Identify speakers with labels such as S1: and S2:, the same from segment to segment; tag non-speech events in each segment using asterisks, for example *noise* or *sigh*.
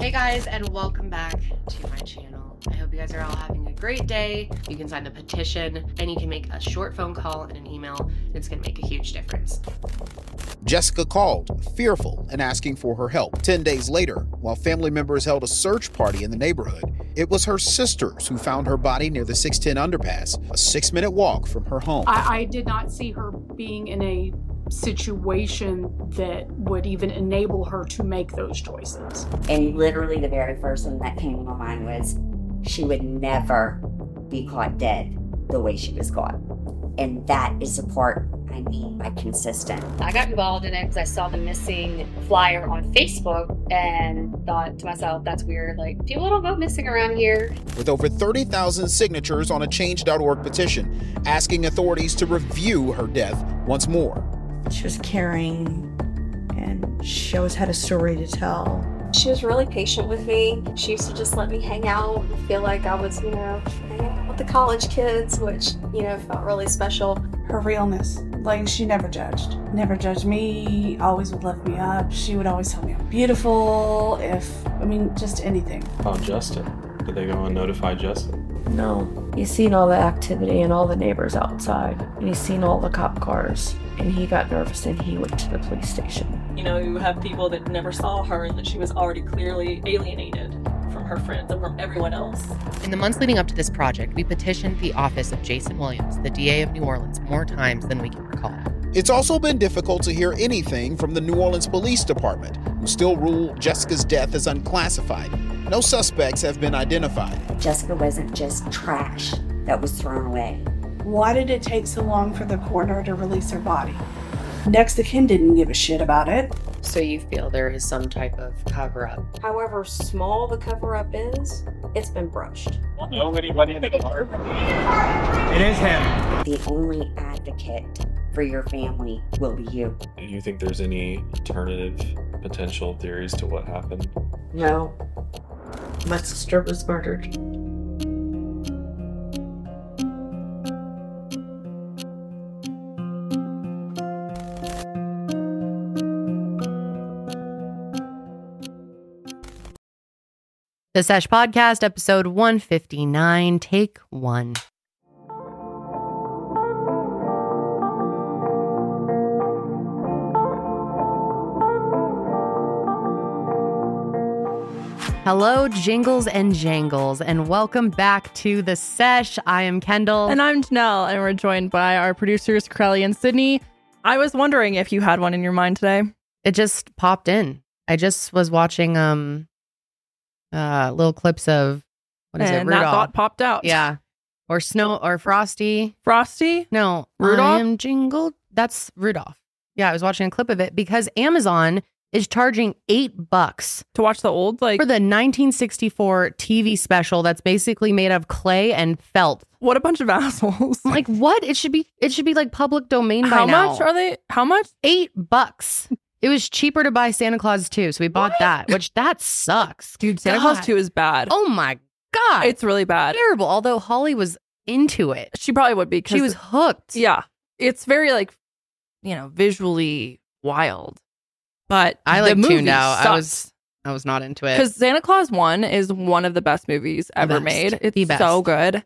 S1: Hey guys, and welcome back to my channel. I hope you guys are all having a great day. You can sign the petition and you can make a short phone call and an email. It's going to make a huge difference.
S2: Jessica called, fearful and asking for her help. Ten days later, while family members held a search party in the neighborhood, it was her sisters who found her body near the 610 underpass, a six minute walk from her home.
S3: I, I did not see her being in a situation that would even enable her to make those choices.
S4: And literally, the very first one that came to my mind was she would never be caught dead the way she was caught. And that is the part I mean by consistent.
S5: I got involved in it because I saw the missing flyer on Facebook and thought to myself, that's weird. Like, people don't go missing around here.
S2: With over 30,000 signatures on a change.org petition asking authorities to review her death once more.
S6: She was caring and she always had a story to tell.
S7: She was really patient with me. She used to just let me hang out and feel like I was, you know, hanging out with the college kids, which, you know, felt really special.
S8: Her realness, like she never judged. Never judged me, always would lift me up. She would always tell me I'm beautiful, if, I mean, just anything.
S9: About Justin? Did they go and notify Justin?
S10: No. He's seen all the activity and all the neighbors outside, and he's seen all the cop cars, and he got nervous and he went to the police station.
S11: You know, you have people that never saw her and that she was already clearly alienated from her friends and from everyone else.
S1: In the months leading up to this project, we petitioned the office of Jason Williams, the DA of New Orleans, more times than we can recall.
S2: It's also been difficult to hear anything from the New Orleans Police Department, who still rule Jessica's death as unclassified. No suspects have been identified.
S4: Jessica wasn't just trash that was thrown away.
S8: Why did it take so long for the coroner to release her body? Next of kin didn't give a shit about it.
S1: So you feel there is some type of cover up?
S7: However small the cover up is, it's been brushed.
S9: Know anybody in the car? It is him.
S4: The only advocate for your family will be you.
S9: Do you think there's any alternative potential theories to what happened?
S10: No. My sister was murdered.
S1: The Sesh Podcast, episode 159, take one. Hello, jingles and jangles, and welcome back to the sesh. I am Kendall.
S12: And I'm Janelle, and we're joined by our producers, Crelly and Sydney. I was wondering if you had one in your mind today.
S1: it just popped in. I just was watching um uh little clips of what is
S12: and
S1: it?
S12: that
S1: Rudolph.
S12: thought popped out.
S1: yeah. Or Snow or Frosty.
S12: Frosty?
S1: No,
S12: Rudolph?
S1: I am jingled. That's Rudolph. Yeah, I was watching a clip of it because Amazon is charging eight bucks
S12: To watch the old, like,
S1: for the 1964 TV special that's basically made of clay and felt.
S12: what a bunch of *laughs* assholes.
S1: I'm Like what? It should be it should be like public domain by
S12: how
S1: now.
S12: much are they? How much?
S1: Eight bucks. It was cheaper to buy Santa Claus 2, so we bought
S12: What?
S1: that, which that sucks.
S12: Dude, Santa
S1: God.
S12: Claus 2 is bad.
S1: Oh my god.
S12: it's really bad.
S1: terrible. Although Holly was into it.
S12: She probably would be. 'cause-
S1: She was hooked.
S12: Yeah. It's very, like, you know, visually wild. But
S1: I,
S12: the
S1: like, tuned
S12: movie
S1: out. I was-
S12: sucks.
S1: I was not into it.
S12: because Santa Claus One is one of the best movies ever
S1: best.
S12: made. It's
S1: The best.
S12: so good.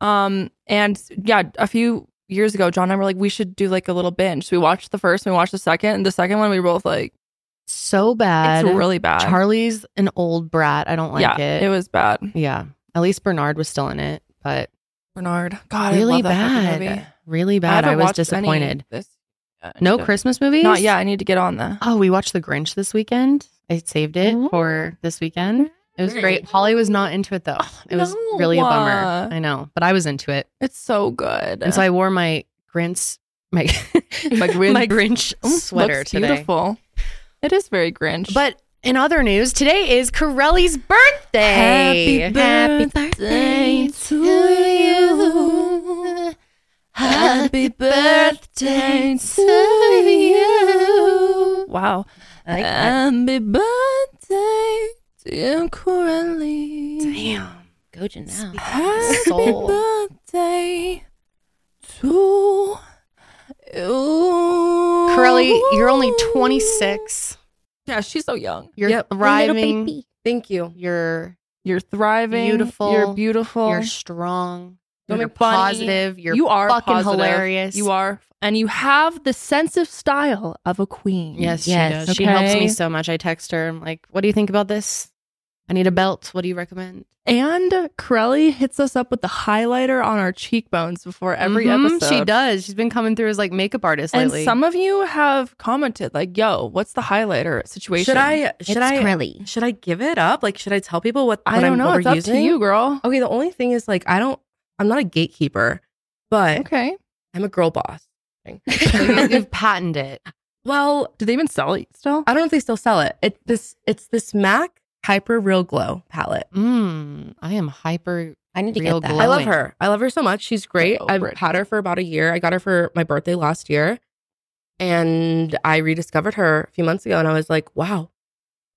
S12: Um, and yeah, a few years ago, John and I were like, we should do like a little binge. So we watched the first, we watched the second, and the second one we were both like,
S1: so bad.
S12: it's really bad.
S1: Charlie's an old brat. I don't like
S12: yeah,
S1: it.
S12: it was bad.
S1: yeah. At least Bernard was still in it, but
S12: Bernard, God, I
S1: really
S12: love that fucking
S1: bad.
S12: movie.
S1: Really bad. I,
S12: haven't
S1: was
S12: watched any
S1: disappointed.
S12: This, I need
S1: No
S12: to-
S1: Christmas movies?
S12: Not yet. I need to get on that.
S1: Oh, we watched The Grinch this weekend. I saved it
S12: Ooh.
S1: for this weekend. It was
S12: Mm-hmm. Great.
S1: great. Holly was not into it though.
S12: Oh,
S1: it was
S12: no.
S1: really a bummer.
S12: Uh,
S1: I know, but I was into it.
S12: It's so good.
S1: And so I wore my Grinch my *laughs* my,
S12: Grinch-
S1: Grinch
S12: Ooh,
S1: sweater
S12: looks
S1: today.
S12: Beautiful. It is very Grinch.
S1: But in other news, today is Corelli's birthday.
S12: Happy birthday to you. Happy birthday to you. Wow. Happy birthday, dear Coralie.
S1: Damn. Go Janelle.
S12: Happy
S1: Soul.
S12: birthday to you.
S1: Corelli, you're only 26.
S12: Yeah, she's so young.
S1: You're thriving
S13: Thank you.
S1: You're
S12: You're thriving.
S13: Beautiful.
S12: You're beautiful.
S13: You're strong.
S12: Don't
S13: You're
S12: be funny.
S13: positive. You're
S12: you are
S13: fucking
S12: positive.
S13: hilarious.
S12: You are, and you have the sense of style of a queen.
S13: Yes, yes. She helps me so much. I text her. I'm like, what do you think about this? I need a belt. What do you recommend?
S12: And Corelli hits us up with the highlighter on our cheekbones before every
S1: Mm-hmm.
S13: Mhm,
S12: episode.
S13: She does. She's been coming through as like makeup artist
S12: And
S13: lately.
S12: some of you have commented like, "Yo, what's the highlighter situation?"
S13: Should I- should It's I-
S1: *laughs*
S13: Corelli.
S12: Should
S13: I give it up? Like, should I tell people what,
S12: I
S13: what
S12: don't
S13: I'm,
S12: know.
S13: What
S12: It's
S13: we're
S12: up to
S13: using?
S12: you, girl.
S13: Okay. The only thing is, like, I don't. I'm not a gatekeeper, but
S12: okay,
S13: I'm a girl boss.
S12: *laughs*
S1: You've
S13: *laughs*
S1: patented it.
S13: Well,
S12: do they even sell it still?
S13: I don't know if they still sell it. It's this. It's this Mac Hyper Real Glow palette.
S1: Mm, I am hyper.
S13: I need
S1: to get real that.
S13: I love
S1: glowing.
S13: her. I love her so much. She's great. I've had her for about a year. I got her for my birthday last year, and I rediscovered her a few months ago, and I was like, wow,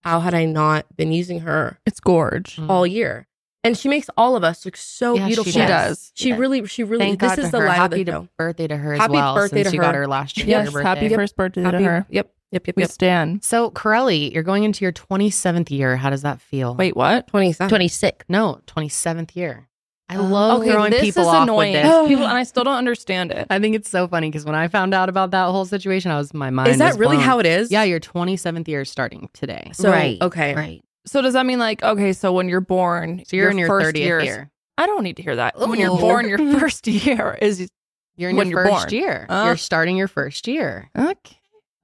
S13: how had I not been using her?
S12: It's gorge
S13: all year. And she makes all of us look so
S1: Yeah, she
S13: beautiful.
S1: does. She does.
S13: She really, she really.
S1: Thank
S13: this
S1: God
S13: is
S1: for
S13: the
S1: her.
S13: light
S1: Happy
S13: of the
S1: to-
S13: show.
S1: birthday to her as well, since you got her last year,
S12: Yes,
S1: her
S12: happy
S1: birthday.
S12: first birthday to her.
S13: Yep, yep, yep,
S12: We *laughs*
S13: yep.
S12: stand.
S1: So, Corelli, you're going into your 27th year. How does that feel?
S12: Wait, what? Oh.
S13: 27.
S1: 26. No, 27th year. I love
S12: okay,
S1: throwing
S12: this
S1: people
S12: is
S1: off
S12: annoying. Oh.
S1: with this.
S12: People, and I still don't understand it.
S1: *laughs* I think it's so funny because when I found out about that whole situation, I was my mind.
S12: that
S1: was
S12: really
S1: blown.
S12: how
S13: it is?
S1: Yeah, your 27th year is starting today.
S12: So- Right,
S13: Okay.
S1: Right.
S12: So does that mean like okay? So when you're born,
S1: So you're in your
S12: first
S1: 30th
S12: year-
S1: year.
S12: I don't need to hear that. When
S1: Ooh.
S12: you're born, your first year is
S1: You're Oh. in
S12: when
S1: your
S12: you're
S1: first
S12: born.
S1: year.
S12: Huh?
S1: You're starting your first year.
S12: Okay.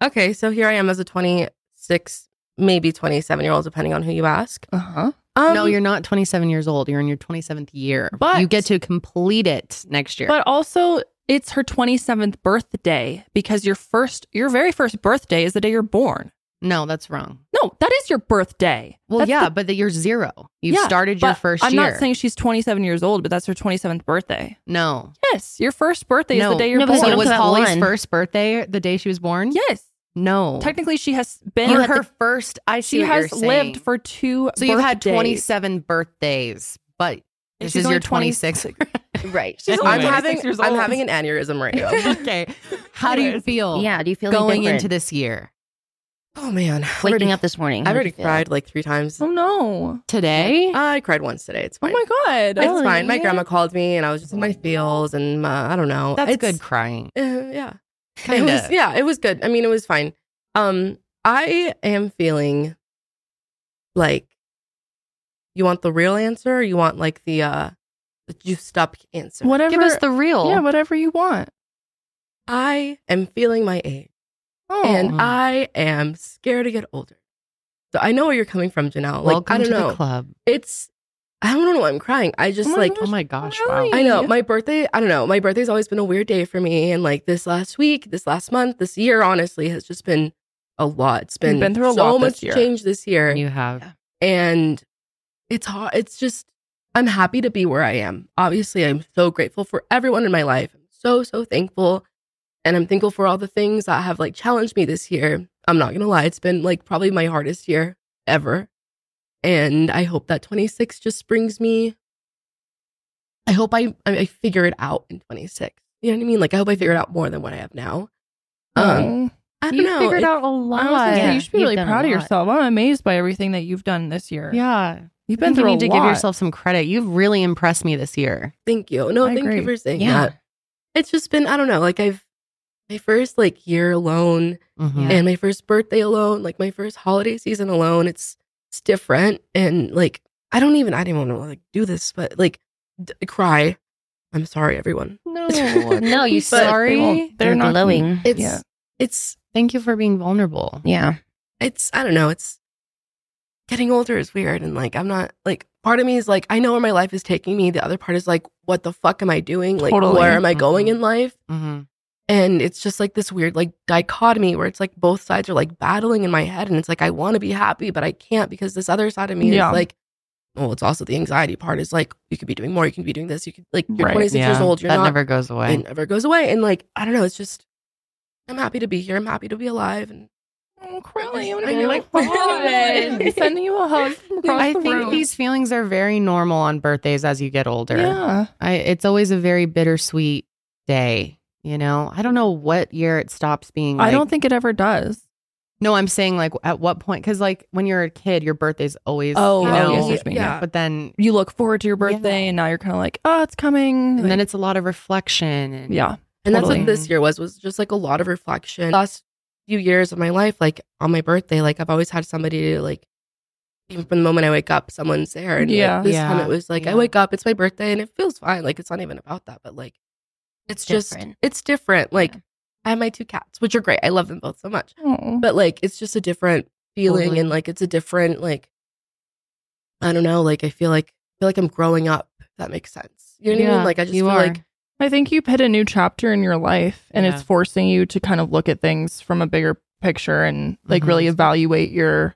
S13: Okay. So here I am as a 26, maybe 27 year old, depending on who you ask. Um,
S12: Uh
S1: Uh-huh.
S12: huh.
S1: no, you're not 27 years old. You're in your 27th year. But you get to complete it next year.
S12: But also, it's her 27th birthday because your first, your very first birthday is the day you're born.
S1: no, that's wrong.
S12: No, that is your birthday.
S1: Well,
S12: That's
S1: yeah,
S12: the-
S1: but that you're zero. You've started your
S12: but
S1: 1st
S12: I'm
S1: year.
S12: not saying she's 27 years old, but that's her 27th birthday.
S1: no.
S12: Yes, your first birthday is the day you're
S1: no,
S12: born.
S1: So was Holly's first birthday the day she was born?
S12: Yes.
S1: No.
S13: Oh.
S12: Technically, she has been
S1: You had the- first. I
S12: she has lived for two.
S1: So you've had
S12: birthdays.
S1: 27 birthdays, but this
S12: she's
S1: is
S12: only
S1: your 26th.
S13: *laughs* Right.
S1: *laughs* She's only
S13: I'm
S1: 26
S13: having
S1: years
S13: I'm
S1: old.
S13: having an aneurysm right *laughs* now.
S1: okay. How do you
S13: Anyways.
S1: feel?
S13: Yeah, do you feel any
S1: going
S13: different?
S1: into this year?
S13: Oh man. I've
S1: Waking
S13: already-
S1: up this morning,
S13: I've
S1: how'd
S13: already
S1: you feel?
S13: cried like three times.
S12: Oh no.
S1: Today?
S13: I cried once today. It's fine.
S12: Oh my god.
S13: It's
S12: Ellie.
S13: fine. My grandma called me and I was just in my feels and uh, I don't know.
S1: That's
S13: It's-
S1: good crying.
S13: Uh, *laughs* yeah. It
S1: Kinda.
S13: was, yeah, it was good. I mean, it was fine. Um, I am feeling like you want the real answer or you want like the uh the juiced up answer.
S12: Whatever.
S1: Give us the real.
S12: Yeah, whatever you want.
S13: I am feeling my age.
S1: Oh.
S13: And I am scared to get older. So I know where you're coming from, Janelle. Like
S1: Welcome
S13: I don't
S1: to the
S13: know.
S1: club.
S13: It's I don't know why I'm crying. I just
S1: oh my
S13: like
S1: gosh, oh my gosh, wow.
S13: I know my birthday. I don't know. My birthday's always been a weird day for me, and like this last week, this last month, this year, honestly, has just been a lot. It's
S12: You've
S13: been
S12: been through a
S13: so
S12: lot
S13: much
S12: this year.
S13: change this year,
S1: You have.
S13: and it's hard. It's just I'm happy to be where I am. Obviously, I'm so grateful for everyone in my life. I'm so so thankful, and I'm thankful for all the things that have like challenged me this year. I'm not gonna lie; it's been like probably my hardest year ever, and I hope that 26 just brings me I hope I I I figure it out in 26. You know what I mean? Like I hope I figure it out more than what I have now. Um, I don't
S12: You've
S13: know.
S12: figured
S13: It-
S12: out a lot.
S13: Yeah,
S12: you should be
S13: you've
S12: really
S13: done a
S12: proud of
S13: lot.
S12: yourself. I'm amazed by everything that you've done this year.
S1: Yeah.
S12: You've
S1: I
S12: been
S1: think
S12: through
S1: you
S12: a
S1: need to
S12: lot.
S1: give yourself some credit. You've really impressed me this year.
S13: Thank you. No,
S1: I
S13: thank
S1: agree.
S13: you for saying
S1: Yeah.
S13: that. It's just been I don't know. Like I've my first like year alone
S1: Mhm.
S13: and my first birthday alone, like my first holiday season alone. It's it's different and like I don't even I didn't want to like do this, but like d- cry. I'm sorry, everyone. *laughs*
S1: No, *laughs*
S13: no,
S1: you sorry? They're not-
S13: It's
S1: Yeah.
S13: it's
S1: Thank you for being vulnerable.
S13: Yeah. It's I don't know, it's getting older is weird and like I'm not like part of me is like I know where my life is taking me. The other part is like what the fuck am I doing? Like
S12: Totally.
S13: where am I
S12: Mhm.
S13: going in life?
S1: Mm-hmm.
S13: And it's just like this weird like dichotomy where it's like both sides are like battling in my head and it's like I want to be happy but I can't because this other side of me
S12: Yeah.
S13: is like well, it's also the anxiety part is like you could be doing more, you can be doing this, you could like you're
S1: Right.
S13: 26 years
S1: Yeah.
S13: old, you're
S1: That
S13: not
S1: never goes away.
S13: It never goes away, and like I don't know, it's just I'm happy to be here, I'm happy to be alive, and
S12: Oh, Corelli, I'm
S13: *laughs* I know.
S12: like,
S13: *laughs*
S12: I'm sending you a hug from across
S1: I
S12: the
S1: think
S12: room.
S1: these feelings are very normal on birthdays as you get older.
S12: Yeah.
S1: I, it's always a very bittersweet day. You know, I don't know what year it stops being.
S12: I
S1: like,
S12: don't think it ever does.
S1: No, I'm saying like at what point? Because like when you're a kid, your birthday's always
S12: Oh,
S1: you know,
S12: yeah, yeah, yeah.
S1: But then
S12: you look forward to your birthday, and now you're kind of like, oh, it's coming.
S1: and then it's a lot of reflection. And
S12: Yeah.
S13: And that's
S12: Totally.
S13: what this year was was just like a lot of reflection. Last few years of my life, like on my birthday, like I've always had somebody to like even from the moment I wake up, someone's there. And like,
S12: Yeah.
S13: this
S12: Yeah.
S13: time it was like I wake up, it's my birthday, and it feels fine. Like it's not even about that, but like it's, just
S10: different.
S13: it's different. Like I have my two cats, which are great. I love them both so much.
S12: Aw.
S13: But like it's just a different feeling
S12: Oh. Totally.
S13: and like it's a different like I don't know, like I feel like I feel like I'm growing up. if that makes sense. You know what I mean? Like I just feel like
S12: I think you've hit a new chapter in your life, and
S13: Yeah.
S12: it's forcing you to kind of look at things from a bigger picture and like
S13: Mhm.
S12: really evaluate your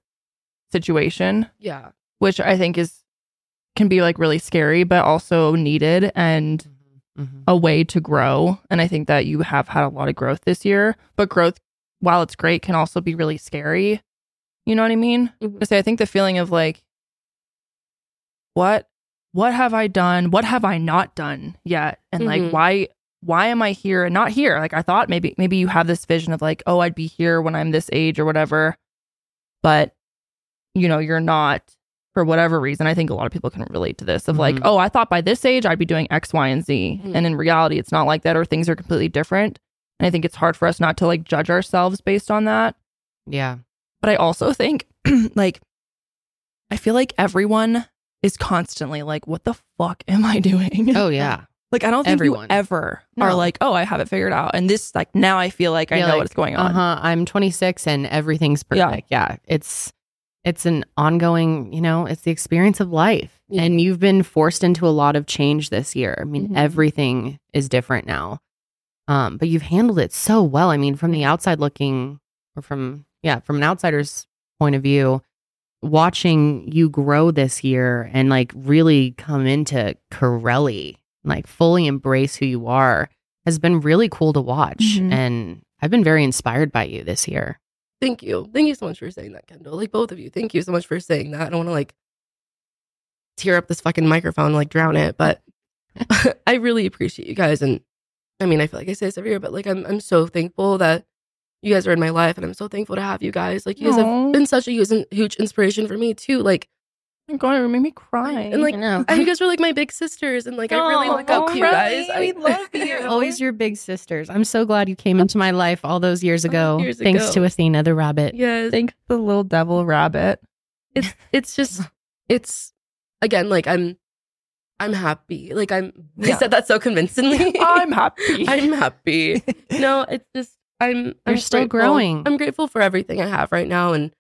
S12: situation.
S13: Yeah.
S12: which I think is can be like really scary, but also needed and a way to grow. And I think that you have had a lot of growth this year, but growth, while it's great, can also be really scary. You know what I mean? I say I think the feeling of like, what, what have I done? What have I not done yet? And
S13: Mhm.
S12: like, why, why am I here and not here? Like I thought maybe, maybe you have this vision of like, oh, I'd be here when I'm this age or whatever, but you know, you're not for whatever reason. I think a lot of people can relate to this of like,
S13: Mm-hmm.
S1: Mhm.
S12: oh, I thought by this age I'd be doing X, Y, and Z.
S1: Mhm.
S12: And in reality, it's not like that or things are completely different. And I think it's hard for us not to like judge ourselves based on that.
S1: Yeah.
S12: But I also think *clears throat* like I feel like everyone is constantly like, what the fuck am I doing?
S1: Oh, yeah.
S12: like I don't think
S1: Everyone.
S12: you ever
S1: No.
S12: are like, oh, I have it figured out. And this like now I feel like I know what's going on.
S13: "Uh-huh."
S1: Uh huh. I'm 26 and everything's perfect. Yeah. It's it's an ongoing. You know, it's the experience of life, and you've been forced into a lot of change this year. I mean,
S12: Mhm.
S1: everything is different now. Um, but you've handled it so well. I mean, from the outside looking, or from yeah, from an outsider's point of view, watching you grow this year and like really come into Corelli, like fully embrace who you are, has been really cool to watch.
S12: Mm-hmm.
S13: Mhm.
S1: And I've been very inspired by you this year.
S13: Thank you. Thank you so much for saying that, Kendall. Like both of you. Thank you so much for saying that. I don't want to like tear up this fucking microphone and like drown it, but *laughs* I really appreciate you guys and I mean, I feel like I say this every year, but like I'm I'm so thankful that you guys are in my life and I'm so thankful to have you guys. Like you guys
S12: Aw.
S13: have been such a huge, huge inspiration for me too. Like
S12: Oh my God, it made me cry.
S13: and like
S12: *laughs*
S13: you guys were like my big sisters and like I really look up to you guys. I
S1: *laughs*
S13: love *laughs*
S1: You're always your big sisters. I'm so glad you came into my life all those years ago.
S13: Years
S1: thanks
S13: ago.
S1: to Athena the rabbit.
S13: Yes.
S12: Thanks to the little devil rabbit.
S13: It's it's
S12: *laughs*
S13: just it's again like I'm I'm happy. Like I'm I said that so convincingly.
S12: *laughs* *laughs* I'm happy.
S13: *laughs* I'm
S12: *laughs*
S13: happy. No, it's just I'm
S1: You're
S13: I'm
S1: still
S13: grateful.
S1: growing.
S13: I'm grateful for everything I have right now and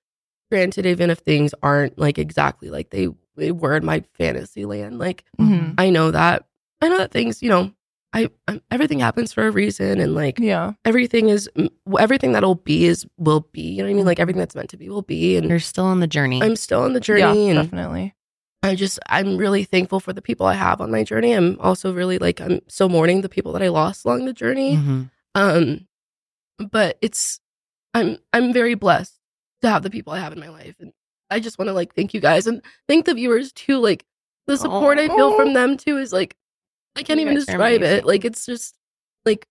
S13: granted even if things aren't like exactly like they, they were in my fantasy land, like
S12: Mhm.
S13: I know that I know that things, you know, I, I everything happens for a reason and like
S12: Yeah.
S13: everything is everything that'll be is will be. You know what I mean? Like everything that's meant to be will be and
S1: You're still on the journey.
S13: I'm still on the journey
S12: Yeah,
S13: and
S12: definitely.
S13: I just I'm really thankful for the people I have on my journey. I'm also really like I'm so mourning the people that I lost along the journey.
S12: Mm-hmm.
S1: Mhm.
S13: Um but it's I'm I'm very blessed to have the people I have in my life and I just want to like thank you guys and thank the viewers too like the support I feel from them too is like I can't
S12: You
S13: even
S12: guys are
S13: describe it.
S12: amazing.
S13: Like it's just like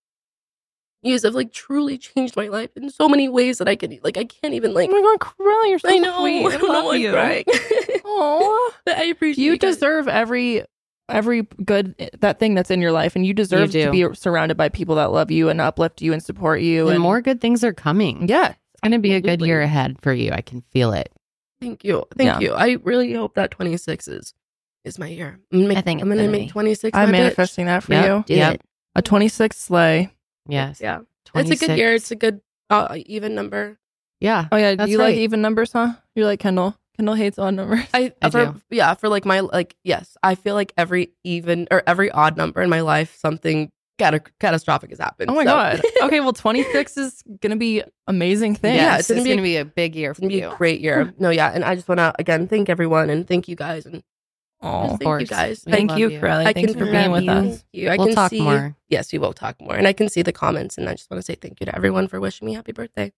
S13: you guys have like truly changed my life in so many ways that I can like I can't even like
S12: Oh my God, cry. You're so
S13: I know.
S12: sweet.
S13: I don't know
S12: love
S13: why I'm *laughs*
S12: you.
S13: crying.
S12: Aw.
S13: But I appreciate
S12: you
S13: you guys.
S12: deserve every every good that thing that's in your life and you deserve
S1: You
S12: to
S1: do.
S12: be surrounded by people that love you and uplift you and support you
S1: And,
S12: and,
S1: more good things are coming.
S12: Yeah.
S1: It's going to be a good year ahead for you. I can feel it.
S13: Thank you. Thank
S1: Yeah.
S13: you. I really hope that 26 is is my year. I'm gonna make,
S1: I think
S13: I'm
S1: it's
S13: gonna
S1: gonna
S13: make
S1: be.
S13: 26.
S12: i'm
S13: my bitch.
S12: manifesting that for
S1: Yep,
S12: you
S1: do Yep. it.
S12: a 26 sleigh
S1: Yes.
S13: Yeah. It's a good year. It's a good uh, even number.
S1: Yeah.
S12: oh yeah
S13: That's
S12: you like
S13: right.
S12: even numbers huh you're like kendall kendall hates odd numbers
S13: I,
S12: I
S13: for,
S12: do.
S13: yeah for like my like yes I feel like every even or every odd number in my life something cata- catastrophic has happened.
S12: oh my
S13: So- *laughs*
S12: god *laughs* okay well 26 is gonna be
S1: *laughs*
S12: amazing thing
S13: Yeah, it's, gonna, be,
S1: a big year
S13: it's gonna be a great
S12: *laughs*
S13: year. No, yeah, and I just want to again thank everyone and thank you guys and just
S12: Aw. Of
S13: thank you
S12: course.
S13: guys.
S12: We Thank love you, you. Corelli.
S13: I
S12: Thanks
S13: can
S12: for being with
S13: you.
S12: us.
S13: Thank you. I
S1: We'll
S13: can
S1: talk
S13: see,
S1: more.
S13: Yes, we will talk more, and I can see the comments, and I just want to say thank you to everyone for wishing me happy birthday.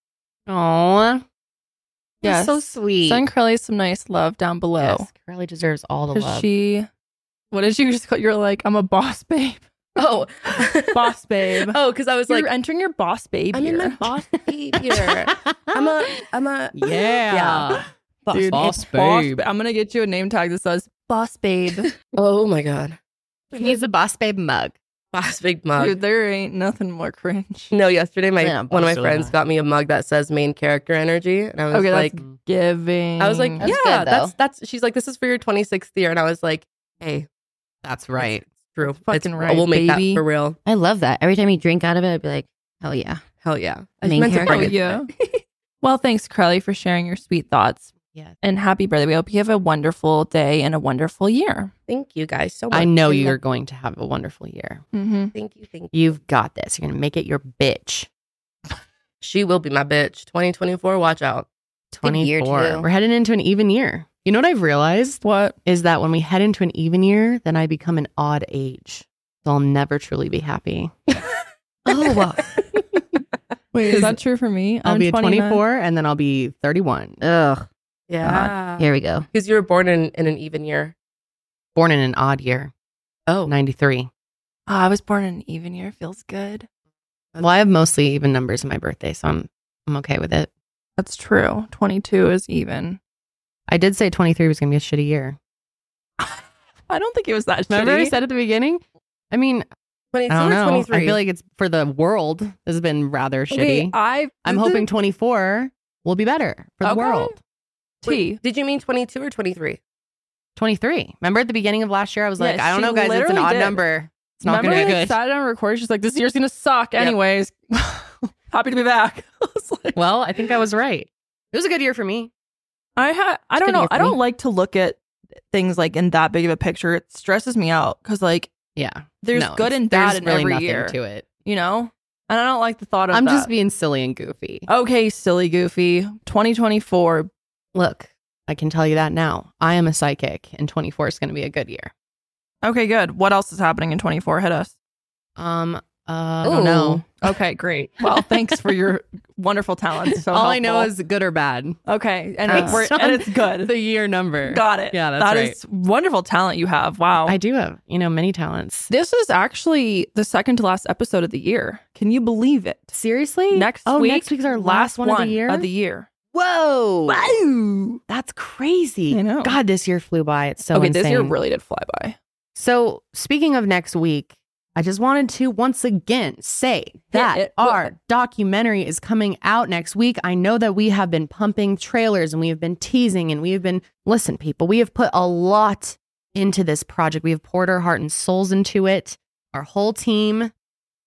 S1: Aw.
S12: yeah
S1: That's so sweet.
S12: send curly some nice love down below
S1: Yes, Curly deserves all the
S12: because
S1: love.
S12: she what did you just call you're like i'm a boss babe
S13: Oh,
S12: *laughs* boss babe.
S13: Oh, because I was
S12: You're
S13: like
S12: entering your boss babe.
S13: I'm in my
S12: year. *laughs*
S13: boss babe year. I'm a, I'm a,
S12: Yeah.
S13: Boss
S12: Dude,
S13: boss
S12: it's boss-
S13: babe.
S12: I'm gonna get you a name tag that says boss babe.
S13: Oh my god.
S1: He's a boss babe mug.
S13: Boss babe mug.
S12: Dude, there ain't nothing more cringe.
S13: No, yesterday my
S12: Yeah,
S13: one of my
S12: boss
S13: friends
S12: babe.
S13: got me a mug that says main character energy, and I was
S12: Okay,
S13: like,
S12: that's giving.
S13: I was like,
S12: That's
S13: yeah,
S12: good,
S13: that's
S12: though.
S13: that's. She's like, this is for your 26th year, and I was like, hey,
S1: that's right.
S13: true.
S12: fucking right,
S13: We'll make
S12: baby.
S13: that for real.
S14: I love that. Every time you drink out of it, I'd be like, hell yeah.
S13: Hell yeah.
S12: I
S14: Main
S12: meant to bring
S14: character.
S12: it back. well, thanks, Crowley, for sharing your sweet thoughts.
S1: Yes.
S12: And happy birthday. We hope you have a wonderful day and a wonderful year.
S13: Thank you guys so much.
S1: I know
S13: We
S1: you're
S13: love-
S1: going to have a wonderful year.
S12: Mhm.
S13: Thank you. Thank you.
S1: You've got this. You're gonna make it your bitch.
S13: She will be my bitch. 2024. Watch out.
S1: Twenty four. We're heading into an even year. You know what I've realized?
S12: What
S1: is that when we head into an even year, then I become an odd age. So I'll never truly be happy.
S14: oh,
S1: *laughs*
S14: wow.
S12: Wait, is that true for me?
S1: I'll
S12: I'm
S1: be a
S12: 29.
S1: 24 and then I'll be Uh, 31.
S14: Ugh.
S13: Yeah.
S14: Here we go.
S13: Because you were born in, in an even year.
S1: Born in an odd year.
S13: Oh.
S1: 93.
S12: Oh, I was born in an even year. Feels good.
S1: Well, I have mostly even numbers in my birthday, so I'm I'm okay with it.
S12: That's true. 22 is even.
S1: I did say 23 was going to be a shitty year.
S12: I don't think it was that
S1: Remember I
S12: shitty.
S1: said at the beginning? I mean, I
S13: 22
S1: don't
S13: or
S1: know.
S13: 23?
S1: I feel like it's for the world has been rather
S13: Okay,
S1: shitty.
S12: I
S1: I'm hoping 24 will be better for the
S13: Okay.
S1: world.
S13: Wait, did you mean 22 or 23?
S1: 23. Remember at the beginning of last year, I was like,
S12: Yeah,
S1: I don't
S12: she
S1: know, guys, it's an
S12: literally
S1: odd
S12: did.
S1: number. It's not going
S12: Remember
S1: to be
S12: I
S1: good.
S12: decided on record. She's like, this year's gonna suck.
S1: Yep.
S12: Anyways, *laughs* happy to be back.
S1: well, I think I was right. It was a good year for me.
S12: I ha- I don't
S1: Good
S12: know.
S1: year for
S12: I don't
S1: me.
S12: like to look at things like in that big of a picture. It stresses me out because like
S1: Yeah.
S12: there's
S1: No,
S12: good and
S1: there's
S12: bad in
S1: really
S12: every
S1: nothing
S12: year
S1: to it.
S12: You know, and I don't like the thought of.
S1: I'm
S12: that.
S1: just being silly and goofy.
S12: okay, silly goofy. 2024.
S1: Look, I can tell you that now. I am a psychic, and 24 is going to be a good year.
S12: Okay, good. What else is happening in 24? Hit us.
S1: Um, uh, I don't know. *laughs*
S12: Okay, great. Well, thanks for your wonderful talents. So
S1: All I know
S12: helpful.
S1: is good or bad.
S12: okay, and,
S1: Based
S12: we're,
S1: on
S12: and it's
S1: *laughs*
S12: good.
S1: The year number.
S12: Got it.
S1: Yeah, that's
S12: That
S1: right.
S12: is wonderful talent you have. Wow.
S1: I do have, you know, many talents.
S12: This is actually the second to last episode of the year. Can you believe it?
S1: Seriously?
S12: Next
S1: Oh,
S12: week.
S1: next week's our last one of the year?
S12: Of the year.
S1: Whoa. Wow. That's crazy.
S12: I know.
S1: God, this year flew by. It's so
S12: okay,
S1: insane.
S12: this year really did fly by.
S1: So, speaking of next week, I just wanted to once again say that
S12: it
S1: our documentary is coming out next week. I know that we have been pumping trailers and we have been teasing and we have been, listen, people, we have put a lot into this project. We have poured our heart and souls into it. Our whole team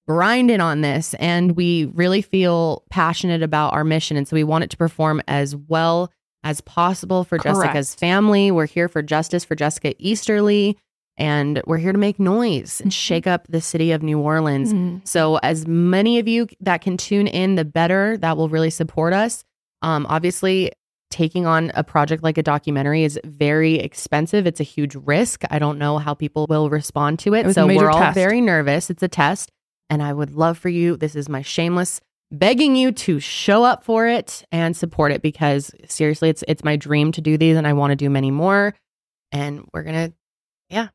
S1: grinded on this and we really feel passionate about our mission. And so we want it to perform as well as possible for Jessica's
S12: Correct.
S1: family. We're here for justice for Jessica Easterly and we're here to make noise and shake up the city of New Orleans.
S12: Mhm.
S1: So, as many of you that can tune in, the better. That will really support us. Um, obviously, taking on a project like a documentary is very expensive. It's a huge risk. I don't know how people will respond to it.
S12: It was a
S1: so,
S12: major
S1: we're all
S12: test.
S1: very nervous. It's a test. And I would love for you, this is my shameless begging you to show up for it and support it because seriously it's it's my dream to do these and I want to do many more and we're going to yeah,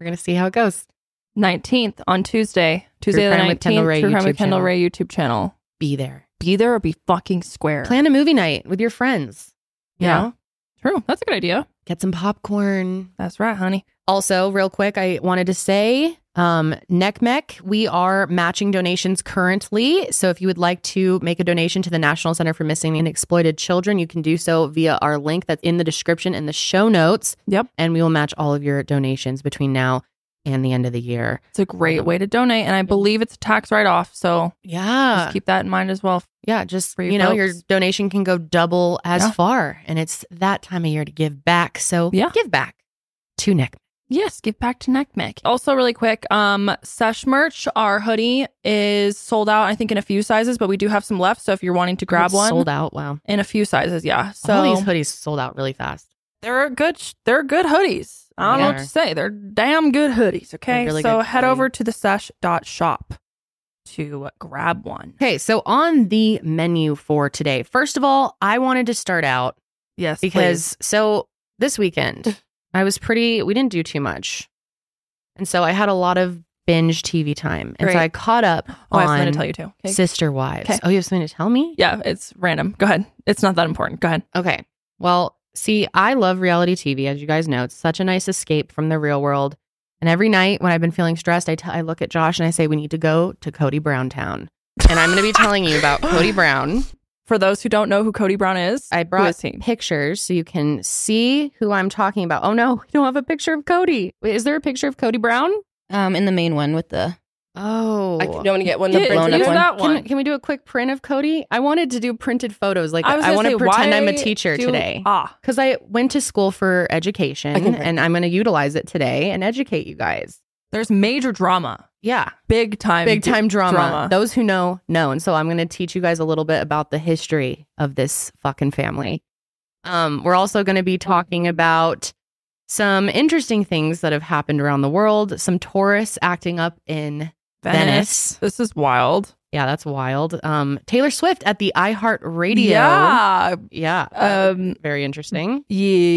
S1: we're going to see how it goes.
S12: 19th on Tuesday, Tuesday the
S1: Crime
S12: 19th,
S1: with Kendall Ray
S12: True Crime with
S1: YouTube
S12: Kendall
S1: channel.
S12: Ray YouTube channel.
S1: Be there.
S12: Be there or be fucking square.
S1: Plan a movie night with your friends. You
S12: Yeah.
S1: know?
S12: True. That's a good idea.
S1: Get some popcorn.
S12: That's right, honey.
S1: Also, real quick, I wanted to say, um, NECMEC, we are matching donations currently. So if you would like to make a donation to the National Center for Missing and Exploited Children, you can do so via our link that's in the description and the show notes.
S12: Yep.
S1: And we will match all of your donations between now and the end of the year.
S12: It's a great way to donate. And I believe it's a tax write off. So
S1: Yeah.
S12: just keep that in mind as well.
S1: Yeah, just
S12: for
S1: you know, your
S12: folks.
S1: donation can go double as
S12: Yeah.
S1: far. And it's that time of year to give back. So
S12: Yeah.
S1: give back to NECMEC.
S12: Yes, give back to NECMEC. Also, really quick, um, Sesh merch, our hoodie is sold out, I think, in a few sizes, but we do have some left. So if you're wanting to grab
S1: It's
S12: one
S1: Sold out. Wow.
S12: in a few sizes, yeah. So
S1: All these hoodies sold out really fast.
S12: they're good sh- they're good hoodies. I don't know what
S1: They
S12: to
S1: are.
S12: say. They're damn good hoodies. Okay.
S1: really
S12: so
S1: good
S12: head
S1: hoodie.
S12: over to the sesh dot shop to grab one.
S1: Okay, so on the menu for today, first of all, I wanted to start out
S12: Yes.
S1: because so this weekend I was pretty. We didn't do too much, and so I had a lot of binge TV time, and so
S12: Great.
S1: I caught up
S12: Oh, I
S1: on
S12: have something to tell you, too. 'Kay.
S1: Sister Wives.
S12: 'Kay.
S1: Oh, you have something to tell me?
S12: Yeah, it's random. Go ahead. It's not that important. Go ahead.
S1: Okay. Well, see, I love reality TV, as you guys know. It's such a nice escape from the real world. And every night when I've been feeling stressed, I t- I look at Josh and I say, "We need to go to Cody Brown Town." And I'm going to be telling you
S12: *gasps*
S1: about Cody Brown.
S12: For those who don't know who Cody Brown is,
S1: I brought pictures so you can see who I'm talking about. Oh no, *laughs* we don't have a picture of Cody. Wait, is there a picture of Cody Brown?
S14: Um, in the main one with the
S1: Oh,
S14: I can- you wanna get one
S1: Yeah,
S14: of the
S1: can
S14: blown up
S1: you-
S14: one?
S12: that
S1: Can,
S12: one.
S1: can we do a quick print of Cody? I wanted to do printed photos. Like
S12: I was
S1: I,
S12: gonna
S1: want
S12: say,
S1: to pretend I'm a
S12: why
S1: teacher
S12: do-
S1: today.
S12: Ah.
S1: because I went to school for education,
S12: I can print.
S1: and I'm going to utilize it today and educate you guys.
S12: There's major drama.
S1: Yeah.
S12: Big time.
S1: Big
S12: d-
S1: time drama. Those who know know, and so I'm going to teach you guys a little bit about the history of this fucking family. Um, we're also going to be talking about some interesting things that have happened around the world. Some tourists acting up in
S12: Venice.
S1: Venice.
S12: This is wild.
S1: Yeah, that's wild. Um, Taylor Swift at the iHeart Radio.
S12: Yeah.
S1: Yeah. uh,
S12: Um,
S1: very interesting.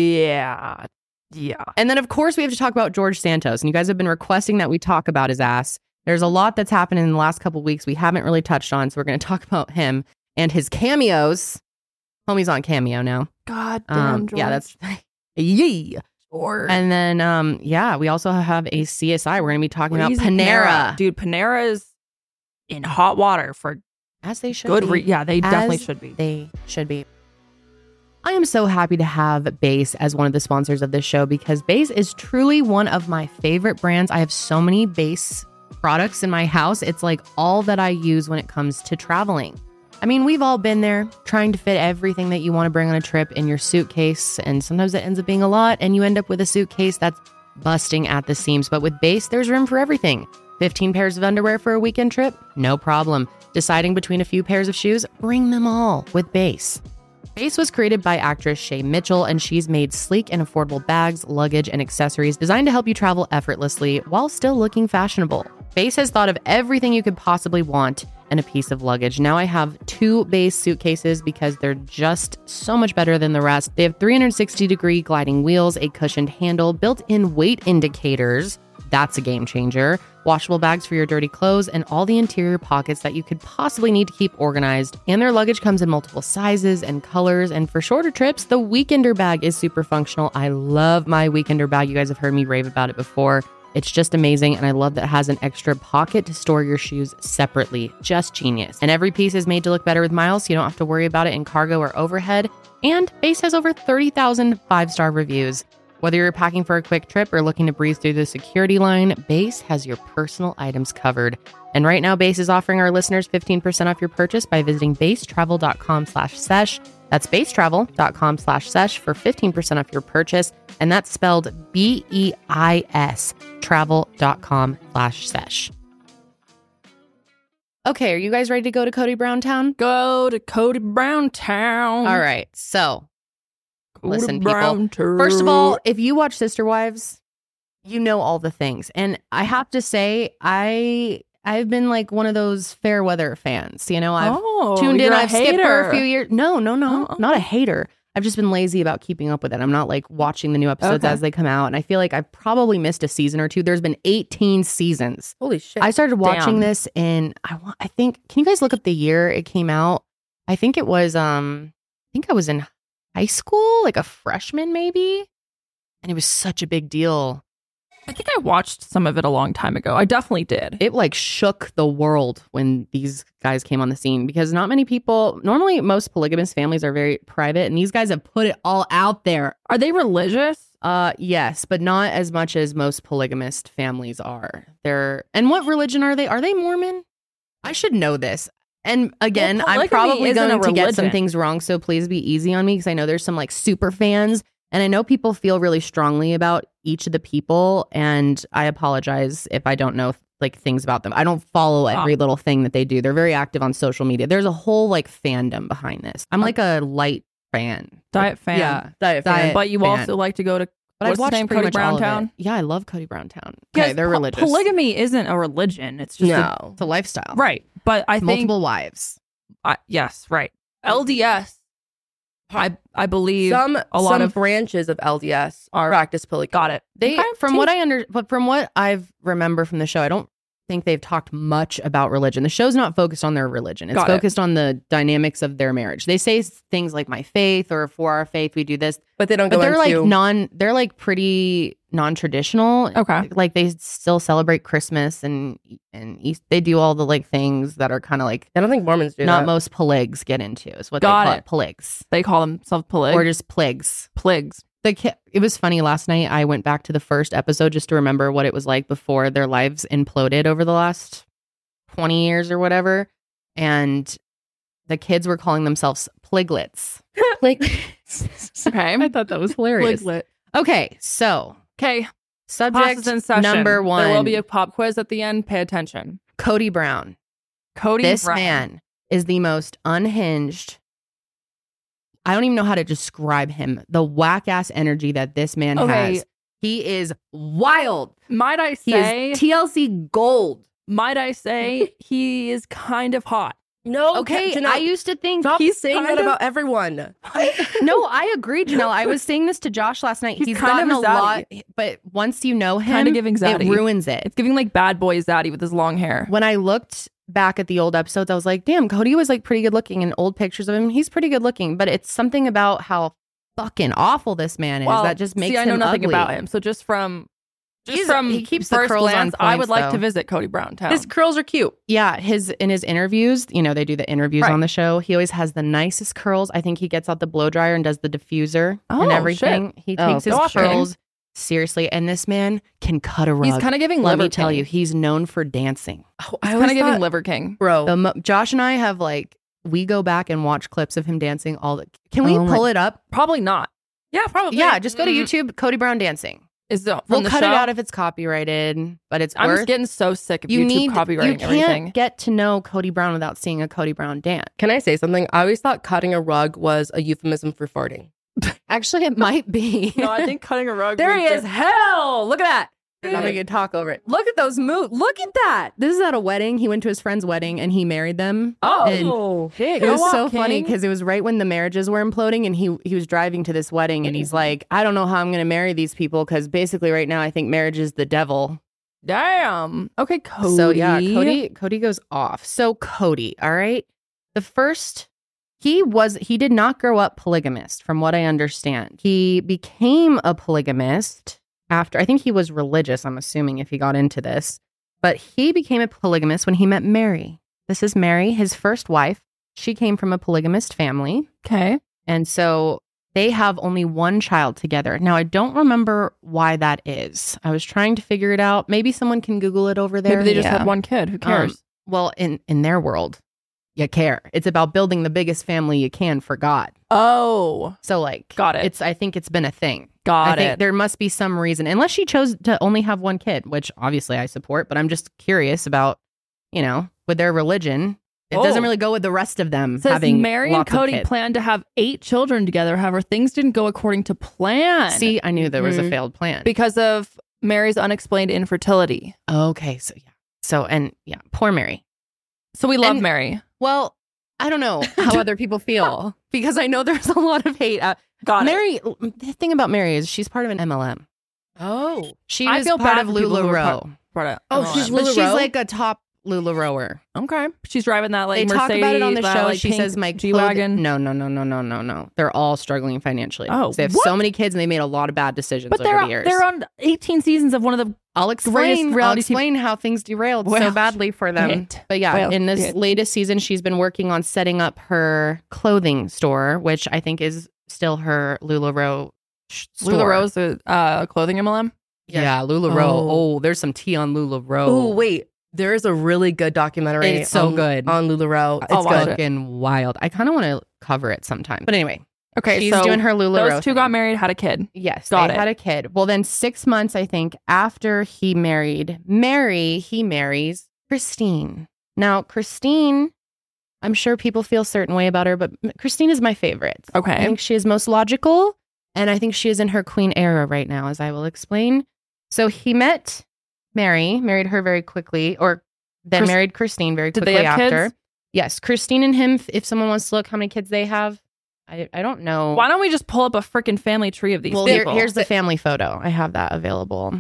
S12: Yeah. Yeah.
S1: And then, of course, we have to talk about George Santos. And you guys have been requesting that we talk about his ass. There's a lot that's happened in the last couple weeks we haven't really touched on. So we're going to *laughs* talk about him and his cameos. Homie's on cameo now.
S12: God damn.
S1: Um, yeah,
S12: George.
S1: that's *laughs* yee.
S12: Or
S1: And then, um, yeah, we also have a CSI. We're going to be talking about Panera.
S12: dude. Panera is in hot water for
S1: as they should.
S12: good.
S1: be.
S12: Re- yeah, they definitely
S1: As
S12: should be.
S1: They should be. I am so happy to have Base as one of the sponsors of this show because Base is truly one of my favorite brands. I have so many Base products in my house. It's like all that I use when it comes to traveling. I mean, we've all been there trying to fit everything that you want to bring on a trip in your suitcase, and sometimes it ends up being a lot, and you end up with a suitcase that's busting at the seams. But with Base, there's room for everything. 15 pairs of underwear for a weekend trip? No problem. Deciding between a few pairs of shoes? Bring them all with Base. Base was created by actress Shay Mitchell, and she's made sleek and affordable bags, luggage, and accessories designed to help you travel effortlessly while still looking fashionable. Base has thought of everything you could possibly want and a piece of luggage. Now I have two Base suitcases because they're just so much better than the rest. They have 360 degree gliding wheels, a cushioned handle, built in weight indicators. That's a game changer. Washable bags for your dirty clothes and all the interior pockets that you could possibly need to keep organized. And their luggage comes in multiple sizes and colors. And for shorter trips, the Weekender bag is super functional. I love my Weekender bag. You guys have heard me rave about it before. It's just amazing, and I love that it has an extra pocket to store your shoes separately. Just genius. And every piece is made to look better with miles, so you don't have to worry about it in cargo or overhead. And Base has over 30,000 five star reviews. Whether you're packing for a quick trip or looking to breeze through the security line, Base has your personal items covered. And right now, Base is offering our listeners 15% off your purchase by visiting basetravel.com slash sesh. That's basetravel.com slash sesh for 15% off your purchase. And that's spelled B-E-I-S, travel.com slash sesh. Okay, are you guys ready to go to Cody Brown Town?
S12: Go Oh, to Cody Brown Town.
S1: All right, so
S12: Cody
S1: listen,
S12: Brown
S1: people.
S12: Town.
S1: First of all, if you watch Sister Wives, you know all the things. And I have to say, I I've been like one of those fair weather fans. You know, I've
S12: Oh,
S1: tuned in.
S12: you're a
S1: I've skipped for a
S12: hater. Uh-uh.
S1: few years. No, no, no, not a hater. I've just been lazy about keeping up with it. I'm not like watching the new episodes
S12: Okay.
S1: as they come out, and I feel like I've probably missed a season or two. There's been 18 seasons.
S13: Holy shit!
S1: I started watching
S12: Damn.
S1: this in I want I think can you guys look up the year it came out? I think it was um I think I was in high school, like a freshman maybe. And it was such a big deal.
S12: I think I watched some of it a long time ago. I definitely did.
S1: It like shook the world when these guys came on the scene because not many people normally most polygamous families are very private and these guys have put it all out there.
S12: Are they religious?
S1: Uh yes, but not as much as most polygamist families are. They're and what religion are they? Are they Mormon? I should know this. And again, I'm
S12: polygamy
S1: probably
S12: isn't a
S1: going to get some
S12: religion.
S1: things wrong, so please be easy on me because I know there's some like super fans and I know people feel really strongly about each of the people and I apologize if I don't know like things about them. I don't follow
S12: Ah.
S1: every little thing that they do. They're very active on social media. There's a whole like fandom behind this. I'm like a light fan.
S12: Diet fan.
S1: Yeah,
S12: Diet fan. but you
S1: fan.
S12: also like to go to
S1: But
S12: what's
S1: I've watched
S12: his name?
S1: pretty
S12: Cody
S1: much
S12: Brown
S1: all of it.
S12: Town.
S1: Yeah, I love Cody Brown Town.
S12: Because
S1: Okay, they're
S12: po-
S1: religious.
S12: Polygamy isn't a religion. It's just
S1: no,
S12: a,
S1: it's a lifestyle,
S12: right. But I think
S1: Multiple wives.
S12: I, yes, right. LDS. I I believe
S13: Some
S12: a lot
S13: some
S12: of
S13: branches of LDS are practice polygamy.
S12: got it.
S1: They,
S12: Okay.
S1: from what I under, but from what I've remember from the show, I don't think they've talked much about religion. The show's not focused on their religion. It's
S12: Got it.
S1: focused on the dynamics of their marriage. They say s- things like my faith or for our faith we do this.
S13: But they don't
S1: But
S13: go
S1: they're
S13: into-
S1: like non they're like pretty non-traditional. Okay. Like they still celebrate Christmas and and East, they do all the like things that are kind of like
S12: Oh.
S13: I don't think Mormons do
S1: Not
S13: that.
S1: most plagues get into is what
S12: Got
S1: they call
S12: it.
S1: it. plagues.
S12: They call themselves plagues
S1: Or just plagues.
S12: Plagues.
S1: The ki- it was funny last night. I went back to the first episode just to remember what it was like before their lives imploded over the last 20 years or whatever. And the kids were calling themselves
S12: *laughs*
S1: pliglets. Pliglets.
S12: okay. I thought that was hilarious. Pliglet.
S1: Okay. So,
S12: okay.
S1: Subject
S12: Pause is in session.
S1: number one.
S12: There will be a pop quiz at the end. Pay attention.
S1: Cody Brown.
S12: Cody
S1: this
S12: Brown.
S1: man is the most unhinged. I don't even know how to describe him. The whack ass energy that this man
S12: Okay.
S1: has. He is wild.
S12: Might I
S1: He
S12: say
S1: is TLC gold.
S12: Might I say he is kind of hot?
S13: No,
S1: Okay,
S13: Janelle,
S1: I used to think
S13: Stop
S1: he's
S13: saying
S1: kind
S13: that
S1: of-
S13: about everyone.
S1: *laughs* no, I agree, Janelle. I was saying this to Josh last night.
S12: He's
S1: He's,
S12: kind
S1: gotten
S12: of
S1: a lot,
S12: zaddy.
S1: but once you know him,
S12: Kind of giving zaddy.
S1: it ruins it.
S12: It's giving like bad boy zaddy with his long hair.
S1: When I looked back at the old episodes, I was like, damn, Cody was like pretty good looking in old pictures of him. He's pretty good looking, but it's something about how fucking awful this man is
S12: Well,
S1: that just makes
S12: see, I know
S1: him
S12: nothing
S1: ugly.
S12: about him. So just from just
S1: He's-
S12: from
S1: he keeps the
S12: first
S1: curls on
S12: glance, I would
S1: points,
S12: like
S1: though.
S12: to visit Cody Brown town.
S1: His curls are cute. Yeah, his in his interviews, you know, they do the interviews
S12: Right.
S1: on the show. He always has the nicest curls. I think he gets out the blow dryer and does the diffuser
S12: Oh,
S1: and
S12: shit.
S1: everything. He
S12: Oh,
S1: takes his
S12: go off, Shane.
S1: curls seriously, and this man can cut a rug.
S12: He's kinda giving
S1: Let
S12: Liver
S1: me tell
S12: King.
S1: you, he's known for dancing.
S13: Oh,
S12: He's kind of giving Liver King.
S13: Bro,
S1: The mo- Josh and I have like we go back and watch clips of him dancing. All the can we
S13: Oh my-
S1: pull it up?
S12: Probably not.
S13: Yeah, probably. Mm-hmm.
S1: Yeah, just go to YouTube. Cody Brown dancing.
S12: Is the, from
S1: We'll
S12: the
S1: cut
S12: show?
S1: it out if it's copyrighted, but it's
S12: I'm
S1: worth.
S12: just getting so sick of YouTube copyrighting
S1: you can't
S12: everything.
S1: get to know Cody Brown without seeing a Cody Brown dance.
S13: Can I say something? I always thought cutting a rug was a euphemism for farting.
S1: *laughs* Actually, it might be.
S11: No, I think cutting a rug.
S13: There
S11: means
S13: he is.
S11: that-
S13: Hell, look at that.
S1: Dude. *laughs*
S13: Not gonna talk over it.
S1: Look at those moves. Look at that. This is at a wedding. He went to his friend's wedding and he married them.
S13: Oh,
S1: And it was so funny because it was right when the marriages were imploding, and he he was driving to this wedding, and he's like, "I don't know how I'm going to marry these people because basically right now I think marriage is the devil."
S12: Damn. Okay, Cody.
S1: So yeah, Cody Cody goes off. So Cody, all right. The first he was he did not grow up polygamist from what I understand. He became a polygamist after I think he was religious, I'm assuming if he got into this. But he became a polygamist when he met Mary. This is Mary, his first wife. She came from a polygamist family.
S12: Okay.
S1: And so they have only one child together. Now, I don't remember why that is. I was trying to figure it out. Maybe someone can Google it over there.
S12: Maybe they just had one kid. Who cares?
S1: Um, well, in, in their world, you care. It's about building the biggest family you can for God.
S12: oh,
S1: So, like,
S12: Got it.
S1: It's, I think it's been a thing.
S12: got
S1: I think
S12: it.
S1: there must be some reason, unless she chose to only have one kid, which obviously I support, but I'm just curious about, you know, with their religion. It
S12: Oh.
S1: doesn't really go with the rest of them
S12: Says
S1: having
S12: Mary and
S1: lots of
S12: Cody
S1: kids.
S12: planned to have eight children together. However, things didn't go according to plan.
S1: See, I knew there was
S12: Mhm.
S1: a failed plan.
S12: because of Mary's unexplained infertility.
S1: Okay, so yeah. So and yeah, poor Mary.
S12: So we love
S1: And-
S12: Mary.
S1: Well, I don't
S12: *laughs*
S1: know how other people feel because I know there's a lot of hate. Uh,
S12: Got it.
S1: Mary, the thing about Mary is she's part of an MLM.
S13: Oh.
S1: She
S12: I
S1: was
S12: feel
S1: part
S12: bad
S1: of
S12: for people who are part-
S1: LuLaRoe.
S12: Part of,
S13: Oh,
S12: MLM.
S13: she's
S1: But she's
S13: LuLaRoe?
S1: like a top LuLaRoer.
S12: Okay. She's driving that like
S1: they talk
S12: Mercedes.
S1: about it on the
S12: that,
S1: show.
S12: like,
S1: she
S12: pink
S1: says my
S12: G wagon.
S1: clothing- No, no, no, no, no, no, no. They're all struggling financially.
S12: Oh,
S1: 'Cause they have
S12: what?
S1: so many kids and they made a lot of bad decisions
S12: But
S1: over
S12: they're
S1: the years.
S12: they're on 18 seasons of one of the
S1: I'll explain. I'll
S12: reality TV
S1: explain how things derailed so
S12: Well,
S1: badly for them.
S12: shit.
S1: But yeah,
S12: Well,
S1: in this
S12: shit.
S1: latest season, she's been working on setting up her clothing store, which I think is still her Lularoe sh- store.
S12: LuLaRoe's a uh, clothing MLM.
S1: yeah, Lularoe. Oh. there's some tea on Lularoe.
S13: Oh, wait. There is a really good documentary.
S1: It's so
S13: on,
S1: good.
S13: on Lularoe. It's
S1: it's
S13: good.
S1: fucking wild. I kind of want to cover it sometime. But anyway,
S12: Okay,
S1: she's
S12: so
S1: doing her Lularoe.
S12: those two got married, had a kid.
S1: Yes,
S12: Got
S1: they
S12: it.
S1: had a kid. Well, then six months, I think, after he married Mary, he marries Christine. Now, Christine, I'm sure people feel a certain way about her, but m- Christine is my favorite. I
S12: Okay,
S1: think she is most logical, and I think she is in her queen era right now, as I will explain. So he met Mary, married her very quickly, or then
S12: Chris-
S1: married Christine very
S12: Did
S1: quickly
S12: they have
S1: after.
S12: kids?
S1: Yes, Christine and him. f- If someone wants to look, how many kids they have? I, I don't know.
S12: why don't we just pull up a freaking family tree of these
S1: Well, here-
S12: people?
S1: here's the family photo. I have that available.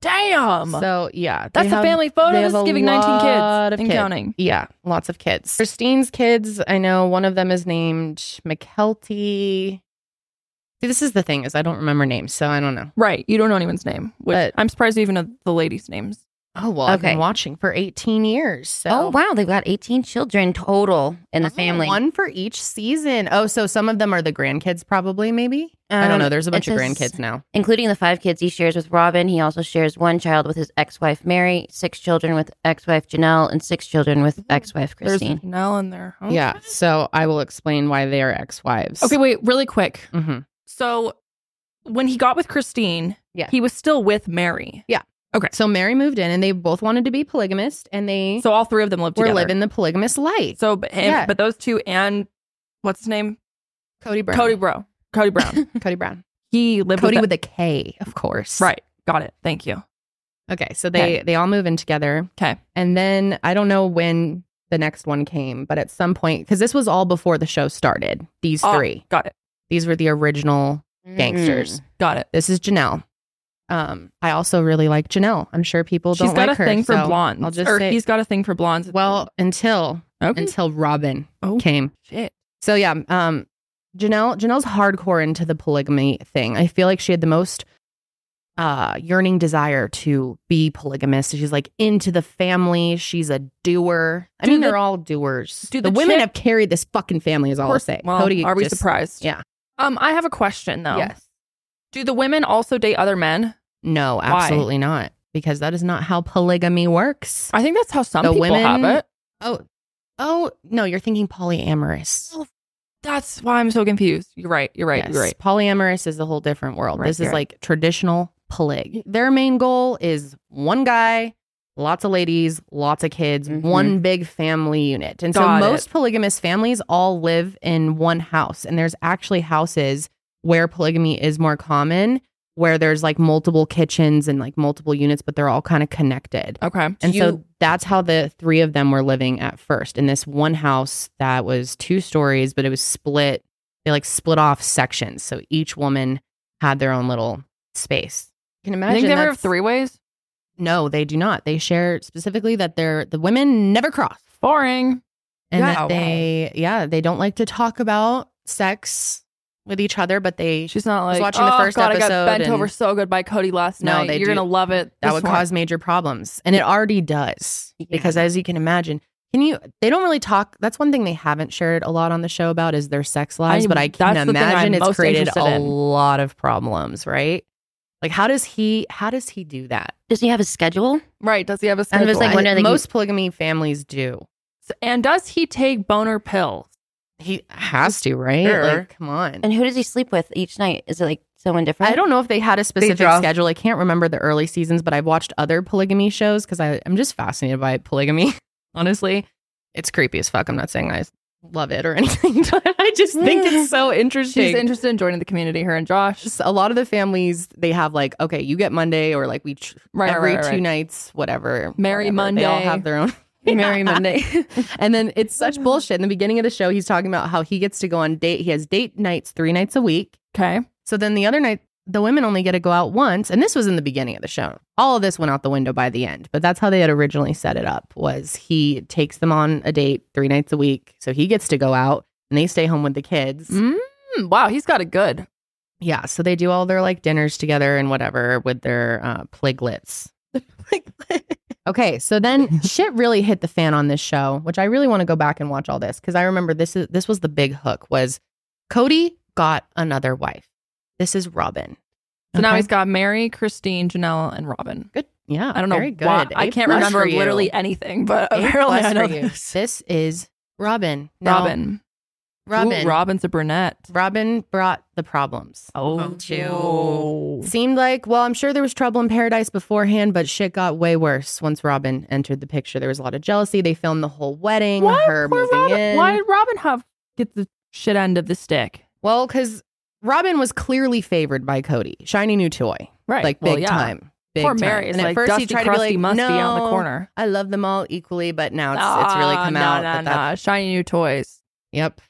S15: Damn.
S1: So yeah,
S15: That's the family
S13: Oh,
S15: photo. This is giving 19 kids and counting.
S1: Yeah, lots of kids. Christine's kids. I know one of them is named McKelty. See, this is the thing is I don't remember names, so I don't know.
S15: Right. You don't know anyone's name. Which I'm surprised you even know the ladies' names.
S1: Oh well, I've been watching for 18 years. So
S14: Oh wow, they've got 18 children total in the family.
S1: One for each season. Oh, so some of them are the grandkids, probably. Maybe I don't
S14: Um,
S1: know. There's a bunch
S14: it
S1: of
S14: says-
S1: grandkids now.
S14: Including the five kids he shares with Robin, he also shares one child with his ex-wife Mary, six children with ex-wife Janelle, and six children with
S5: Mm-hmm.
S14: ex-wife
S15: There's
S14: Christine.
S15: Nell in there. Okay.
S1: Yeah. So I will explain why they are ex-wives.
S15: Okay, wait, really quick.
S13: Mm.
S1: Mm-hmm.
S15: So when he got with Christine,
S1: Yeah.
S15: he was still with Mary.
S1: Yeah.
S15: Okay.
S1: So Mary moved in, and they both wanted to be polygamist, and they
S15: So all three of them lived
S1: were
S15: together.
S1: living the polygamous life.
S15: So, but, him,
S1: Yeah.
S15: but those two and what's his name?
S1: Cody Brown.
S15: Cody Bro. Cody
S1: *laughs*
S15: Brown.
S1: Cody Brown.
S15: He lived
S1: Cody
S15: with,
S1: with a K, of course.
S15: Right. Got it. Thank you.
S1: Okay, so they
S15: Okay.
S1: they all move in together.
S15: Okay,
S1: and then I don't know when the next one came, but at some point, because this was all before the show started. These
S15: Ah,
S1: three,
S15: got it.
S1: These were the original gangsters.
S15: Mm. Got it.
S1: This is Janelle. Um, I also really like Janelle. I'm sure people
S15: She's
S1: don't
S15: got
S1: like
S15: a
S1: her,
S15: thing for
S1: so
S15: blondes.
S1: I'll just
S15: or
S1: say
S15: he's got a thing for blondes.
S1: Well, until until Robin came.
S15: Oh, Shit.
S1: So yeah, um, Janelle Janelle's hardcore into the polygamy thing. I feel like she had the most uh yearning desire to be polygamist. She's like into the family. She's a doer. I
S15: Do
S1: mean,
S15: the-
S1: they're all doers.
S15: do
S1: the,
S15: the
S1: women
S15: chick-
S1: have carried this fucking family. Is all I'll
S15: Course-
S1: say.
S15: well,
S1: Cody
S15: are we
S1: just-
S15: surprised?
S1: Yeah.
S15: Um, I have a question though.
S1: Yes.
S15: Do the women also date other men?
S1: No, absolutely not. Because that is not how polygamy works.
S15: I think that's how some
S1: the
S15: people
S1: women,
S15: have it.
S1: Oh, oh no, you're thinking polyamorous.
S15: That's why I'm so confused. You're right. You're right.
S1: Yes.
S15: You're right.
S1: Polyamorous is a whole different world.
S15: Right,
S1: this is
S15: you're right.
S1: like traditional polyg. Their main goal is one guy, lots of ladies, lots of kids, one big family unit. And
S15: Mm-hmm. Got it.
S1: so most polygamous families all live in one house. And there's actually houses where polygamy is more common, where there's like multiple kitchens and like multiple units, but they're all kind of connected.
S15: Okay.
S1: And so
S15: You-
S1: that's how the three of them were living at first in this one house that was two stories, but it was split. They like split off sections. So each woman had their own little space. You can
S15: I
S1: imagine.
S15: think they ever
S1: that's-
S15: have three ways.
S1: No, they do not. They share specifically that they're the women never cross.
S15: Boring.
S1: And
S15: Yeah.
S1: that they, yeah, they don't like to talk about sex with each other, but they.
S15: She's not
S1: was
S15: like
S1: watching
S15: oh,
S1: the first
S15: God,
S1: episode.
S15: I got bent
S1: and-
S15: over so good by Cody last
S1: No,
S15: night.
S1: they
S15: You're
S1: do-
S15: gonna love it.
S1: that
S15: this
S1: would
S15: one."
S1: cause major problems and it already does because as you can imagine can you they don't really talk that's one thing they haven't shared a lot on the show about is their sex lives
S15: I-
S1: but i can
S15: that's the thing I'm
S1: imagine it's
S15: most
S1: created
S15: interested
S1: a
S15: in.
S1: lot of problems right like how does he how does he do that
S14: Does he have a schedule?
S15: Right? Does he have a
S14: I'm
S15: schedule?
S14: just, like, wondering, like,
S1: most polygamy families do
S15: and does he take boner pills?
S1: He has to right
S14: Sure.
S1: like come on
S14: And who does he sleep with each night? Is it like someone different?
S1: I don't know if they had a specific
S14: draw-
S1: schedule. I can't remember the early seasons, but I've watched other polygamy shows because I'm just fascinated by polygamy. *laughs* Honestly, it's creepy as fuck. I'm not saying I love it or *laughs* anything, but I just think it's so interesting.
S15: *laughs* She's interested in joining the community. Her and Josh.
S1: Just a lot of the families they have like, okay, you get Monday, or like we ch-
S15: Right,
S1: every
S15: right, right,
S1: two
S15: right.
S1: nights, whatever.
S15: Merry
S1: whatever. They all
S15: Monday.
S1: have their
S15: *laughs*
S1: own. Merry Monday. and then it's such bullshit. In the beginning of the show, he's talking about how he gets to go on date. He has date nights three nights a week.
S15: Okay.
S1: So then the other night, the women only get to go out once. And this was in the beginning of the show. All of this went out the window by the end. But that's how they had originally set it up was he takes them on a date three nights a week. So he gets to go out and they stay home with the kids.
S15: Mm, wow, he's got it good.
S1: Yeah. So they do all their like dinners together and whatever with their
S15: *laughs*
S1: uh, pliglets. okay. So then shit really hit the fan on this show, which I really want to go back and watch all this because I remember this is this was the big hook was Cody got another wife. This is Robin.
S15: So now
S1: Okay.
S15: he's got Mary, Christine, Janelle, and Robin.
S1: Good. Yeah.
S15: I don't know
S1: very good.
S15: why. I
S1: A
S15: can't
S1: plus
S15: remember
S1: for you.
S15: literally anything, but
S1: A
S15: apparently
S1: plus
S15: I know
S1: for you.
S15: this.
S1: This is Robin. Now,
S15: Robin.
S1: Robin.
S15: Ooh, Robin's a brunette.
S1: Robin brought the problems.
S15: Oh,
S10: Oh.
S1: to seemed like well, I'm sure there was trouble in paradise beforehand, but shit got way worse once Robin entered the picture. There was a lot of jealousy. They filmed the whole wedding,
S15: Why-
S1: her
S15: poor
S1: moving
S15: Robin-
S1: in.
S15: Why did Robin have get the shit end of the stick?
S1: Well, because Robin was clearly favored by Cody. Shiny new toy,
S15: Right.
S1: Like big
S15: Well, yeah.
S1: time. Big
S15: Poor
S1: time.
S15: Mary is like dusty, crusty, musty out in the corner.
S1: I love them all equally, but now it's, it's really
S15: Ah,
S1: come
S15: no,
S1: out.
S15: no,
S1: that
S15: no.
S1: that's
S15: Shiny new toys.
S1: Yep.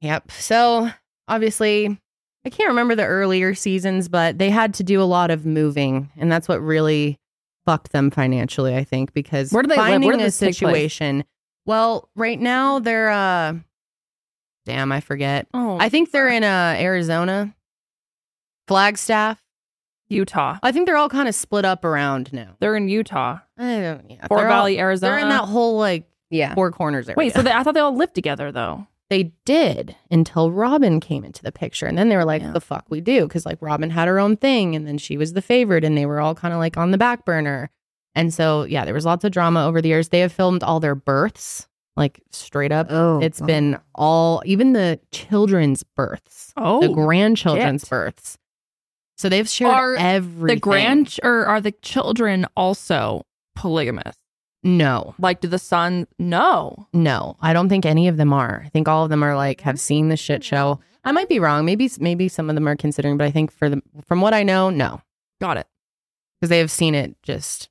S1: Yep. So obviously, I can't remember the earlier seasons, but they had to do a lot of moving. And that's what really fuck them financially, I think, because
S15: Where do they live? Where
S1: finding
S15: did
S1: a
S15: this take place?
S1: situation. Well, right now they're uh damn, I forget.
S15: Oh,
S1: I think they're in uh Arizona, Flagstaff,
S15: Utah.
S1: I think they're all kind of split up around now.
S15: They're in Utah.
S1: I don't, yeah,
S15: Fort
S1: they're all-
S15: Valley, Arizona.
S1: They're in that whole like
S15: Yeah.
S1: four corners area.
S15: Wait, so they, I thought they all lived together though.
S1: they did until Robin came into the picture. And then they were like, the fuck we do? Because like Robin had her own thing and then she was the favorite and they were all kind of like on the back burner. And so, yeah, there was lots of drama over the years. They have filmed all their births, like straight up.
S14: Oh,
S1: it's
S14: God.
S1: been all, even the children's births, the
S15: Oh,
S1: grandchildren's
S15: shit.
S1: births. So they've shared
S15: Are
S1: everything.
S15: The grand or are the children also polygamous?
S1: No.
S15: Like, do the son? No.
S1: No, I don't think any of them are. I think all of them are like have seen the shit show. I might be wrong. Maybe maybe some of them are considering, but I think for the from what I know, no.
S15: Got it.
S1: Because they have seen it just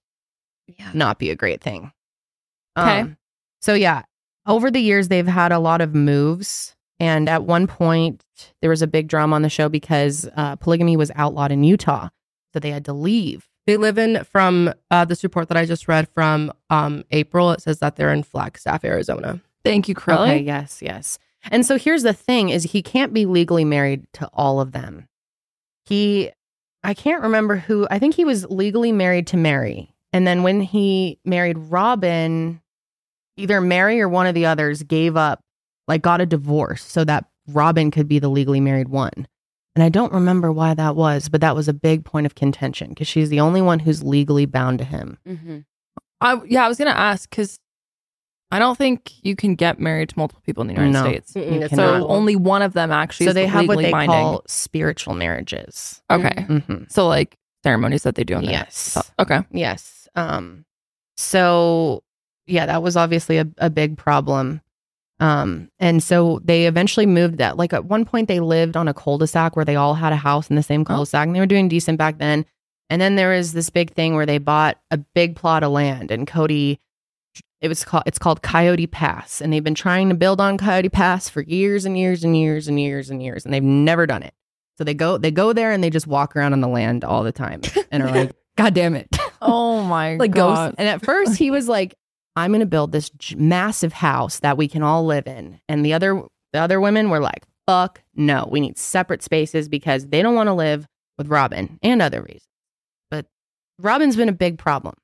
S1: not be a great thing. Um,
S15: Okay.
S1: so yeah, over the years they've had a lot of moves, and at one point there was a big drama on the show because uh, polygamy was outlawed in Utah, so they had to leave.
S13: They live in from uh, this report that I just read from um, April. It says that they're in Flagstaff, Arizona.
S15: Thank you, Crowley.
S1: Okay, yes, yes. And so here's the thing is he can't be legally married to all of them. He I can't remember who I think he was legally married to Mary. And then when he married Robin, either Mary or one of the others gave up, like got a divorce so that Robin could be the legally married one. And I don't remember why that was, but that was a big point of contention because she's the only one who's legally bound to him.
S14: Mm-hmm.
S15: I yeah, I was gonna ask because I don't think you can get married to multiple people in the United
S1: No,
S15: States.
S1: Mm-mm, you
S15: so
S1: cannot.
S15: only one of them actually.
S1: Mm-hmm. so
S15: is
S1: they have what
S15: legally
S1: they
S15: binding.
S1: call spiritual marriages.
S15: Okay.
S1: Mhm.
S15: So like ceremonies that they do on there.
S1: Yes.
S15: Okay.
S1: Yes. Um so yeah, that was obviously a, a big problem. Um and so they eventually moved that like at one point they lived on a cul-de-sac where they all had a house in the
S15: Oh.
S1: same cul-de-sac and they were doing decent back then. And then there was this big thing where they bought a big plot of land and Cody it was called it's called Coyote Pass and they've been trying to build on Coyote Pass for years and years and years and years and years and they've never done it. So they go they go there and they just walk around on the land all the time and are like *laughs* god damn it.
S15: Oh my
S1: like
S15: god.
S1: ghosts. And at first he was like, "I'm going to build this j- massive house that we can all live in." And the other the other women were like, "Fuck no, we need separate spaces because they don't want to live with Robin and other reasons." But Robin's been a big problem.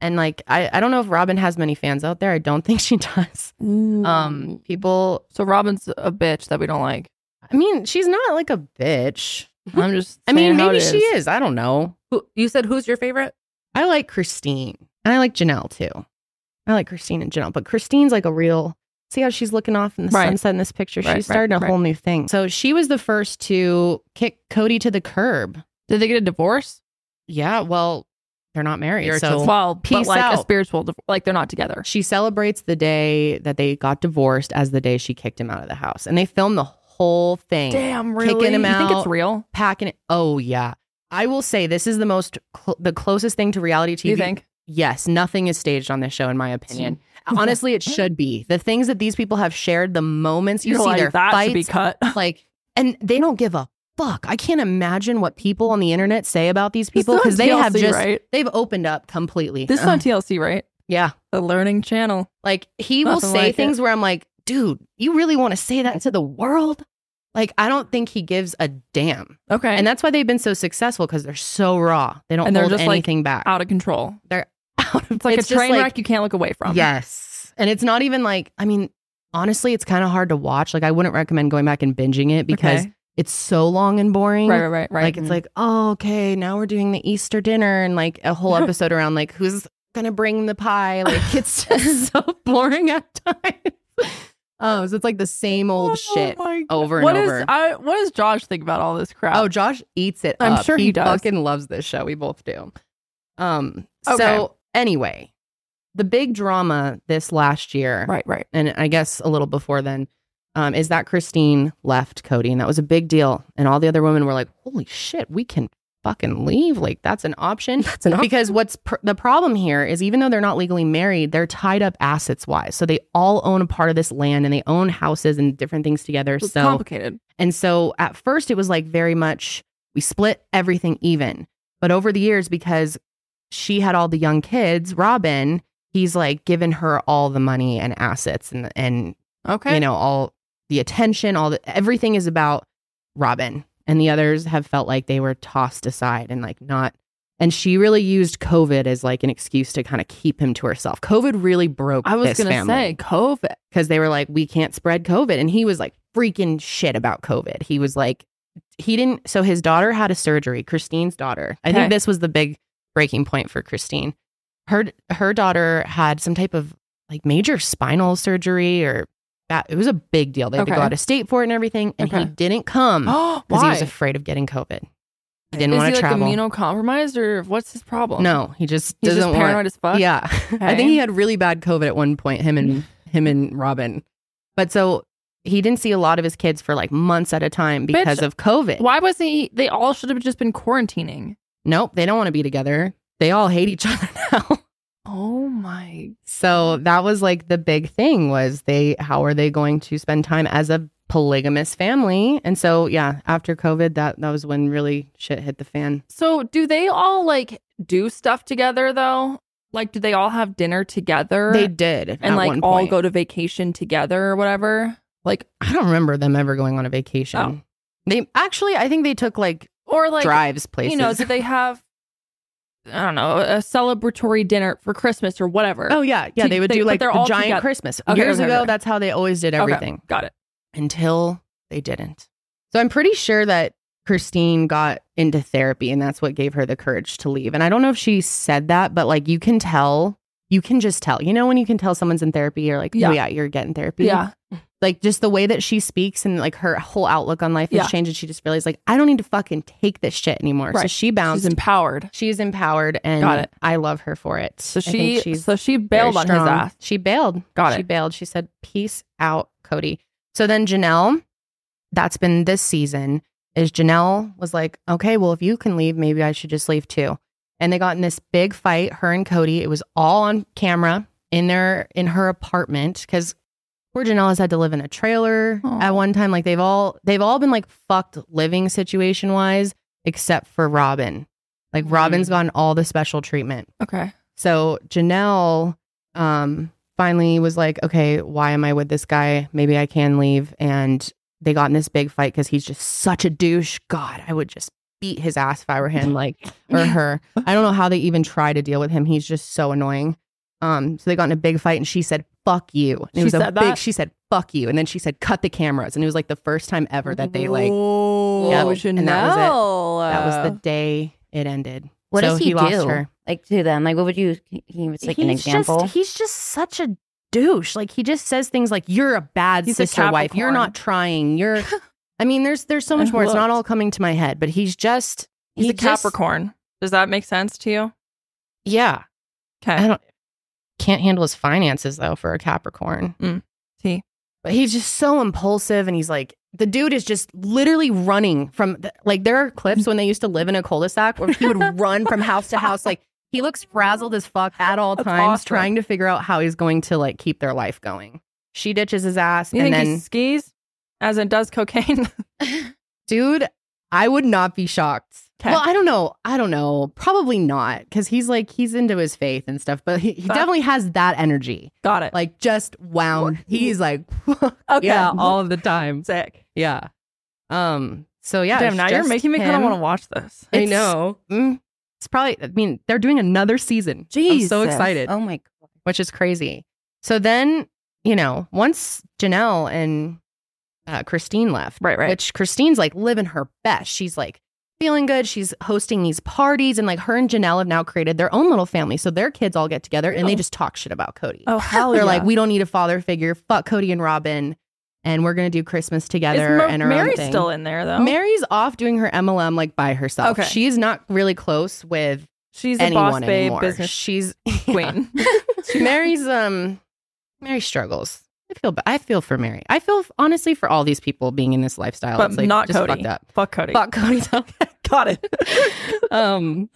S1: And like I, I don't know if Robin has many fans out there. I don't *laughs* think she does.
S15: Mm.
S1: Um people
S15: So Robin's a bitch that we don't like.
S1: I mean, she's not like a bitch.
S15: I'm just
S1: I mean,
S15: saying how
S1: maybe
S15: it
S1: she is. I don't know.
S13: Who, you said who's your favorite?
S1: I like Christine and I like Janelle too. I like Christine and Janelle, but Christine's like a real. See how she's looking off in the
S15: Right.
S1: sunset in this picture?
S15: Right, right,
S1: she's starting a
S15: right.
S1: whole new thing. So she was the first to kick Cody to the curb.
S15: Did they get a divorce?
S1: Yeah, well, they're not married. So it's-
S15: well,
S1: peace
S15: but like
S1: out.
S15: a spiritual div- like they're not together.
S1: she celebrates the day that they got divorced as the day she kicked him out of the house. And they filmed the whole thing.
S15: Damn, really?
S1: Kicking him
S15: You
S1: out.
S15: think it's real?
S1: Packing it. Oh, yeah. I will say this is the most, cl- the closest thing to reality TV.
S15: You think?
S1: Yes, nothing is staged on this show, in my
S15: *laughs*
S1: opinion. Honestly, it should be. The things that these people have shared, the moments you
S15: You're
S1: see
S15: like,
S1: their
S15: "That should
S1: fights,
S15: be cut.
S1: like, and they don't give a fuck. I can't imagine what people on the internet say about these
S15: This
S1: people
S15: is on
S1: because they have
S15: TLC,
S1: just
S15: right? Uh-huh.
S1: they've opened up completely.
S15: This is on TLC, right?
S1: Yeah.
S15: The learning channel.
S1: Like he will
S15: Nothing
S1: say
S15: like
S1: things
S15: it.
S1: where I'm like, dude, you really want to say that to the world? Like, I don't think he gives a damn.
S15: Okay.
S1: And that's why they've been so successful because they're so raw. They don't
S15: and they're
S1: hold
S15: just
S1: anything
S15: like
S1: back.
S15: out of control.
S1: They're out of
S15: It's like
S1: it's
S15: a
S1: just
S15: train
S1: like-
S15: wreck you can't look away from.
S1: Yes. And it's not even like, I mean, honestly, it's kind of hard to watch. Like, I wouldn't recommend going back and binging it because
S15: Okay.
S1: it's so long and boring.
S15: Right, right, right, right.
S1: Like, it's like, oh, okay, now we're doing the Easter dinner and like a
S15: *laughs*
S1: whole episode around like who's going to bring the pie.
S15: *laughs*
S1: Like, it's just so boring at times. Oh, so it's like the same old shit over and
S15: What is
S1: over.
S15: I, what does Josh think about all this crap?
S1: Oh, Josh eats it.
S15: I'm
S1: up.
S15: sure he does.
S1: Fucking loves this show. We both do. Um.
S15: Okay.
S1: So anyway, the big drama this last year,
S15: Right, right.
S1: and I guess a little before then, um, is that Christine left Cody, and that was a big deal. And all the other women were like, "Holy shit, we can." Fucking leave. Like, that's an
S13: *laughs*
S1: option. That's
S13: an option.
S1: Because what's pr- the problem here is even though they're not legally married, they're tied up assets wise. So they all own a part of this land and they own houses and different things together.
S15: It's
S1: so
S15: complicated.
S1: and so at first it was like very much we split everything even. But over the years, because she had all the young kids, Robin, he's like given her all the money and assets and and
S15: Okay.
S1: you know all the attention, all the everything is about Robin. And the others have felt like they were tossed aside and like not and she really used COVID as like an excuse to kind of keep him to herself. COVID really broke
S15: I was
S1: this
S15: gonna
S1: family
S15: say COVID.
S1: because they were like, we can't spread COVID. And he was like freaking shit about COVID. He was like, he didn't. So his daughter had a surgery, Christine's daughter. I
S15: Okay.
S1: think this was the big breaking point for Christine. Her her daughter had some type of like major spinal surgery or that it was a big deal. They had to go
S15: Okay.
S1: out of state for it and everything. And he
S15: Okay. *gasps*
S1: didn't come because he
S15: Why?
S1: was afraid of getting COVID. He didn't
S15: Is
S1: want
S15: he
S1: to
S15: like
S1: travel.
S15: immunocompromised or what's his problem?
S1: No, he just
S15: He's just
S1: doesn't want-
S15: paranoid as fuck?
S1: Yeah, I
S15: Okay.
S1: think he had really bad COVID at one point. Him and
S15: Mm-hmm.
S1: him and Robin, but so he didn't see a lot of his kids for like months at a time because
S15: Bitch,
S1: of COVID.
S15: Why wasn't he? They all should have just been quarantining.
S1: Nope, they don't want to be together. They all hate each *laughs* other now.
S15: Oh my.
S1: So that was like the big thing was they how are they going to spend time as a polygamous family? And so yeah, after COVID, that that was when really shit hit the fan.
S15: So do they all like do stuff together though? Like, do they all have dinner together?
S1: They did
S15: Er, and
S1: at
S15: like
S1: one
S15: all
S1: point.
S15: go to vacation together or whatever. Like,
S1: I don't remember them ever going on a vacation.
S15: Oh.
S1: They actually, I think they took like
S15: or like
S1: drives
S15: You know,
S1: places.
S15: do they have? I don't know a celebratory dinner for Christmas or whatever.
S1: Oh yeah, yeah.
S15: To-
S1: They would do
S15: but
S1: like
S15: they're
S1: the
S15: all
S1: giant
S15: together.
S1: Christmas.
S15: Okay,
S1: Years
S15: okay,
S1: ago,
S15: okay.
S1: that's how they always did
S15: Okay,
S1: everything.
S15: got it.
S1: Until they didn't. So I'm pretty sure that Christine got into therapy, and that's what gave her the courage to leave. And I don't know if she said that, but like you can tell, you can just tell. You know when you can tell someone's in therapy, you're like,
S15: Yeah.
S1: oh yeah, you're getting therapy.
S15: Yeah.
S1: Like just the way that she speaks and like her whole outlook on life has
S15: Yeah.
S1: changed, and she just realized like I don't need to fucking take this shit anymore. So
S15: Right.
S1: she bounced.
S15: She's empowered.
S1: She's empowered, and
S15: Got it.
S1: I love her for it. So
S15: she- so she bailed on his ass.
S1: She bailed.
S15: Got
S1: She
S15: it.
S1: bailed. She said, "Peace out, Cody." So then Janelle, that's been this season. Is Janelle was like, "Okay, well, if you can leave, maybe I should just leave too." And they got in this big fight. Her and Cody. It was all on camera in their in her apartment because poor Janelle has had to live in a trailer at one time. Like they've all they've all been like fucked living situation wise, except for Robin. Like Robin's gotten all the special treatment.
S15: Mm. Okay.
S1: So Janelle um finally was like, okay, why am I with this guy? Maybe I can leave. And they got in this big fight because he's just such a douche. God, I would just beat his ass if I were him, like
S14: *laughs*
S1: or her. I don't know how they even try to deal with him. He's just so annoying. Um, so they got in a big fight and she said, fuck you. And it
S15: She
S1: was a
S15: said
S1: big
S15: that?
S1: she said, fuck you. And then she said, cut the cameras. And it was like the first time ever that they like
S15: Oh,
S1: Yep.
S15: Janelle.
S1: and that was it. That was the day it ended.
S14: What
S1: so
S14: does he,
S1: he,
S14: do?
S1: lost her.
S14: Like to them? Like what would you? Can you give us, like an
S1: He's
S14: example?
S1: Just, he's just such a douche. Like he just says things like "You're a bad
S15: He's a
S1: sister wife. You're
S15: Capricorn.
S1: not trying. *laughs* You're." I mean, there's there's so much
S15: I
S1: more. It's not
S15: looked.
S1: all coming to my head, but he's just
S15: He's
S1: he
S15: a
S1: just-
S15: Capricorn. Does that make sense to you?
S1: yeah.
S15: Okay.
S1: I don't can't handle his finances though for a Capricorn.
S15: Mm. See.
S1: But he's just so impulsive, and he's like the dude is just literally running from the, like there are clips when they used to live in a cul-de-sac where he *laughs* would run from house to house like. He looks frazzled as fuck at all times,
S15: awesome.
S1: trying to figure out how he's going to like keep their life going. She ditches his ass,
S15: You
S1: and
S15: think
S1: then
S15: he skis, as in does cocaine?
S1: dude, I would not be shocked. Well, I don't know. I don't know. Probably not because he's like he's into his faith and stuff, but he, he
S15: Got-
S1: definitely has that energy.
S15: Got it.
S1: Like just wound. He's like
S15: Okay.
S1: yeah, all of the time.
S15: Sick.
S1: Yeah. Um. So yeah.
S15: Damn.
S1: it's
S15: Now you're
S1: just
S15: making me kind
S1: him.
S15: of want to watch this.
S1: It's- mm, it's probably. I mean, they're doing another season. I'm so
S15: Jesus.
S1: excited.
S15: Oh
S14: my
S1: god. Which is crazy. So then you know once Janelle and uh, Christine left. Right, right. Which Christine's like living her best. She's like feeling good. She's hosting these parties, and like her and Janelle have now created their own little family. So their kids all get together and they just talk shit about Cody.
S15: Oh hell
S1: They're
S15: yeah.
S1: like, we don't need a father figure. Fuck Cody and Robin, and we're gonna do Christmas together.
S15: Is Mar-
S1: and our own
S15: Mary's
S1: thing."
S15: still in there though?
S1: Mary's off doing her MLM like by herself.
S15: Okay.
S1: she's not really close with
S15: She's a
S1: anyone
S15: boss babe,
S1: anymore.
S15: business *laughs*
S1: *laughs* she's *laughs*
S15: queen.
S1: she Mary's um Mary struggles. I feel ba- I feel for Mary. I feel f- honestly for all these people being in this lifestyle.
S15: But
S1: It's, like,
S15: not
S1: just
S15: Cody.
S1: Fucked up.
S15: Fuck Cody.
S1: Fuck Cody. *laughs* Got it. *laughs* um.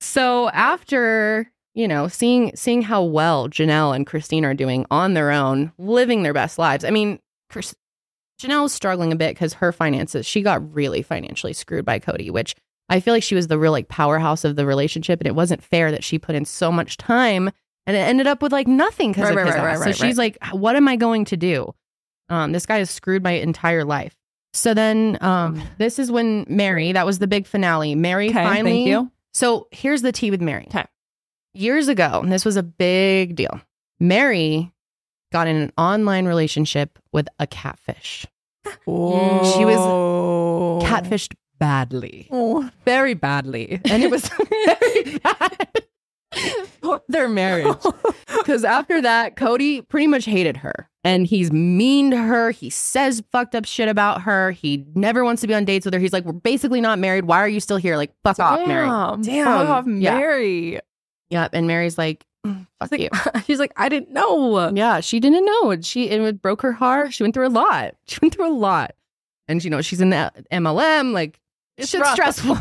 S1: So after you know seeing seeing how well Janelle and Christine are doing on their own, living their best lives. I mean, Chris, Janelle's struggling a bit because her finances. She got really financially screwed by Cody, which I feel like she was the real like powerhouse of the relationship, and it wasn't fair that she put in so much time and it ended up with like nothing because
S13: Right,
S1: of
S13: right,
S1: his
S13: right,
S1: ass.
S13: right,
S1: so
S13: right,
S1: she's like, "What am I going to do? Um, this guy has screwed my entire life." So then,
S13: Mm.
S1: um, this is when Mary. That was the big finale. Mary
S15: Okay, thank
S1: finally.
S15: you.
S1: So here's the tea with Mary. Years ago, and this was a big deal. Mary got in an online relationship with a catfish. She was catfished badly. Very badly. And it was *laughs* very bad for their marriage. Because after that, Cody pretty much hated her. And he's mean to her. He says fucked up shit about her. He never wants to be on dates with her. He's like, We're basically not married. Why are you still here? Like, fuck off, Mary.
S15: Damn. Fuck off,
S1: Yeah.
S15: Mary.
S1: Yep. And Mary's like, "Mm, fuck you. *laughs* She's like, I didn't know. Yeah, she didn't know. And she and it broke her heart. She went through a lot. *laughs* She went through a lot. And you know, she's in the uh, MLM, like
S15: It's
S1: shit's
S15: rough.
S1: stressful.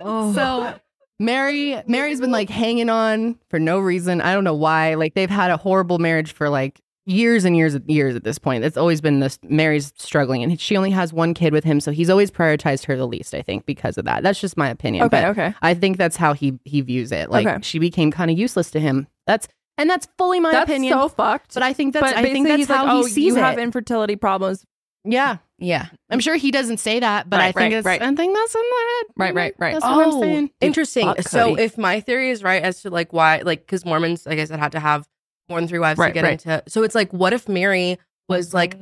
S14: Oh.
S1: So *laughs* Mary Mary's been like hanging on for no reason. I don't know why. Like they've had a horrible marriage for like years and years and years at this point. It's always been this Mary's struggling and she only has one kid with him, so he's always prioritized her the least, I think, because of that. That's just my opinion.
S15: Okay,
S1: but
S15: okay.
S1: I think that's how he he views it. Like
S15: Okay.
S1: she became kind of useless to him. That's and that's fully my
S15: That's
S1: opinion.
S15: so fucked.
S1: But I think that's
S15: But
S1: I think
S15: basically he's
S1: that's
S15: like,
S1: how
S15: "Oh,
S1: he sees
S15: you
S1: it.
S15: have infertility problems.
S1: Yeah, yeah. I'm sure he doesn't say that, but
S15: Right,
S1: I think
S15: right,
S1: it's
S15: right.
S1: I think that's in the head.
S15: Right, right, Oh, right.
S1: That's what I'm saying.
S13: Interesting.
S1: Fuck
S13: So
S1: Cody.
S13: if my theory is right as to like why, like, because Mormons, like I said, had to have more than three wives
S1: Right, Mm-hmm.
S13: to get
S1: right.
S13: into. So it's like, what if Mary was like,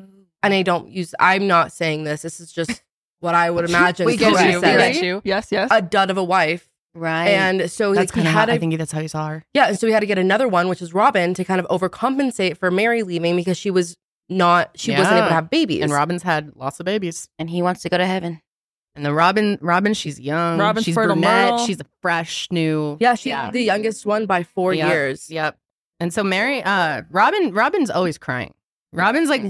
S13: and I don't use, I'm not saying this. This is
S1: *laughs*
S13: just what I would imagine.
S1: We get
S13: somebody
S1: you, we
S13: said.
S1: get you. Yes, yes.
S13: A dud of a wife.
S1: Right.
S13: And so like,
S1: that's
S13: he
S1: kind of
S13: had
S1: how,
S13: a,
S1: I think that's how he saw her.
S13: yeah, and so we had to get another one, which is Robin, to kind of overcompensate for Mary leaving because she was not, she wasn't able to have babies.
S1: And Robin's had lots of babies.
S14: And he wants to go to heaven.
S1: And the Robin, Robin, she's young.
S13: Robin's
S1: she's
S13: fertile
S1: brunette.
S13: Merle.
S1: She's a fresh new.
S13: Yeah, she's the youngest one by four
S1: Yep,
S13: years.
S1: Yep. And so Mary, uh, Robin, Robin's always crying. Robin's
S13: *laughs*
S1: like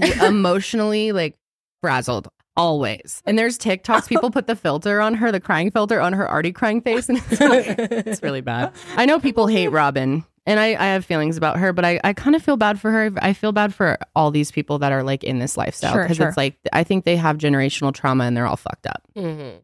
S1: emotionally like frazzled always. And there's TikToks. People put the filter on her, the crying filter on her already crying face, and it's, like, it's really bad. I know people hate Robin, and I, I have feelings about her, but I, I kind of feel bad for her. I feel bad for all these people that are like in this lifestyle
S13: Sure,
S1: because
S13: sure.
S1: it's like I think they have generational trauma and they're all fucked up.
S15: Mm-hmm.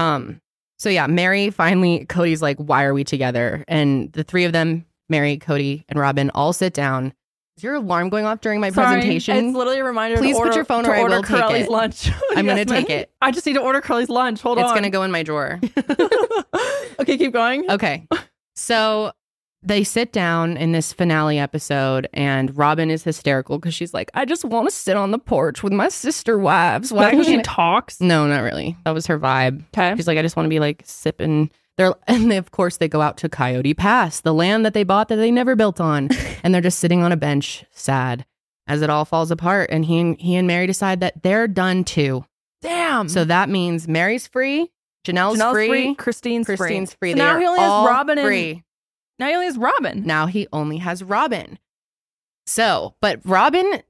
S1: Um, so yeah, Mary finally Cody's like, why are we together? And the three of them, Mary, Cody, and Robin, all sit down. Is your alarm going off during my
S15: Sorry,
S1: presentation?
S15: It's literally a reminder. to
S1: Please put
S15: order-
S1: your phone
S15: to
S1: or I
S15: order
S1: will take
S15: Corelli's
S1: it.
S15: lunch. *laughs*
S1: I'm gonna
S15: Yes,
S1: take
S15: ma'am.
S1: it.
S15: I just need to order Curly's lunch. Hold
S1: it's
S15: on.
S1: gonna go in my drawer.
S15: *laughs* Okay, keep going.
S1: Okay. So they sit down in this finale episode, and Robin is hysterical because she's like, I just want to sit on the porch with my sister wives.
S15: Is that who she
S1: talks? No, not really. That was her vibe. Okay. She's like, I just want to be like sipping. They're, *laughs* and they, of course, they go out to Coyote Pass, the land that they bought that they never built *laughs* on. and they're just sitting on a bench, sad, as it all falls apart. And he and, he and Mary decide that they're done too.
S15: Damn.
S1: So that means Mary's free, Um. Janelle's,
S15: Janelle's
S1: free,
S15: free, Christine's free.
S1: Christine's free.
S15: So
S1: They
S15: now
S1: are
S15: he only has
S1: all
S15: Robin and-
S1: free.
S15: Now he only has Robin.
S1: Now he only has Robin. So, but Robin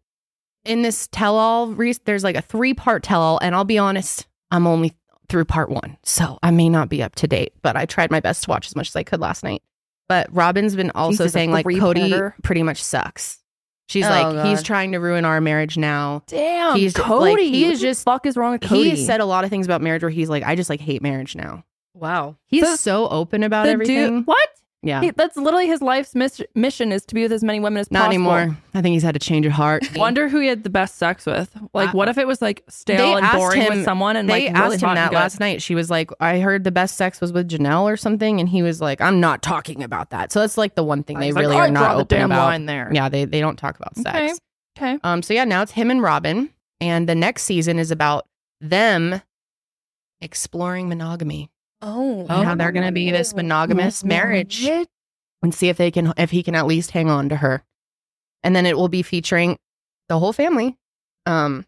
S1: in this tell-all, re- there's like a three-part tell-all, and I'll be honest, I'm only through part one, so I may not be up to date. But I tried my best to watch as much as I could last night. But Robin's been also
S15: Jesus, a
S1: saying like Cody
S15: three-parter.
S1: pretty much sucks. She's
S15: Oh,
S1: like he's
S15: God.
S1: trying to ruin our marriage now.
S15: Damn,
S1: he's
S15: Cody.
S1: Like, he
S15: What
S1: is
S15: the
S1: just
S15: fuck is wrong with
S1: He
S15: Cody?
S1: has said a lot of things about marriage where he's like, I just like hate marriage now.
S13: Wow.
S1: He's so, open about
S15: the
S1: everything. Oh.
S15: Dude, what?
S1: Yeah.
S15: He- that's literally his life's mis- mission is to be with as many women as
S1: Not
S15: possible.
S1: anymore. I think he's had to change at heart.
S15: *laughs* Wonder who he had the best sex with. Like,
S1: I-
S15: what if it was like stale and
S1: asked
S15: boring with someone? And
S1: they
S15: like,
S1: asked
S15: really
S1: him
S15: hot and
S1: that
S15: good?
S1: last night. She was like, "I heard the best sex was with Janelle or something," and he was like, "I'm not talking about that." So that's like the one thing
S15: Oh,
S1: they
S15: he's like,
S1: really
S15: "I
S1: are not
S15: draw the
S1: open
S15: damn
S1: about.
S15: line there.
S1: Yeah, they they don't talk about sex.
S15: Okay. Okay.
S1: Um. So yeah, now it's him and Robin, and the next season is about them exploring monogamy
S13: Oh.
S1: and how they're going to be this monogamous marriage and see if they can if he can at least hang on to her and then it will be featuring the whole family um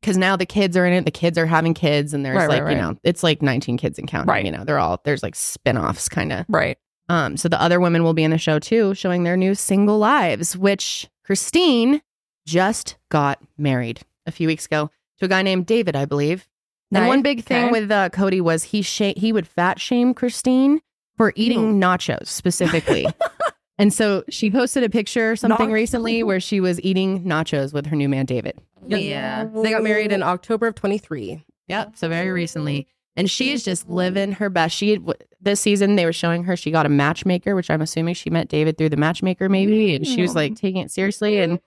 S1: because now the kids are in it the kids are having kids and there's
S15: Right,
S1: like
S15: right,
S1: you
S15: right.
S1: know it's like 19 kids in counting
S15: Right.
S1: you know they're all there's like spin-offs kind of
S15: Right.
S1: um so the other women will be in the show too showing their new single lives which christine just got married a few weeks ago to a guy named david i believe and
S15: Nice.
S1: one big thing
S15: Okay.
S1: with uh, Cody was he sh- he would fat shame Christine for eating
S15: *laughs*
S1: nachos specifically. and so she posted a picture or something
S13: Nach-
S1: recently where she was eating nachos with her new man David.
S13: Yeah. They got married in October of 23.
S1: Yep, so very recently. and she is just living her best. She had- this season they were showing her she got a matchmaker, which I'm assuming she met David through the matchmaker, maybe, and she was like taking it seriously. And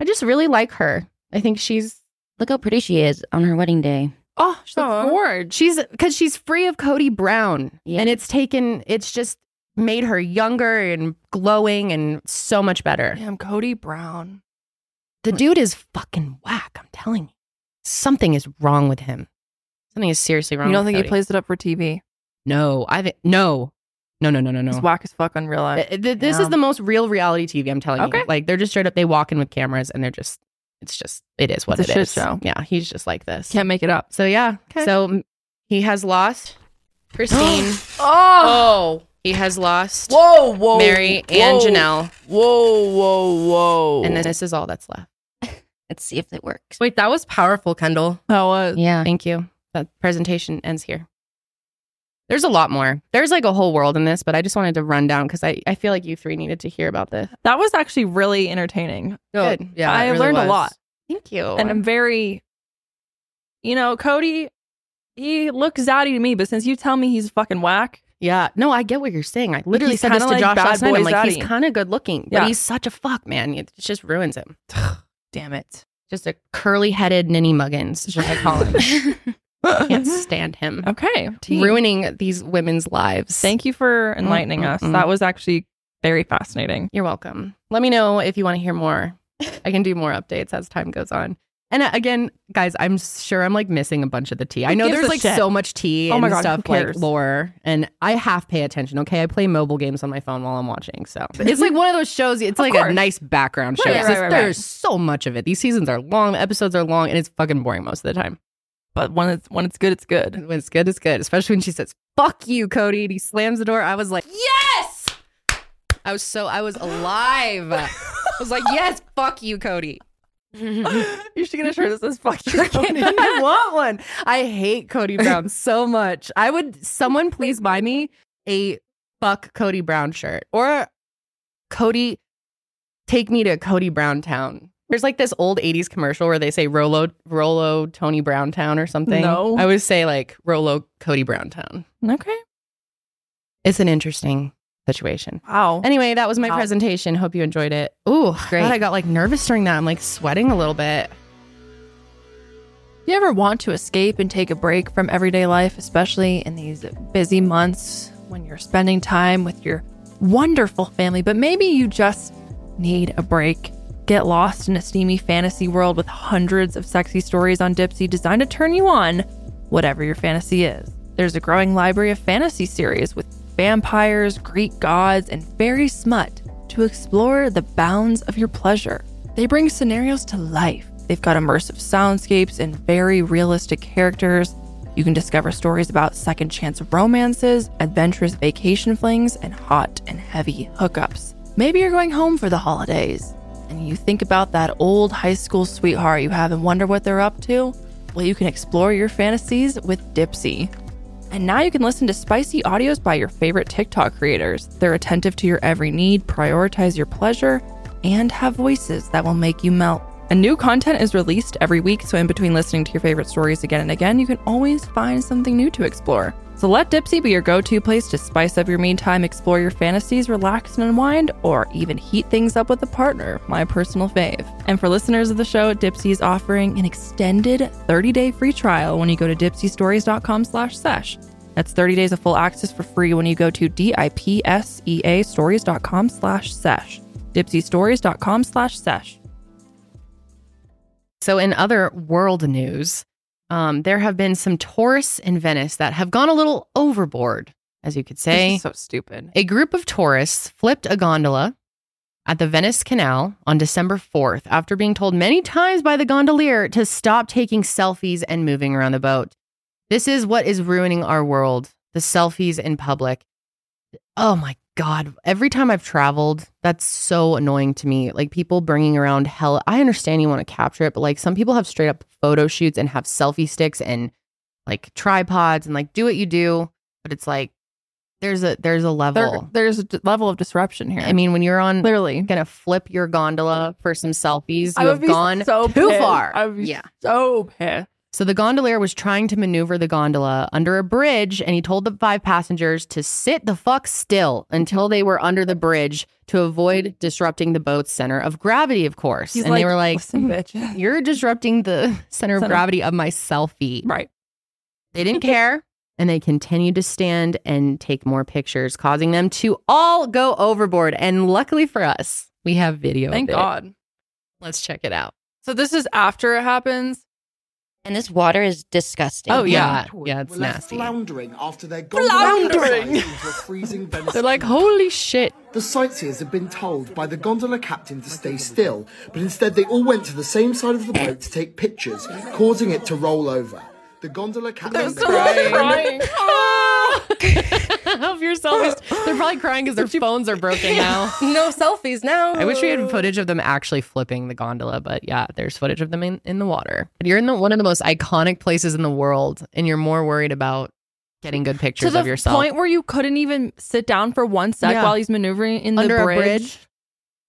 S1: I just really like her. I think she's
S14: Look how pretty she is on her wedding day.
S1: Oh, she's gorgeous. She's because she's free of Cody Brown, and it's taken. It's just made her younger and glowing and so much better.
S13: Damn, Cody Brown.
S14: Hmm.
S1: The dude is fucking whack. I'm telling you, something is wrong with him. Something is seriously wrong.
S13: You don't
S1: with
S13: think
S1: Cody.
S13: he plays it up for TV?
S1: No, I've no, no, no, no, no, no.
S13: He's whack as fuck on real life.
S1: Th- th- this is the most real reality TV. I'm telling
S13: Okay.
S1: you. Like they're just straight up. They walk in with cameras, and they're just. It's just. It is what
S13: It's a
S1: it
S13: shit
S1: is.
S13: show.
S1: Yeah, he's just like this.
S13: Can't make it up.
S1: So yeah.
S13: Okay.
S1: So mm, he has
S13: *gasps*
S1: lost Christine.
S13: Oh.
S1: He has lost.
S13: Whoa, whoa.
S1: Mary and
S13: whoa.
S1: Janelle.
S13: Whoa, whoa, whoa.
S1: And then this is all that's left.
S14: *laughs* Let's see if it works.
S16: Wait, that was powerful, Kendall.
S13: That was.
S14: Yeah.
S1: Thank you. That presentation ends here. There's a lot more. There's like a whole world in this, but I just wanted to run down because I, I feel like you three needed to hear about this.
S13: That was actually really entertaining.
S16: Oh,
S13: Good.
S16: yeah,
S13: I
S16: it really
S13: learned
S16: was.
S13: a lot.
S1: Thank you.
S13: And I'm very, you know, Cody, he looks outy to me, but since you tell me he's fucking whack,
S1: yeah, no, I get what you're saying. I literally
S13: he's
S1: said this to
S13: kinda like
S1: Josh
S13: bad
S1: last night. I'm
S13: boy
S1: like, he's
S13: zaddy.
S1: kind of good looking, but
S13: Yeah.
S1: he's such a fuck, man. It just ruins him.
S13: *sighs* damn it.
S1: Just a curly headed ninny muggins, is what I call
S13: *laughs*
S1: him. Can't stand him.
S13: Okay. Tea.
S1: Ruining these women's lives.
S13: Thank you for enlightening us.
S1: Mm-mm-mm.
S13: That was actually very fascinating.
S1: You're welcome. Let me know if you want to
S13: *laughs*
S1: hear more. I can do more updates as time goes on. And uh, again, guys, I'm sure I'm like missing a bunch of the tea. I
S13: Who
S1: know
S13: gives
S1: there's
S13: a
S1: like
S13: shit?
S1: so much tea
S13: Oh my
S1: and
S13: God,
S1: stuff
S13: who
S1: like
S13: cares?
S1: lore, and I half pay attention. Okay, I play mobile games on my phone while I'm watching, so it's like one of those shows. It's like a
S13: course.
S1: nice background show.
S13: Right,
S1: It's
S13: right,
S1: just-
S13: right, right.
S1: there's so much of it. These seasons are long, the episodes are long, and it's fucking boring most of the time.
S13: But when it's when it's good, it's good.
S1: And when it's good, it's good. Especially when she says "fuck you, Cody," and he slams the door. I was like, yes. I was so I was alive. I was like, yes, fuck you, Cody.
S13: *laughs* You should get a shirt that says "fuck you." Cody."
S1: *laughs* I want one. I hate Cody Brown so much. I would someone please buy me a fuck Cody Brown shirt or a Cody take me to Cody Brown town. There's like this old 80s commercial where they say Rolo Rolo Tony Brown town or something.
S13: No.
S1: I would say like Rolo Cody Brown town.
S13: Okay.
S1: It's an interesting situation.
S13: Wow.
S1: Anyway, that was my
S13: Wow.
S1: presentation. Hope you enjoyed it. Ooh, great. I got like nervous during that. I'm like sweating a little bit.
S12: Do you ever want to escape and take a break from everyday life, especially in these busy months when you're spending time with your wonderful family? But maybe you just need a break. Get lost in a steamy fantasy world with hundreds of sexy stories on Dipsy designed to turn you on, whatever your fantasy is. There's a growing library of fantasy series with vampires, Greek gods, and fairy smut to explore the bounds of your pleasure. They bring scenarios to life. They've got immersive soundscapes and very realistic characters. You can discover stories about second chance romances, adventurous vacation flings, and hot and heavy hookups. Maybe you're going home for the holidays and you think about that old high school sweetheart you have and wonder what they're up to. Well, you can explore your fantasies with Dipsy. And now you can listen to spicy audios by your favorite TikTok creators. They're attentive to your every need, prioritize your pleasure, and have voices that will make you melt. And new content is released every week, so in between listening to your favorite stories again and again, you can always find something new to explore. So let Dipsy be your go to place to spice up your me time, explore your fantasies, relax and unwind, or even heat things up with a partner, my personal fave. And for listeners of the show, Dipsy is offering an extended 30-day free trial when you go to dipsystories.com slash sesh. That's 30 days of full access for free when you go to D-I-P-S-E-A stories.com slash sesh. Dipsystories.com slash sesh.
S1: So, in other world news, um, there have been some tourists in Venice that have gone a little overboard, as you could say.
S13: This is so stupid.
S1: A group of tourists flipped a gondola at the Venice Canal on December 4th after being told many times by the gondolier to stop taking selfies and moving around the boat. This is what is ruining our world the selfies in public. Oh my God. Every time I've traveled, that's so annoying to me. Like people bringing around hell. I understand you want to capture it, but like some people have straight up photo shoots and have selfie sticks and like tripods and like do what you do. But it's like, there's a there's a
S13: There,
S1: level.
S13: there's a d- level of disruption here.
S1: I mean, when you're on
S13: Clearly.
S1: gonna flip your gondola for some selfies,
S13: I
S1: you
S13: would
S1: have
S13: be
S1: gone
S13: so
S1: too
S13: pissed.
S1: far.
S13: I would be
S1: yeah,
S13: so pissed.
S1: So the gondolier was trying to maneuver the gondola under a bridge, and he told the five passengers to sit the fuck still until they were under the bridge to avoid disrupting the boat's center of gravity, of course.
S12: He's
S1: and they
S12: like,
S1: were like, "Hmm,
S12: "Listen,
S1: *laughs*
S12: bitch."
S1: You're disrupting the center of
S12: Center.
S1: gravity of my selfie.
S12: Right.
S1: They
S12: *laughs*
S1: didn't care. And they continued to stand and take more pictures, causing them to all go overboard. And luckily for us, we have video. of
S12: Thank
S1: it.
S12: God.
S1: Let's check it out.
S12: So this is after it happens.
S14: And this water is disgusting.
S1: Oh, yeah. Yeah, it's
S17: were left
S1: nasty.
S17: Floundering after their
S1: Floundering!
S17: floundering into a
S12: *laughs*
S17: freezing They're
S1: like, holy shit.
S17: The sightseers had been told by the gondola captain to stay still, but instead they all went to the same side of the boat to take pictures, causing it to roll over. The gondola captain
S1: *laughs* Of yourself. is- They're probably crying because their phones are broken now.
S14: *laughs*
S13: no selfies now.
S1: I wish we had footage of them actually flipping the gondola, but yeah, there's footage of them in, in the water. But you're in the, one of the most iconic places in the world, and you're more worried about getting good
S12: To
S1: pictures
S12: the
S1: of yourself.
S12: point where you couldn't even sit down for one sec
S1: Yeah.
S12: while he's maneuvering in
S1: Under
S12: the
S1: a
S12: bridge.
S1: bridge.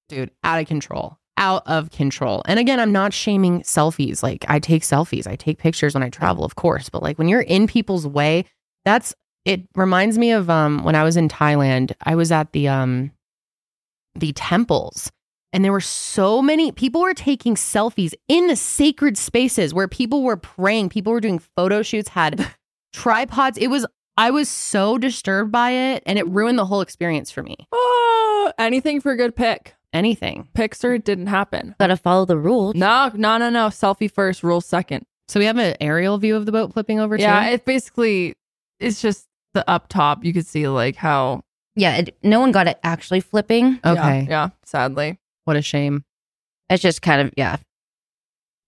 S1: Dude, out of control. Out of control. And again, I'm not shaming selfies. Like, I take selfies, I take pictures when I travel, of course, but like when you're in people's way, that's it reminds me of um when I was in Thailand, I was at the um the temples and there were so many people were taking selfies in the sacred spaces where people were praying people were doing photo shoots
S14: *laughs*
S1: had tripods it was i was so disturbed by it and it ruined the whole experience for me
S12: Oh, anything for a good pick.
S1: Anything.
S12: Pixar didn't happen.
S14: Gotta follow the rules.
S12: No, no, no, no. Selfie first, rule second.
S1: So we have an aerial view of the boat flipping over
S12: Yeah,
S1: too?
S12: it basically it's just the up top. You could see like how
S14: Yeah, it, no one got it actually flipping.
S1: Okay.
S12: Yeah, yeah, sadly.
S1: what a shame
S14: It's just kind of, yeah.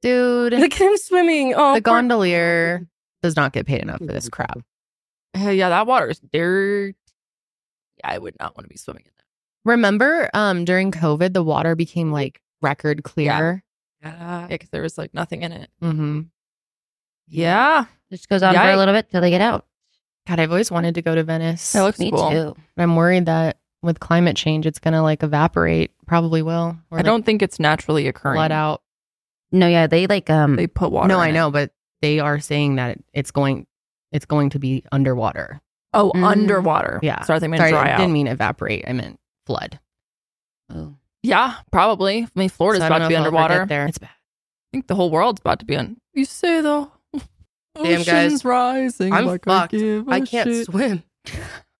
S1: dude
S12: *laughs*
S13: Look at him swimming. Oh,
S1: the
S13: poor-
S1: gondolier does not get paid enough for this crap
S12: Uh, yeah, that water is dirty. Yeah, I would not want to be swimming in that.
S1: remember um during covid the water became like record clear
S12: Yeah, because there was like nothing in it.
S1: mm-hmm.
S12: Yeah,
S14: Just goes on for
S12: Yikes.
S14: a little bit till they get out.
S1: god i've always wanted to go to venice
S12: That looks
S14: Me
S12: cool.
S14: too.
S1: But I'm worried that with climate change, it's going to like evaporate. Probably will. Or,
S12: I
S1: like,
S12: don't think it's naturally occurring.
S1: flood out.
S14: No, yeah, they like, um,
S12: They put water.
S1: no,
S12: in
S1: I
S12: it.
S1: know, but they are saying that it's going, it's going to be underwater.
S12: Oh,
S14: Mm.
S12: underwater.
S1: Mm-hmm. Yeah.
S12: sorry, they meant
S1: Sorry,
S12: dry
S1: I
S12: out.
S1: didn't mean evaporate. I meant flood.
S14: oh.
S12: yeah, probably. I mean, Florida's
S1: So I don't
S12: about to
S1: know
S12: be
S1: if I'll ever
S12: underwater.
S1: get there. It's bad.
S12: I think the whole world's about to be on. You say though.
S1: Damn,
S12: Ocean's
S1: guys.
S12: rising.
S13: I'm
S12: like
S13: fucked.
S12: I, give a
S1: Oh,
S13: I can't
S12: shit.
S13: swim.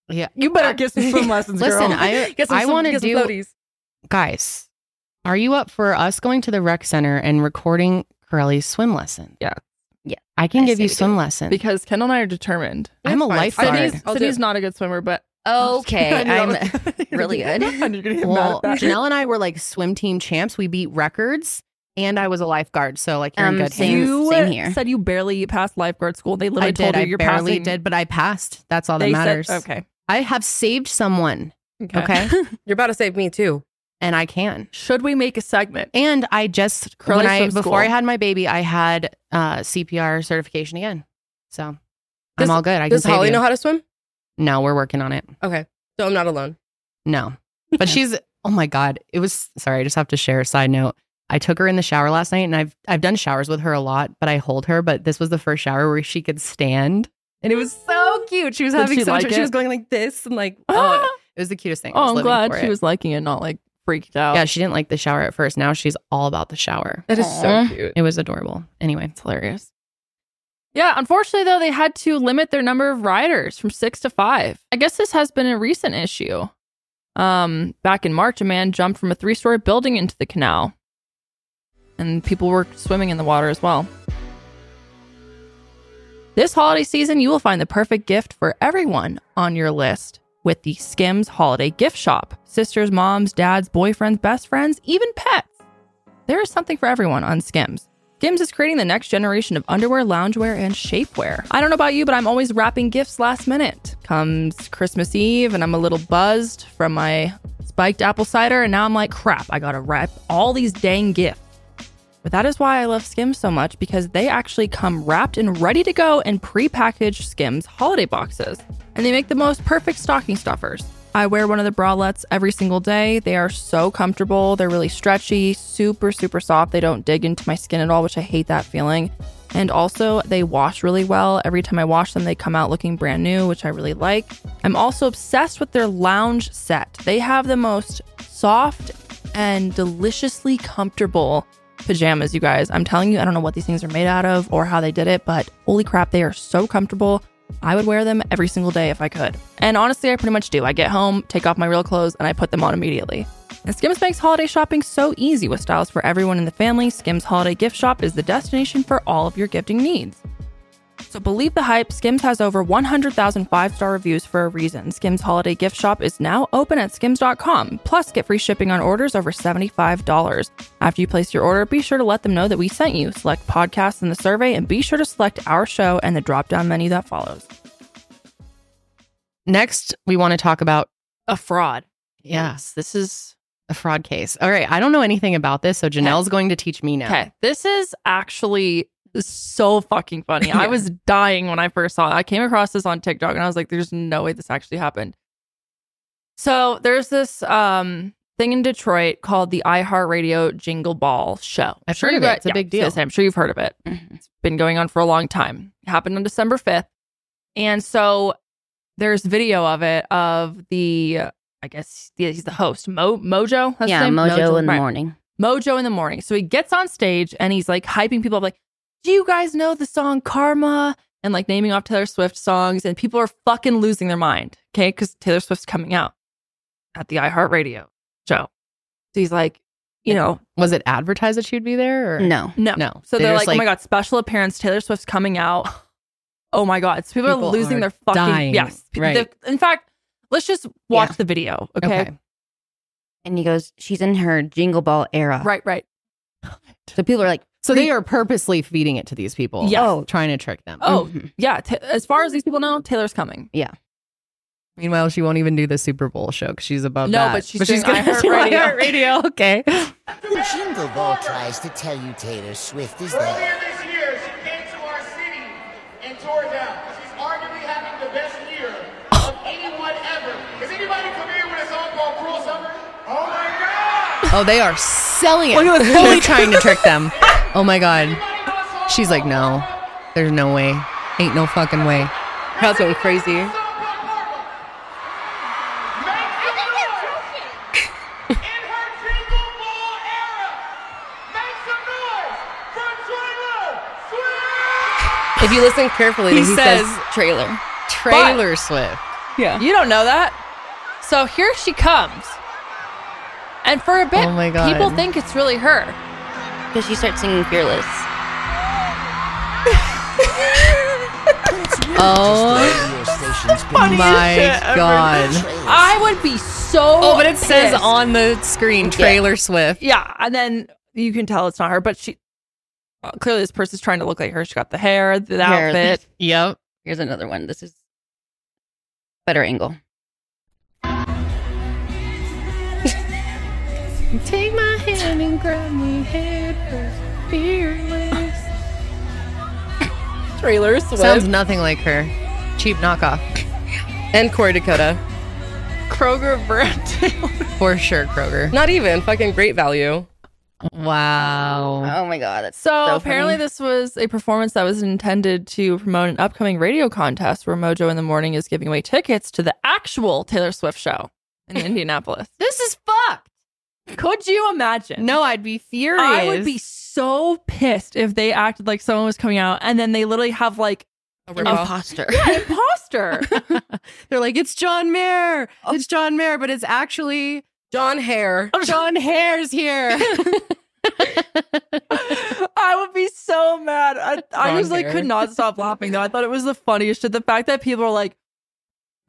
S1: Yeah.
S13: You better get some
S1: *laughs*
S13: swim lessons,
S1: Listen,
S13: girl.
S1: I-
S13: get some
S1: I
S13: swim-
S1: wanna
S13: get some
S1: do-
S13: floaties.
S1: Guys, are you up for us going to the rec center and recording Corelli's swim lesson?
S12: Yeah.
S14: Yeah.
S1: I can
S14: I
S1: give
S14: say
S1: you
S14: we do
S1: swim lesson.
S12: Because Kendall and I are determined.
S1: I'm a
S12: Sydney's,
S1: lifeguard.
S13: I'll do
S12: Sydney's
S13: it.
S12: not a good swimmer, but
S1: *laughs*
S14: Okay,
S12: *laughs* I knew
S14: I'm
S12: that was-
S14: really good.
S13: And you're gonna get
S1: *laughs* Well,
S12: *laughs*
S13: mad at that.
S1: Janelle and I were like swim team champs. We beat records, and I was a lifeguard. So like you're in
S14: Um,
S1: good
S14: same-
S1: hands.
S12: You
S14: same here.
S12: said you barely passed lifeguard school. They literally
S1: I
S12: told
S1: did.
S12: you
S1: I
S12: you're
S1: barely
S12: passing.
S1: did, but I passed. That's all that
S12: They said-
S1: matters.
S12: okay.
S1: I have saved someone. Okay.
S13: You're about to save me too.
S1: and I can.
S12: Should we make a segment?
S1: And I just
S12: Curly
S1: when I
S12: swim
S1: before
S12: school.
S1: I had my baby, I had uh, CPR certification again. So
S13: Does-
S1: I'm all good. I
S13: Does
S1: can save
S13: Holly
S1: you.
S13: know how to swim?
S1: no, we're working on it.
S13: Okay, so I'm not alone.
S1: No.
S13: *laughs*
S1: But she's oh my god, it was sorry, I just have to share a side note. I took her in the shower last night and I've I've done showers with her a lot, but I hold her, but this was the first shower where she could stand. And it was
S13: Oh.
S1: so cute. She was
S12: Did
S1: having
S12: she
S1: so much
S12: like
S1: she
S12: it? *laughs*
S1: was going like this
S13: *gasps*
S1: and like oh, it was the cutest thing. I was
S12: Oh, I'm
S1: living
S12: glad
S1: for
S12: she
S1: it.
S12: was liking it, not like freaked out.
S1: Yeah, she didn't like the shower at first. Now she's all about the shower.
S13: That is
S1: Aw.
S13: so cute.
S1: It was adorable. Anyway,
S12: it's hilarious. Yeah, unfortunately though, they had to limit their number of riders from six to five. I guess this has been a recent issue. Um, back in March, a man jumped from a three-story building into the canal, and people were swimming in the water as well. This holiday season, you will find the perfect gift for everyone on your list with the Skims Holiday Gift Shop. Sisters, moms, dads, boyfriends, best friends, even pets. There is something for everyone on Skims. Skims is creating the next generation of underwear, loungewear, and shapewear. I don't know about you, but I'm always wrapping gifts last minute. Comes Christmas Eve, and I'm a little buzzed from my spiked apple cider, and now I'm like, crap, I gotta wrap all these dang gifts. But that is why I love Skims so much because they actually come wrapped and ready to go in prepackaged Skims holiday boxes. And they make the most perfect stocking stuffers. I wear one of the bralettes every single day. They are so comfortable. They're really stretchy, super, super soft. They don't dig into my skin at all, which I hate that feeling. And also, they wash really well. Every time I wash them, they come out looking brand new, which I really like. I'm also obsessed with their lounge set. They have the most soft and deliciously comfortable pajamas, you guys. I'm telling you, I don't know what these things are made out of or how they did it, but holy crap, they are so comfortable. I would wear them every single day if I could. And honestly, I pretty much do. I get home, take off my real clothes, and I put them on immediately. And Skims makes holiday shopping so easy with styles for everyone in the family. Skims Holiday Gift Shop is the destination for all of your gifting needs. So believe the hype, Skims has over 100,000 five star reviews for a reason. Skims Holiday Gift Shop is now open at skims.com. Plus, get free shipping on orders over $75. After you place your order, be sure to let them know that we sent you. Select podcasts in the survey and be sure to select our show and the drop down menu that follows.
S1: Next, we want to talk about
S12: a fraud.
S1: Yes, this is a fraud case. All right, I don't know anything about this, so Janelle's going to teach me now.
S12: Okay, this is actually so fucking funny. I was dying when I first saw it. I came across this on TikTok and I was like, there's no way this actually happened. So there's this um thing in Detroit called the iHeartRadio Jingle Ball Show.
S1: I've heard of it.
S12: got-
S1: It's a big
S12: yeah,
S1: deal. Mm-hmm.
S12: so I'm sure you've heard of it. It's been going on for a long time. It happened on December 5th. And so there's video of it of the I guess yeah, he's the host. Mo Mojo. That's
S14: Yeah,
S12: his name?
S14: Mojo in the morning.
S12: Mojo in the morning. So he gets on stage and he's like hyping people up, like, "Do you guys know the song Karma?" And like naming off Taylor Swift songs, and people are fucking losing their mind. Okay, because Taylor Swift's coming out at the iHeartRadio show. So he's like, you know,
S1: was it advertised that she'd be there? Or?
S12: no,
S1: no.
S12: So they're, like,
S1: just
S12: "Oh my god, special appearance! Taylor Swift's coming out." Oh my god, so people,
S1: People
S12: are losing
S1: are
S12: their fucking
S1: dying.
S12: yes. Pe-
S1: Right.
S12: the- in fact, let's just watch the video. Okay?
S14: And he goes, she's in her jingle ball era.
S12: Right, right.
S14: So people are like,
S1: So they are purposely feeding it to these people.
S12: Yes.
S1: Oh, trying to trick them. Mm-hmm.
S12: Oh yeah, Ta as far as these people know, Taylor's coming.
S14: Yeah.
S1: Meanwhile, she won't even do the Super Bowl show because she's above
S12: No,
S1: that.
S12: but she's doing
S1: gonna *laughs* do
S12: iHeartRadio.
S1: iHeartRadio.
S12: *laughs*
S1: Okay.
S18: The Jingle Ball tries to tell you Taylor Swift is
S19: Earlier
S18: there.
S19: this year, she came to our city and tore it down. She's arguably having the best year of anyone ever. Is anybody familiar with a song called Cruel Summer? Oh my God!
S1: Oh, they are selling it.
S19: Look at what-
S1: *laughs* They're trying to trick them. Oh my god. She's like, no, there's no way. Ain't no fucking way. Crowd's going crazy.
S13: If you listen carefully,
S12: He
S13: he, says,
S12: says-
S13: trailer.
S12: Trailer
S1: Swift.
S12: Yeah. You don't know that. So here she comes. And for a bit,
S14: Oh my God.
S12: people think it's really her.
S14: Because she starts singing
S12: *laughs*
S14: Fearless.
S12: Oh.
S1: funniest my shit ever. God.
S12: I would be so.
S1: Oh, but it says
S12: pissed.
S1: on the screen Trailer Swift.
S12: Yeah, and then you can tell it's not her, but she uh, clearly this person's trying to look like her. She got the hair, the
S14: Here,
S12: outfit.
S1: Yep.
S14: Here's another one. This is better angle.
S1: *laughs* Take my hand and grab me head fearless.
S13: Trailer Swift.
S1: Sounds nothing like her. Cheap knockoff. and Corey Dakota.
S13: Kroger brand.
S1: For sure, Kroger.
S13: Not even fucking great value.
S1: Wow.
S14: Oh my god, that's
S12: So, apparently, this was a performance that was intended to promote an upcoming radio contest where Mojo in the Morning is giving away tickets to the actual Taylor Swift show in Indianapolis.
S1: This is fucked.
S12: Could you imagine?
S1: No, I'd be furious.
S12: I would be so pissed if they acted like someone was coming out and then they literally have like
S1: An
S12: a-
S1: imposter.
S12: Yeah, an
S1: *laughs*
S12: imposter. *laughs*
S1: They're like, it's John Mayer. It's John Mayer, but it's actually
S13: John
S12: *laughs*
S13: Hare.
S1: John Hare's *laughs* here.
S12: I would be so mad. I, I
S1: Wrong
S12: just like
S1: hair.
S12: could not stop laughing though. I thought it was the funniest shit. The fact that people are like,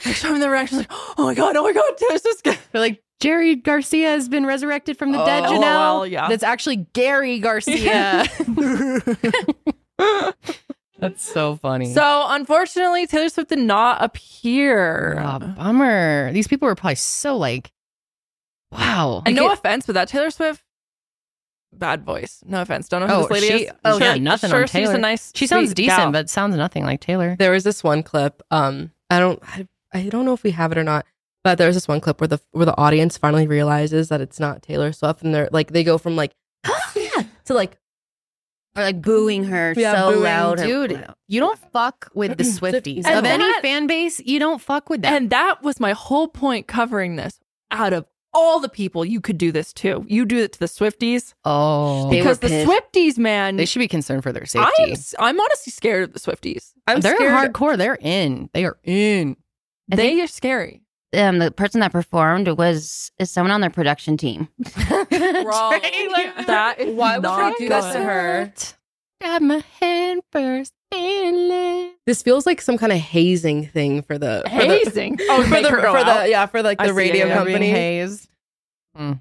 S12: they show me the reaction, like, *gasps* oh my god, oh my god, *laughs* Taylor Swift's gonna-"
S1: They're like, Jerry Garcia has been resurrected from the dead,
S12: Oh,
S1: Janelle.
S12: well, yeah.
S1: That's actually Gary Garcia. *laughs* That's so funny.
S12: *laughs* So unfortunately, Taylor Swift did not appear.
S1: Ah, bummer. These people were probably so like, wow. Like,
S12: and no
S1: it-
S12: offense, but that Taylor Swift bad voice. No offense. Don't know who
S1: Oh,
S12: this lady
S1: she,
S12: is.
S1: oh
S12: Sure-
S1: yeah, nothing
S12: sure
S1: on Taylor.
S12: She's a nice.
S1: she sounds
S12: sweet
S1: decent,
S12: gal.
S1: but sounds nothing like Taylor.
S13: There was this one clip. Um, I don't, I, I don't know if we have it or not, but there was this one clip where the where the audience finally *gasps* realizes that it's not Taylor Swift, and they're like, they go from like, "Oh, yeah, to like,
S14: Or like booing her
S1: Yeah,
S14: so
S1: booing.
S14: loud.
S1: Dude, you don't fuck
S13: *clears throat*
S1: with the Swifties.
S12: And
S1: Of any
S12: that-
S1: fan base, you don't fuck with that.
S12: And that was my whole point covering this. Out of all the people, you could do this too. You do it to the Swifties.
S1: Oh,
S12: because the Swifties, man,
S1: They should be concerned for their
S12: I am,
S1: safety.
S12: s- I'm honestly scared of the Swifties. I'm
S1: They're
S12: scared.
S1: hardcore. They're in. They are in.
S12: They are scary.
S14: Um, the person that performed was is someone on their production
S1: *laughs*
S14: team. *laughs*
S12: Wrong. that is
S13: Why would
S12: not
S13: they do this to
S12: good.
S13: her?
S1: Got my hand first feeling.
S13: This feels like some kind of hazing thing for the for the-
S12: Hazing? Oh,
S13: *laughs* for
S12: make
S13: the
S12: her go
S13: for
S12: out?
S13: the yeah for like
S12: I
S13: the
S12: see,
S13: radio
S12: yeah, yeah.
S13: company.
S12: Being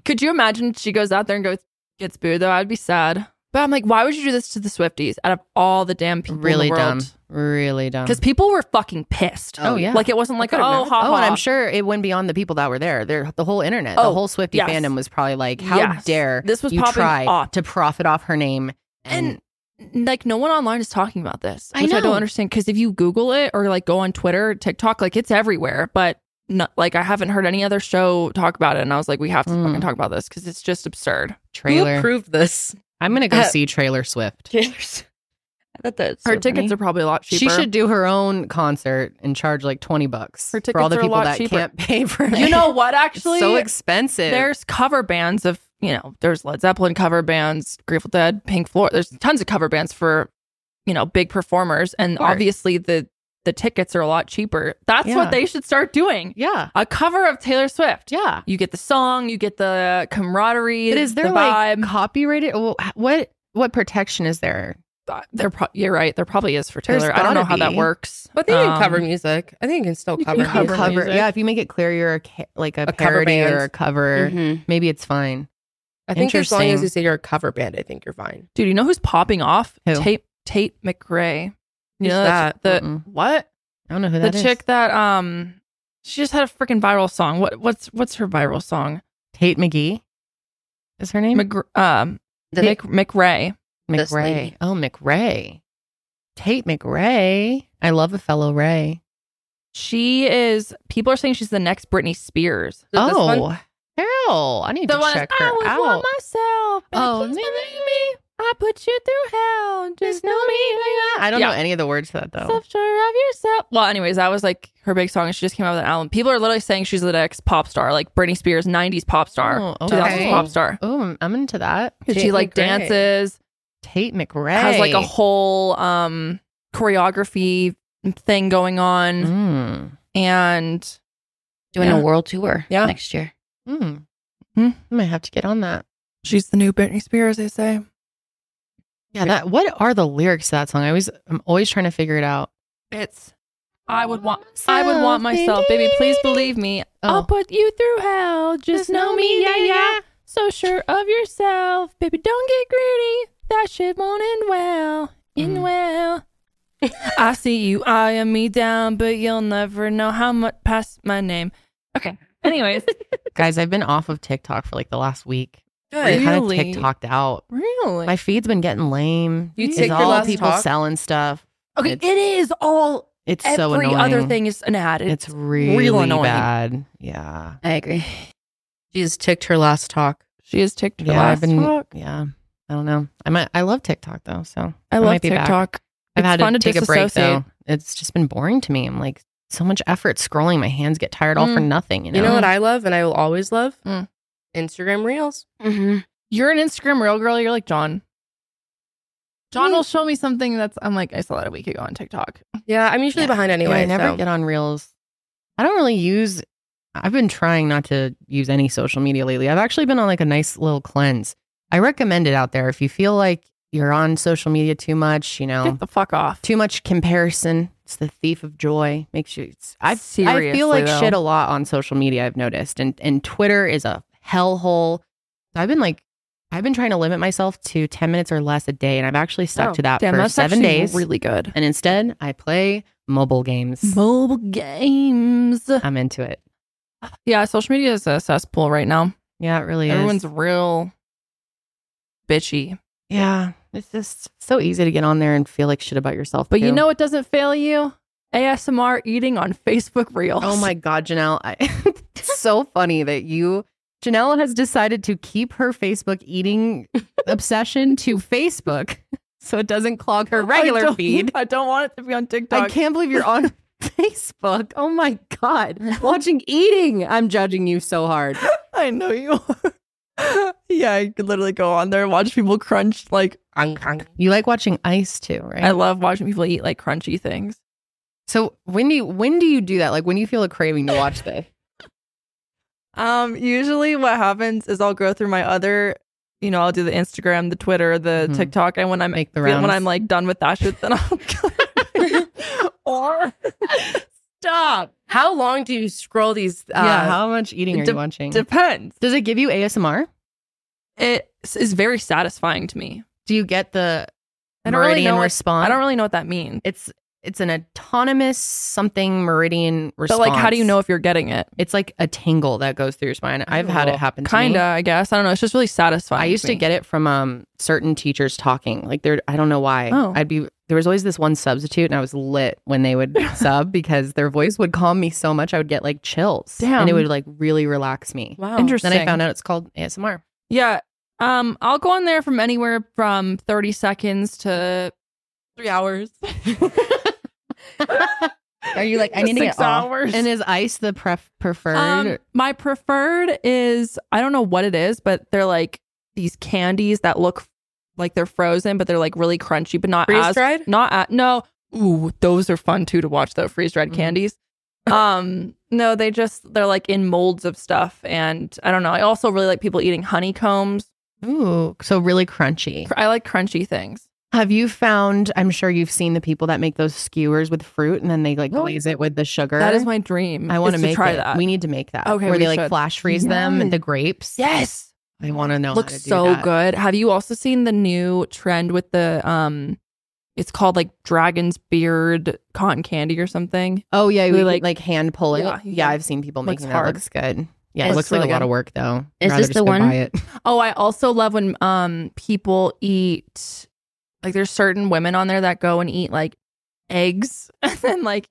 S12: Could you imagine she goes out there and goes gets booed though? I'd be sad. But I'm like, why would you do this to the Swifties out of all the damn people?
S1: Really
S12: in the
S1: dumb.
S12: world?
S1: Really dumb.
S12: Because people were fucking pissed.
S1: Oh yeah,
S12: like it wasn't like
S1: I
S12: oh
S1: could
S12: ha
S1: imagine. oh,
S12: ha.
S1: and I'm sure it went beyond the people that were there. There, the whole internet, the
S12: Oh,
S1: whole Swifty
S12: yes.
S1: fandom was probably like, how
S12: Yes.
S1: dare
S12: This was
S1: you
S12: popping
S1: try
S12: off.
S1: to profit off her name? And,
S12: like no one online is talking about this,
S1: I
S12: which I,
S1: know.
S12: don't understand. Because if you Google it or like go on Twitter, TikTok, like it's everywhere. But not, like I haven't heard any other show talk about it, and I was like, we have to fucking talk about this because it's just absurd.
S1: Mm. trailer
S13: approved this.
S1: I'm
S14: *laughs*
S1: gonna go
S12: Uh,
S1: see Trailer Swift.
S13: I thought that's
S12: Her tickets are probably a lot cheaper.
S1: She should do her own concert and charge like twenty bucks
S12: Her
S1: for all
S12: tickets
S1: the
S12: are a
S1: people
S12: lot
S1: that
S12: cheaper.
S1: can't pay for it. *laughs*
S12: *laughs* You know what? Actually,
S1: so expensive. *sighs*
S12: There's cover bands of you know. There's Led Zeppelin cover bands, Grateful Dead, Pink Floyd. There's tons of cover bands for you know big performers, and
S1: Of course.
S12: obviously the the tickets are a lot cheaper. That's
S1: Yeah.
S12: what they should start doing.
S1: Yeah,
S12: a cover of Taylor Swift.
S1: Yeah,
S12: you get the song, you get the camaraderie.
S1: But is there
S12: the
S1: like
S12: vibe.
S1: copyrighted? wh- What what protection is there?
S12: There, Uh, pro- you're right. There probably is for
S1: There's
S12: Taylor. I don't know
S1: gotta
S12: how that
S1: be.
S12: works.
S13: But they can
S12: Um,
S13: cover music. I think you can still cover
S1: You can
S13: music.
S1: cover- yeah, if you make it clear you're a ca- like a,
S13: cover
S1: parody
S13: band.
S1: or a cover,
S13: Mhm.
S1: maybe it's fine.
S13: I think as long as
S1: Interesting.
S13: you say you're a cover band, I think you're fine.
S12: Dude, you know who's popping off?
S1: Who?
S12: Tate Tate McRae. You
S13: Who's
S12: know
S13: that?
S12: that's the
S1: Mm-mm.
S12: what?
S1: I don't know who
S12: the
S1: that is.
S12: chick that um she just had a freaking viral song. What what's what's her viral song?
S1: Tate McGee is her name.
S12: McGr um
S14: The-
S12: Mc, McRae.
S14: This
S1: McRae.
S14: lady.
S1: Oh, McRae. Tate McRae. I love a fellow Ray.
S12: She is people are saying she's the next Britney Spears. Is it this one?
S1: Oh, hell! I need
S12: the
S1: to
S12: one
S1: check
S12: that's,
S1: her
S12: I was
S1: out.
S12: one myself.
S1: Oh,
S12: Oh, me, me, me. I put you through hell. Just know me.
S1: I don't
S12: Yeah.
S1: know any of the words to that though.
S12: Self sure of yourself. Well, anyways, that was like her big song, and she just came out with an album. People are literally saying she's the next pop star, like Britney Spears, '90s pop star,
S1: Oh,
S12: 2000s
S1: okay.
S12: pop star.
S1: Oh, I'm- I'm into that.
S12: And she
S1: Tate
S12: like
S1: McRae.
S12: dances,
S1: Tate McRae
S12: has like a whole um choreography thing going on,
S1: Mm.
S12: and
S14: Doing
S12: Yeah.
S14: a world tour
S12: Yeah.
S14: next year.
S1: Mm.
S12: Hmm?
S1: I might have to get on that.
S12: she's the new Britney Spears. They say.
S1: Yeah, that. What are the lyrics to that song? I always, um, I'm always trying to figure it out.
S12: It's I would want I would want myself, baby. Please believe me.
S1: Oh.
S12: I'll put you through hell. Just know me, yeah, yeah. So sure of yourself, baby. Don't get greedy. That shit won't end well. End well. Mm. *laughs* I see you eyeing me down, but you'll never know how much past my name. Okay. *laughs* Anyways,
S1: Guys, I've been off of TikTok for like the last week.
S12: Good.
S1: kind of
S12: Really?
S1: TikToked out.
S12: really.
S1: My feed's been getting lame.
S12: You
S1: it's
S12: take your
S1: all
S12: last
S1: people
S12: talk?
S1: selling stuff.
S12: okay, it's, all.
S1: It's
S12: every
S1: so
S12: other
S1: annoying.
S12: thing is an ad.
S1: It's,
S12: It's,
S1: really
S12: real annoying.
S1: bad. Yeah.
S14: I agree.
S13: She has ticked her last talk.
S12: She has ticked her
S1: Yeah,
S12: last
S1: I've been.
S12: talk.
S1: Yeah, I don't know. I might. I love TikTok though, so
S12: I
S1: might
S12: love
S1: be back.
S12: TikTok.
S1: I've
S12: It's
S1: had
S12: fun
S1: to
S12: to
S1: take a break though.
S12: disassociate.
S1: It's just been boring to me. I'm like so much effort scrolling. My hands get tired all for
S13: Mm.
S1: nothing. You know.
S13: You know what I love and I will always love?
S12: Mm.
S13: Instagram Reels.
S14: Mm-hmm.
S12: You're an Instagram real girl. You're like John. John will show me something that's. I'm like, I saw that a week ago on TikTok.
S13: Yeah, I'm usually behind
S1: Yeah,
S13: anyway.
S1: I never
S13: so.
S1: get on Reels. I don't really use. I've been trying not to use any social media lately. I've actually been on like a nice little cleanse. I recommend it out there if you feel like you're on social media too much. You know,
S12: Get the fuck off.
S1: too much comparison. It's the thief of joy. Makes you. It's, I've I
S12: Seriously,
S1: feel like
S12: though.
S1: shit a lot on social media. I've noticed, and and Twitter is a hellhole. So I've been like, I've been trying to limit myself to ten minutes or less a day, and I've actually stuck
S12: Oh,
S1: to that
S12: damn,
S1: for
S12: that's
S1: seven
S12: actually
S1: days.
S12: Really good.
S1: and instead, I play mobile games. *laughs*
S12: Mobile games.
S1: I'm into it.
S12: Yeah, social media is a cesspool right now.
S1: Yeah, it really
S12: Everyone's
S1: is.
S12: real bitchy.
S1: Yeah, it's just so easy to get on there and feel like shit about yourself.
S12: But you
S1: too.
S12: know what doesn't fail you? ASMR eating on Facebook Reels.
S1: oh
S12: *laughs*
S1: my god, Janelle, I, *laughs* it's so funny that you. *laughs* Janelle has decided to keep her Facebook eating obsession to Facebook. so it doesn't clog her regular
S12: don't-
S1: feed.
S12: *laughs* I don't want it to be on TikTok.
S1: I can't believe you're *laughs* on Facebook. Oh my *laughs* God. Watching eating. I'm judging you so hard.
S12: *laughs* I know you are. *laughs* yeah, I could literally go on there and watch people crunch like
S1: You like watching ice too, right?
S12: I love watching people eat like crunchy things.
S1: So when do you, when do you do that? Like when do you feel a craving to
S12: *laughs*
S1: watch this?
S12: Um, usually what happens is I'll go through my other, you know, I'll do the Instagram, the Twitter, the
S1: Mhm.
S12: TikTok, and when I'm
S1: Make the
S12: feel- when
S1: rounds.
S12: I'm like done with that shit, then
S1: *laughs*
S12: I'll *laughs* or
S13: Stop. How long do you scroll these? Uh,
S1: yeah. How much eating
S12: it
S1: are
S12: de-
S1: you watching?
S12: Depends.
S1: Does it give you ASMR?
S12: It is very satisfying to me.
S1: Do you get the
S12: I don't really
S1: meridian
S12: know what-
S1: response?
S12: I don't really know what that means.
S1: It's it's an autonomous something meridian response.
S12: But like, how do you know if you're getting it?
S1: It's like a tingle that goes through your spine. I've had it happen. to me.
S12: Kinda, I guess. I don't know. It's just really satisfying.
S1: I used to
S12: me.
S1: get it from um certain teachers talking. Like there I don't know why.
S12: Oh.
S1: I'd be there was always this one substitute and I was lit when they *laughs* would sub because their voice would calm me so much I would get like chills. And it
S12: Damn.
S1: would like really relax me.
S12: Wow.
S1: Then I
S12: Interesting.
S1: found out it's called ASMR.
S12: Yeah. Um, I'll go on there from anywhere from 30 seconds to three hours.
S1: *laughs* Are you like
S12: I need to Six get off? hours.
S1: And is ice the pref preferred?
S12: Um, my preferred is I don't know what it is, but they're like these candies that look f- like they're frozen, but they're like really crunchy, but not as
S13: Freeze-dried?
S12: Not at no. Ooh, those are fun too to watch though. Freeze dried
S1: Mm-hmm. *laughs*
S12: candies. um, no, they just they're like in molds of stuff, and I don't know. I also really like people eating honeycombs.
S1: Ooh, so really crunchy.
S12: I like crunchy things.
S1: Have you found I'm sure you've seen the people that make those skewers with fruit and then they like glaze it with the sugar.
S12: That is my dream.
S1: I want
S12: is
S1: to make
S12: try
S1: it.
S12: that.
S1: We need to make that.
S12: Okay,
S1: where
S12: we
S1: they like
S12: should.
S1: flash freeze them and the grapes.
S12: Yes,
S1: I want to know. how
S12: looks
S1: to do
S12: so
S1: that.
S12: good. Have you also seen the new trend with the um? It's called like dragon's beard cotton candy or something.
S1: Oh yeah,
S12: We,
S1: we
S12: like-
S1: like like hand pull it.
S12: Yeah,
S1: Yeah,
S12: you
S1: I've seen people
S12: Looks
S1: making
S12: hard.
S1: that. Looks good. Yeah, it
S12: It's
S1: looks
S12: really
S1: like a lot
S12: good.
S1: of work though.
S14: Is
S1: Rather
S14: this the
S1: just go
S14: one?
S1: buy it.
S12: Oh, I also love when um people eat like there's certain women on there that go and eat like eggs *laughs* and then like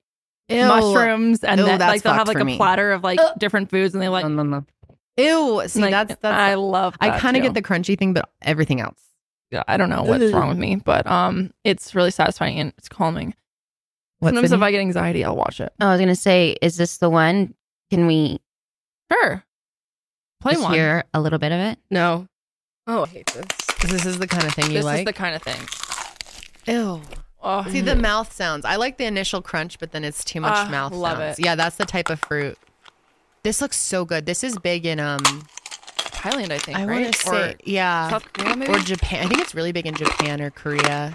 S1: Ew.
S12: mushrooms and
S1: Ew,
S12: then
S1: that's
S12: like they'll have
S1: fucked
S12: like
S1: for
S12: a
S1: me.
S12: platter of like different foods and they like
S1: Ew. See,
S12: Like,
S1: that's that's.
S12: I love.
S1: I
S12: that,
S1: kind of
S12: too.
S1: get the crunchy thing, but everything else.
S12: Yeah, I don't know what's
S1: Ugh.
S12: wrong with me, but um, it's really satisfying and it's calming.
S1: What's
S12: Sometimes
S1: the
S12: if
S1: name?
S12: I get anxiety, I'll watch it.
S14: Oh, I was gonna say, is this the one? Can we
S12: Sure, play
S14: just
S12: one.
S14: hear a little bit of it?
S13: No. Oh, I hate this.
S1: This is the kind of thing you
S12: This
S1: like.
S12: is the kind of thing.
S1: Ew.
S12: Oh,
S1: See the
S14: Mm-hmm.
S1: mouth sounds. I like the initial crunch, but then it's too much
S12: Ah,
S1: mouth
S12: love
S1: sounds.
S12: it.
S1: Yeah, that's the type of fruit. This looks so good. This is big in um.
S12: Thailand, I think.
S1: I
S12: right?
S1: want to say
S12: Or
S1: yeah,
S12: South Korea, maybe?
S1: or Japan. I think it's really big in Japan or Korea.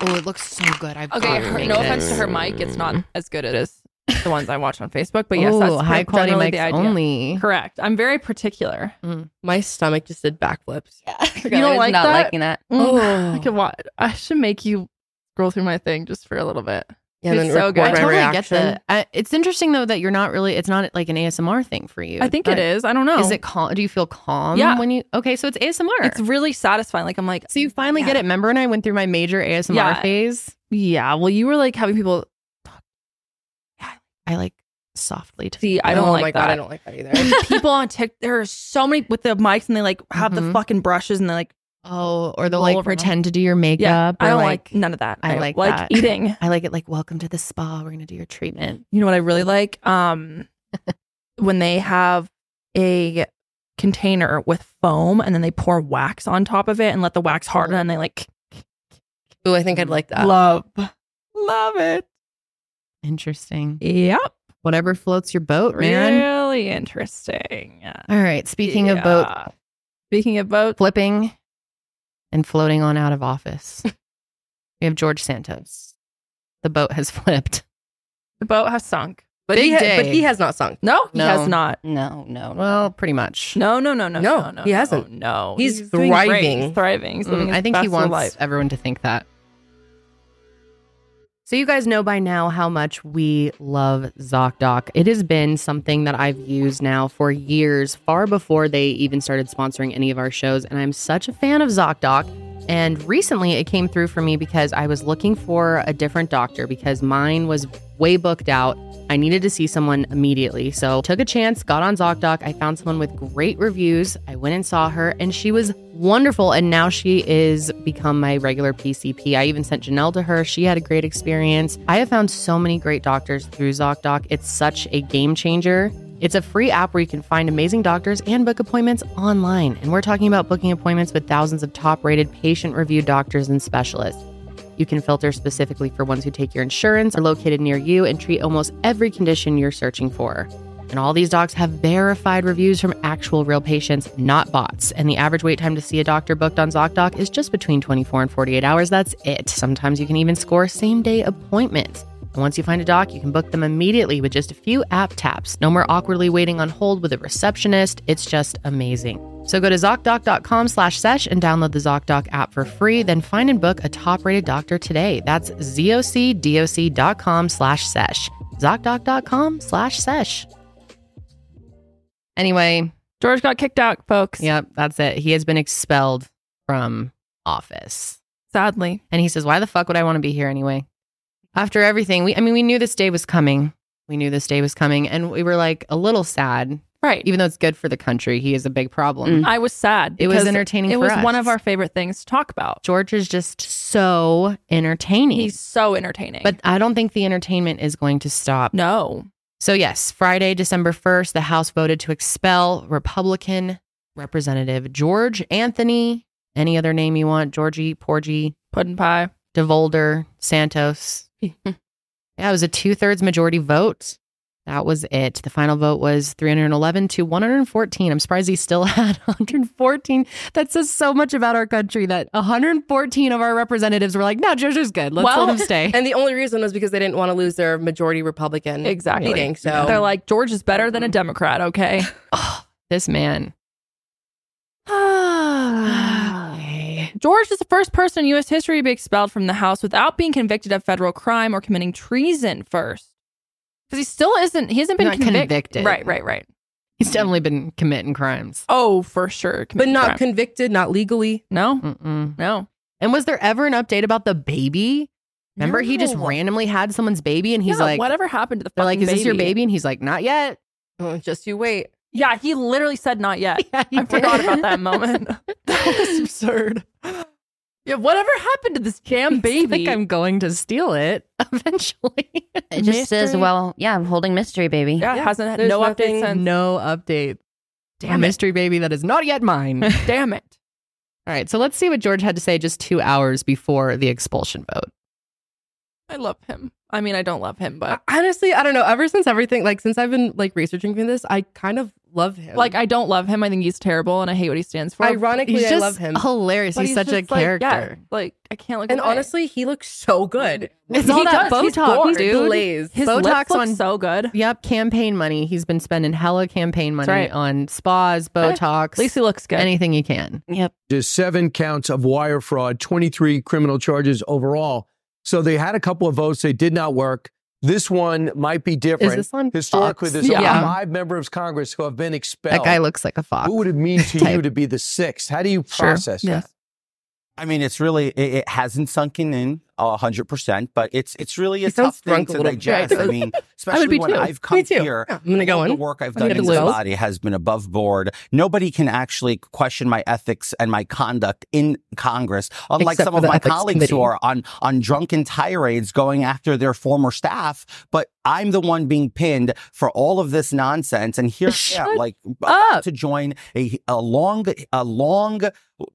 S1: Oh, it looks so good. I've
S12: Okay,
S1: got to
S12: her-
S1: make
S12: no
S1: this.
S12: offense to her mic, it's not
S14: Mm-hmm.
S12: as good as the ones I watch on Facebook, but yes,
S1: Ooh,
S12: that's
S1: high quality
S12: generally
S1: mics
S12: the idea. *laughs*
S1: only.
S12: Correct. I'm very particular.
S1: Mm.
S13: My stomach just did backflips.
S12: You don't like
S14: not
S12: that?
S14: liking that.
S12: Mm, I
S1: Oh.
S12: could wa- I should make you scroll through my thing just for a little bit.
S13: Yeah, and
S12: it's
S13: then
S12: so good.
S13: record
S1: I totally
S13: reaction.
S1: get that. I, it's interesting though that you're not really. It's not like an ASMR thing for you.
S12: I think it
S1: but
S12: is. I don't know.
S1: Is it calm? Do you feel calm?
S12: Yeah.
S1: When you okay, so it's ASMR.
S12: It's really satisfying. Like I'm like,
S1: so you finally get it. Remember, and I went through my major ASMR
S12: Yeah.
S1: phase.
S12: yeah. Well, you were like having people
S1: I like softly. To
S12: see. I don't
S13: oh
S12: like
S13: my
S12: that.
S13: god, I don't
S1: *laughs*
S13: like that either.
S12: And people on TikTok, there are so many with the mics and they like have the
S1: Mhm.
S12: fucking brushes and they like,
S1: Oh, or they'll
S12: Roll
S1: like
S12: over them.
S1: pretend to do your makeup.
S12: yeah, I
S1: or,
S12: don't like, none of that.
S1: I like
S12: like
S1: that.
S12: eating.
S1: I like it like welcome to the spa. We're gonna do your treatment.
S12: You know what I really like? Um, when they have a container with foam and then they pour wax on top of it and let the wax harden and they like
S13: Ooh, I think I'd like that.
S12: love, love it.
S1: Interesting.
S12: Yep.
S1: Whatever floats your boat, man.
S12: Really interesting.
S1: All right. Speaking of boat
S12: Yeah. Speaking of boat,
S1: flipping and floating on out of office, *laughs* we have George Santos. The boat has flipped.
S12: the boat has sunk.
S13: But
S1: Big
S13: he, ha- but
S1: day.
S13: he has not sunk.
S12: No, he
S1: No.
S12: has not.
S14: No, no.
S1: Well, pretty much.
S12: No, no, no, no,
S13: No,
S12: no, no.
S13: he hasn't.
S12: No,
S13: He's
S12: doing great.
S13: thriving.
S12: He's thriving. He's living
S1: Mm,
S12: his
S1: I think he
S12: best
S1: wants
S12: life.
S1: everyone to think that. So you guys know by now how much we love ZocDoc. It has been something that I've used now for years, far before they even started sponsoring any of our shows, and I'm such a fan of ZocDoc. And recently it came through for me because I was looking for a different doctor because mine was way booked out. I needed to see someone immediately. So took a chance, got on ZocDoc. I found someone with great reviews. I went and saw her and she was wonderful. And now she is become my regular PCP. I even sent Janelle to her. She had a great experience. I have found so many great doctors through ZocDoc. It's such a game changer. It's a free app where you can find amazing doctors and book appointments online. And we're talking about booking appointments with thousands of top rated patient reviewed doctors and specialists. You can filter specifically for ones who take your insurance, are located near you, and treat almost every condition you're searching for. And all these docs have verified reviews from actual real patients, not bots. And the average wait time to see a doctor booked on ZocDoc is just between 24 and 48 hours. That's it. Sometimes you can even score same day appointments. And once you find a doc, you can book them immediately with just a few app taps. No more awkwardly waiting on hold with a receptionist. It's just amazing. So go to ZocDoc.com slash sesh and download the ZocDoc app for free. Then find and book a top-rated doctor today. That's ZocDoc.com slash sesh. ZocDoc.com slash sesh. Anyway.
S12: George got kicked out, folks.
S1: Yep, that's it. He has been expelled from office.
S12: Sadly.
S1: And he says, why the fuck would I want to be here anyway? after everything we i mean we knew this day was coming we knew this day was coming and we were like a little sad
S12: right
S1: even though it's good for the country he is a big
S13: Mm.
S1: problem
S12: I was sad.
S1: It was
S12: because
S1: entertaining
S12: It
S1: for
S12: was
S1: us.
S12: one of our favorite things to talk about.
S1: george is just so entertaining
S12: He's so entertaining.
S1: but i don't think the entertainment is going to stop
S12: no
S1: so yes friday december 1st the house voted to expel republican representative george anthony any other name you want georgie porgy
S12: puddin pie
S1: devolder
S13: *laughs*
S1: santos Yeah, it was a two thirds majority vote. That was it. The final vote was 311 to 114. I'm surprised he still *laughs* had 114. That says so much about our country that 114 of our representatives were like, no, JoJo's good. Let's let him stay.
S13: *laughs* And the only reason was because they didn't want to lose their majority Republican
S12: Exactly.
S13: meeting. So
S12: They're like, George is better than a
S1: *laughs*
S12: Democrat, okay?
S1: this
S12: *sighs*
S1: man. *sighs*
S12: George is the first person in U.S. history to be expelled from the House without being convicted of federal crime or committing treason first. Because he still isn't, he hasn't been
S1: Not
S12: convic-
S1: convicted.
S12: Right, right, right.
S1: He's definitely been committing crimes.
S12: Oh, for sure. committing
S13: not
S12: crime.
S13: convicted, not legally.
S12: No.
S1: Mm-mm.
S12: No.
S1: And was there ever an update about the baby? Remember, he just
S12: No.
S1: randomly had someone's baby and he's
S12: Yeah,
S1: like,
S12: whatever happened to the
S1: They're like,
S12: fucking
S1: is this your
S12: baby?"
S1: baby? And he's like, not yet.
S13: Oh, just you wait.
S12: Yeah, he literally said *laughs* not yet. I forgot about that moment. *laughs* that was absurd. Yeah, whatever happened to
S1: *laughs*
S12: this damn baby?
S1: Like, I'm going to steal it *laughs* eventually.
S14: It just says,
S12: Mystery.
S14: well, yeah, I'm holding mystery, baby.
S12: yeah,
S13: Yeah,
S12: hasn't had
S13: there's
S12: no update
S13: nothing-
S12: since.
S1: No update.
S12: Damn
S1: A
S12: it.
S1: mystery baby that is not yet mine. All
S12: *laughs* Damn it.
S1: right, so let's see what George had to say just two hours before the expulsion vote.
S12: I love him. I mean, I don't love him, but
S13: Honestly, I don't know. Ever since everything, like since I've been like researching for this, I kind of love him.
S12: like, I don't love him. I think he's terrible, and I hate what he stands for.
S13: ironically,
S1: He's
S13: I
S1: just
S13: love him.
S1: hilarious.
S12: But
S1: He's, such a
S12: just like, yeah,
S1: character.
S12: like I can't look.
S13: and
S12: away.
S13: honestly, he looks so good.
S1: It's
S12: He
S1: all that
S12: does. He's
S1: Botox,
S12: gorgeous.
S1: dude.
S13: Blaze.
S12: his
S1: Botox
S12: lips look
S1: on-
S12: so good.
S1: Yep, campaign money. He's been spending hella campaign money
S12: right.
S1: on spas, Botox,
S12: At least he looks good.
S1: anything he can.
S14: Yep.
S20: There's seven counts of wire fraud, 23 criminal charges overall. So they had a couple of votes. They did not work. This one might be different.
S1: this on
S20: Historically,
S1: Fox?
S20: there's
S1: Yeah.
S20: only five members of Congress who have been expelled.
S1: That guy looks like a fox.
S20: What would it mean to you
S1: type.
S20: to be the sixth? How do you
S1: Sure.
S20: process
S12: Yeah.
S20: that?
S21: I mean, it's really it, it hasn't sunken in hundred percent, but it's it's really a
S13: He sounds
S21: tough thing
S13: drunk a
S21: to
S13: little bit.
S21: digest. I mean, especially
S13: *laughs* I would be
S21: when
S13: too.
S21: I've come
S13: Me too.
S21: here,
S13: Yeah, I'm gonna go
S21: all the
S13: in.
S21: work I've
S13: I'm
S21: done
S13: gonna
S21: in this
S13: lose.
S21: body has been above board. Nobody can actually question my ethics and my conduct in Congress, unlike
S13: Except
S21: some
S13: for
S21: of
S13: the
S21: my
S13: ethics
S21: colleagues who
S13: committee.
S21: are on on drunken tirades going after their former staff. But I'm the one being pinned for all of this nonsense, and here I am, like
S20: *laughs*
S21: about to join a a long a long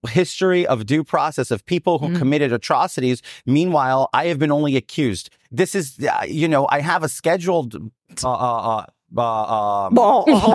S21: history of due process of people who committed atrocities. Meanwhile, I have been only accused. This is, uh, you know, I have a scheduled. Uh, uh, uh, uh, um,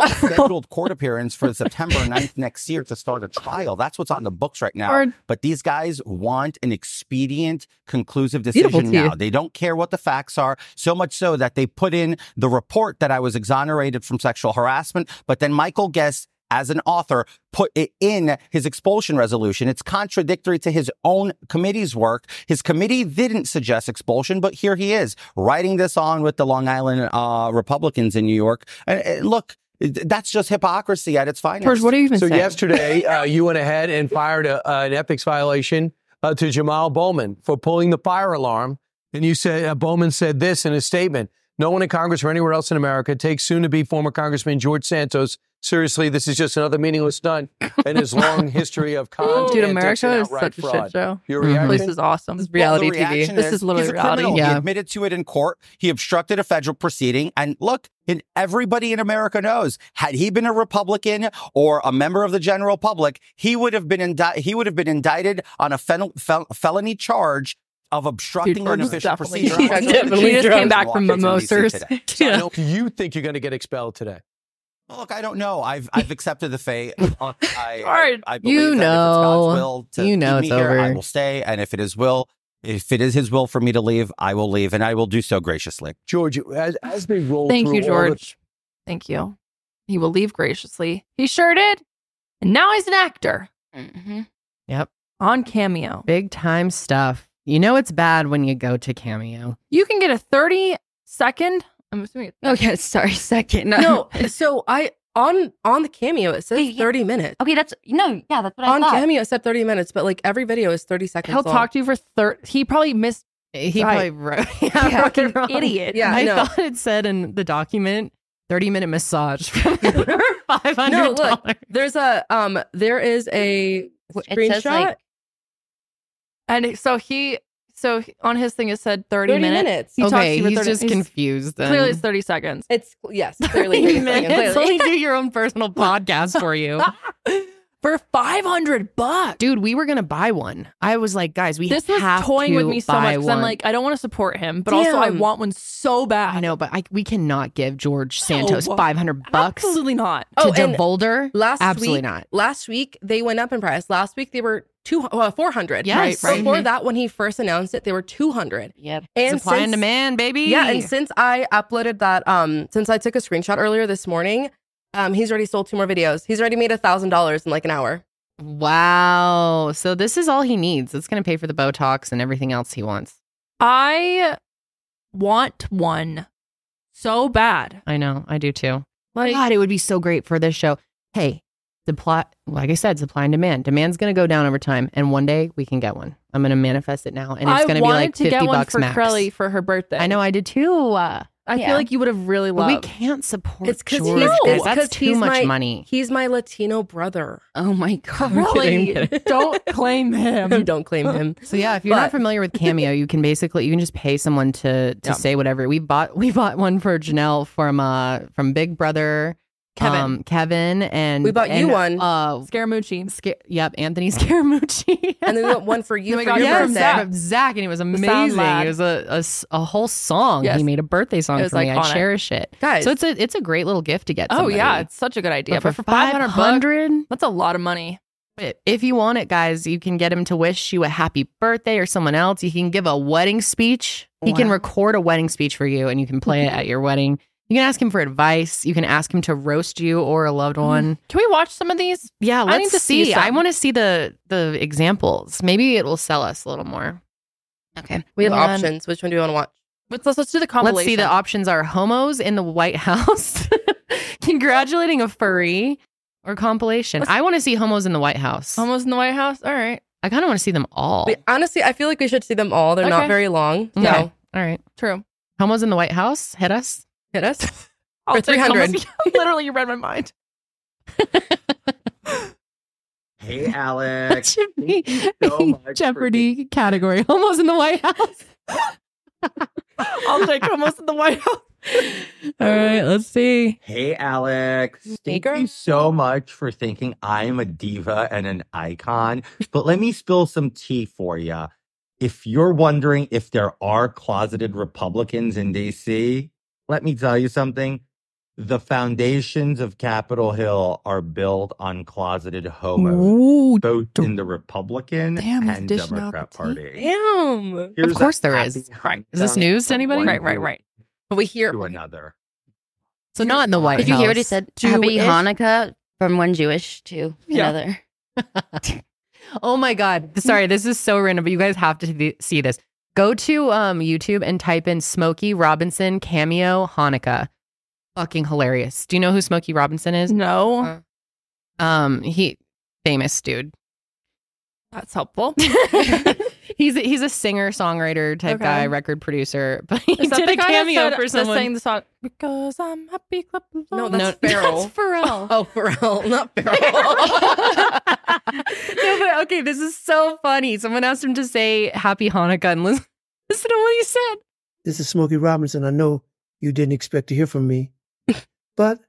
S21: a scheduled court appearance for September 9th next year to start a trial. That's what's on the books right now.
S12: *laughs* Or-
S21: but these guys want an expedient, conclusive
S12: Beautiful
S21: decision now.
S12: teeth.
S21: They don't care what the facts are, so much so that they put in the report that I was exonerated from sexual harassment. But then Michael Guest, as an author, put it in his expulsion resolution. It's contradictory to his own committee's work. His committee didn't suggest expulsion, but here he is writing this on with the Long Island uh, Republicans in New York. And, and look, that's just hypocrisy at its finest.
S20: so yesterday, uh, you went ahead and fired a, uh, an ethics violation uh, to Jamal Bowman for pulling the fire alarm. And you said uh, Bowman said this in a statement: No one in Congress or anywhere else in America takes soon to be former Congressman George Santos seriously. This is just another meaningless stunt in his long history of con.
S12: Dude,
S20: antics
S12: America
S20: and
S12: is
S20: outright
S12: such a
S20: fraud.
S12: shit show.
S20: Your
S12: Mhm. This
S20: reaction?
S12: is awesome. This is
S20: Well, the
S12: reality TV.
S20: reaction
S12: This
S20: is
S12: is literally
S20: he's a
S12: reality.
S20: criminal.
S12: Yeah.
S20: Yeah.
S21: He admitted to it in court. He obstructed a federal proceeding. And look, and everybody in America knows, had he been a Republican or a member of the general public, he would have been indi- he would have been indicted on a fel- fel- felony charge of obstructing
S12: Dude,
S21: an
S12: Orb's
S21: official
S12: definitely-
S21: procedure.
S12: he's definitely He just came drunk. back from
S21: Washington, D.C.
S12: mimosas.
S21: today.
S20: So
S12: *laughs*
S20: I know- do you think you're going to get expelled today?
S21: Look, I don't know. I've I've accepted the fate. I, I,
S12: *laughs* Alright,
S21: I believe
S12: you
S21: that if it's
S1: know.
S21: God's will to
S1: You know
S21: keep me
S1: it's
S21: here, I
S1: over.
S21: will stay, and if it is will, if it is His will for me to leave, I will leave, and I will do so graciously.
S20: George, as, as they roll
S12: Thank
S20: through
S12: you,
S20: all the-
S12: George. Thank you. He will leave graciously. He sure did. And now he's an actor
S5: Mm-hmm.
S1: Yep.
S12: on Cameo.
S1: Big time stuff. You know it's bad when you go to Cameo.
S12: You can get a 30 second. I'm assuming.
S14: Oh, *laughs*
S5: Okay, sorry, second.
S13: No, so I on on the cameo it says thirty minutes.
S14: Okay, that's no, yeah, that's what
S13: on
S14: thought.
S13: cameo it said thirty minutes, but like every video is thirty seconds.
S12: He'll
S13: long.
S12: talk to you for 30. He probably missed.
S1: He probably wrote. *laughs*
S12: Yeah,
S1: I wrote it
S12: fucking
S1: wrong.
S12: idiot.
S13: Yeah,
S1: I
S13: no.
S1: thought it said in the document 30 minute massage for $500.
S13: No, look, there's a um, there is a screenshot.
S12: says, like, And it- so he, so he- on his thing, it said 30,
S13: 30
S12: minutes.
S13: minutes.
S12: He talks to
S1: okay,
S12: you for
S1: he's
S12: 30
S1: just
S12: he's-
S1: confused
S12: *laughs*
S1: then.
S12: Clearly, it's 30 seconds.
S13: It's
S12: *laughs*
S13: yes, clearly.
S1: Thirty
S13: thirty seconds,
S1: minutes.
S13: clearly.
S1: Only do your own personal podcast for you.
S12: For 500 bucks.
S1: Dude, we were going to buy one. I was like, guys, we
S12: This was
S1: have
S12: toying
S1: to
S12: with me so much
S1: buy
S12: because I'm
S1: one.
S12: like, I don't want to support him, but also I
S1: Damn.
S12: want one so bad.
S1: I know, but I, we cannot give George Santos
S13: No.
S1: 500 bucks.
S12: Absolutely not.
S13: Oh,
S1: to
S13: and
S1: DeVolder?
S13: Last
S1: Absolutely
S13: week,
S1: not.
S13: Last week they went up in price. Last week they were two uh, four hundred.
S1: Yes. Right, right.
S13: Before
S1: Mhm.
S13: that, when he first announced it, they were two hundred.
S1: Yep.
S13: And
S1: Supply and
S13: since-
S1: demand, baby.
S13: Yeah, and since I uploaded that, um, since I took a screenshot earlier this morning, um, he's already sold two more videos. He's already made a thousand dollars in like an hour.
S1: Wow. So this is all he needs. It's going to pay for the Botox and everything else he wants.
S12: I want one so bad.
S1: I know. I do too.
S12: Like-
S1: God, it would be so great for this show. Hey, the plot, like I said, supply and demand. Demand's going to go down over time, and one day we can get one. I'm going to manifest it now, and it's
S12: I
S1: going to be
S12: wanted
S1: like
S12: to
S1: 50
S12: get one
S1: bucks
S12: for
S1: max.
S12: Krelly for her birthday.
S1: I know. I did too. Uh,
S12: I feel like you would have really
S1: But
S12: loved.
S1: we can't support
S13: It's because
S1: George.
S13: he's
S1: guys.
S13: it's
S1: That's
S13: 'cause
S1: too
S13: he's
S1: much
S13: my-
S1: money.
S13: He's my Latino brother.
S5: Oh my god.
S1: Really?
S12: Don't
S13: *laughs*
S12: claim him.
S13: Don't claim him.
S1: *laughs* So yeah, if you're not familiar with Cameo, you can basically you can just pay someone to to
S13: Yeah.
S1: say whatever. We bought we bought one for Janelle from uh from Big Brother.
S13: Kevin.
S1: um, Kevin, and
S13: We bought you
S1: and,
S13: one.
S1: Uh,
S12: Scaramucci.
S1: Sca- yep, Anthony *laughs* Scaramucci.
S13: and then we got one for you.
S1: Oh my
S13: for
S1: God,
S13: your
S1: yeah, from
S13: birthday.
S1: Zach. From Zach, and it was
S12: sound
S1: amazing.
S12: lad.
S1: It was a, a s- a whole song.
S12: Yes.
S1: He made a birthday song
S12: It
S1: for
S12: was, like,
S1: me.
S12: on
S1: I
S12: it.
S1: cherish it.
S13: Guys.
S1: so it's a it's a great little gift to get.
S12: Oh yeah,
S1: somebody.
S12: it's such a good idea.
S1: But
S12: But,
S1: for
S12: for 500 bucks,
S1: 500?
S12: that's a lot of money.
S1: But if you want it, guys, you can get him to wish you a happy birthday or someone else. You can give a wedding speech. He can
S12: Wow.
S1: record a wedding speech for you and you can play it at your wedding. You can ask him for advice. You can ask him to roast you or a loved one.
S12: Can we watch some of these?
S1: Yeah,
S12: I
S1: let's
S12: need to see
S1: see. I
S12: some.
S1: want to see the the examples. Maybe it will sell us a little more.
S14: Okay.
S13: We have
S1: Hold on.
S13: options. Which one do you want to watch?
S12: Let's let's, let's do the compilation.
S1: Let's see. The options are homos in the White *laughs* House, congratulating a furry, or compilation. I want to see homos in the White House.
S12: Almost in the White House. All right,
S1: I kind of want to see them all.
S13: We- honestly, I feel like we should see them all. They're
S12: Okay.
S13: not very long.
S1: Okay.
S13: No.
S1: All right.
S12: true.
S1: Homos in the White House. Hit us.
S13: Hit us.
S12: I'll
S13: For
S12: take
S13: 300.
S12: *laughs* almost- Literally, you read my mind.
S18: Hey, Alex.
S1: should be
S18: so
S22: *laughs*
S1: a
S18: much for
S1: Jeopardy category. Homos in the White House.
S12: I'll take almost in the White House. *laughs*
S1: All right, let's see.
S18: Hey, Alex. Thank
S13: girl.
S18: you so much for thinking I'm a diva and an icon. But let me spill some tea for you. If you're wondering if there are closeted Republicans in DC, let me tell you something. The foundations of Capitol Hill are built on closeted homos,
S12: Ooh,
S18: both in the Republican
S12: Damn, he's
S18: and
S12: dishing out
S18: Democrat
S12: the tea.
S18: Party.
S13: Damn.
S18: Here's
S1: of course
S18: a
S1: there
S18: happy
S1: is.
S18: hunting
S1: Is this
S18: from
S1: news to anybody?
S18: one
S12: Right, right,
S18: group
S12: right.
S13: But we hear
S18: To another.
S1: So not in the White
S14: Did you
S1: House.
S14: hear what he said? Happy
S13: Jewish.
S14: Hanukkah from one Jewish to
S12: Yeah.
S14: another.
S1: Oh my God. Sorry, this is so random, but you guys have to th- see this. Go to um, YouTube and type in Smokey Robinson cameo Hanukkah. Fucking hilarious. Do you know who Smokey Robinson is?
S12: No,
S1: Uh, Um, he famous dude.
S12: that's helpful.
S1: *laughs* He's a, he's a singer songwriter type
S12: Okay.
S1: guy, record producer, *laughs* but he
S12: Is that
S1: did
S12: the
S1: a
S12: guy that
S1: cameo
S12: said-
S1: for
S12: that
S1: someone.
S12: sang the song because I'm happy. Clap along."
S13: No,
S1: No, *laughs*
S13: that's Farrell.
S12: that's Pharrell.
S13: Oh, Pharrell, not Farrell.
S1: *laughs* no,
S12: *laughs*
S1: but okay, this is so funny. Someone asked him to say Happy Hanukkah and listen, listen to what he said.
S22: This is Smokey Robinson. I know you didn't expect to hear from me, but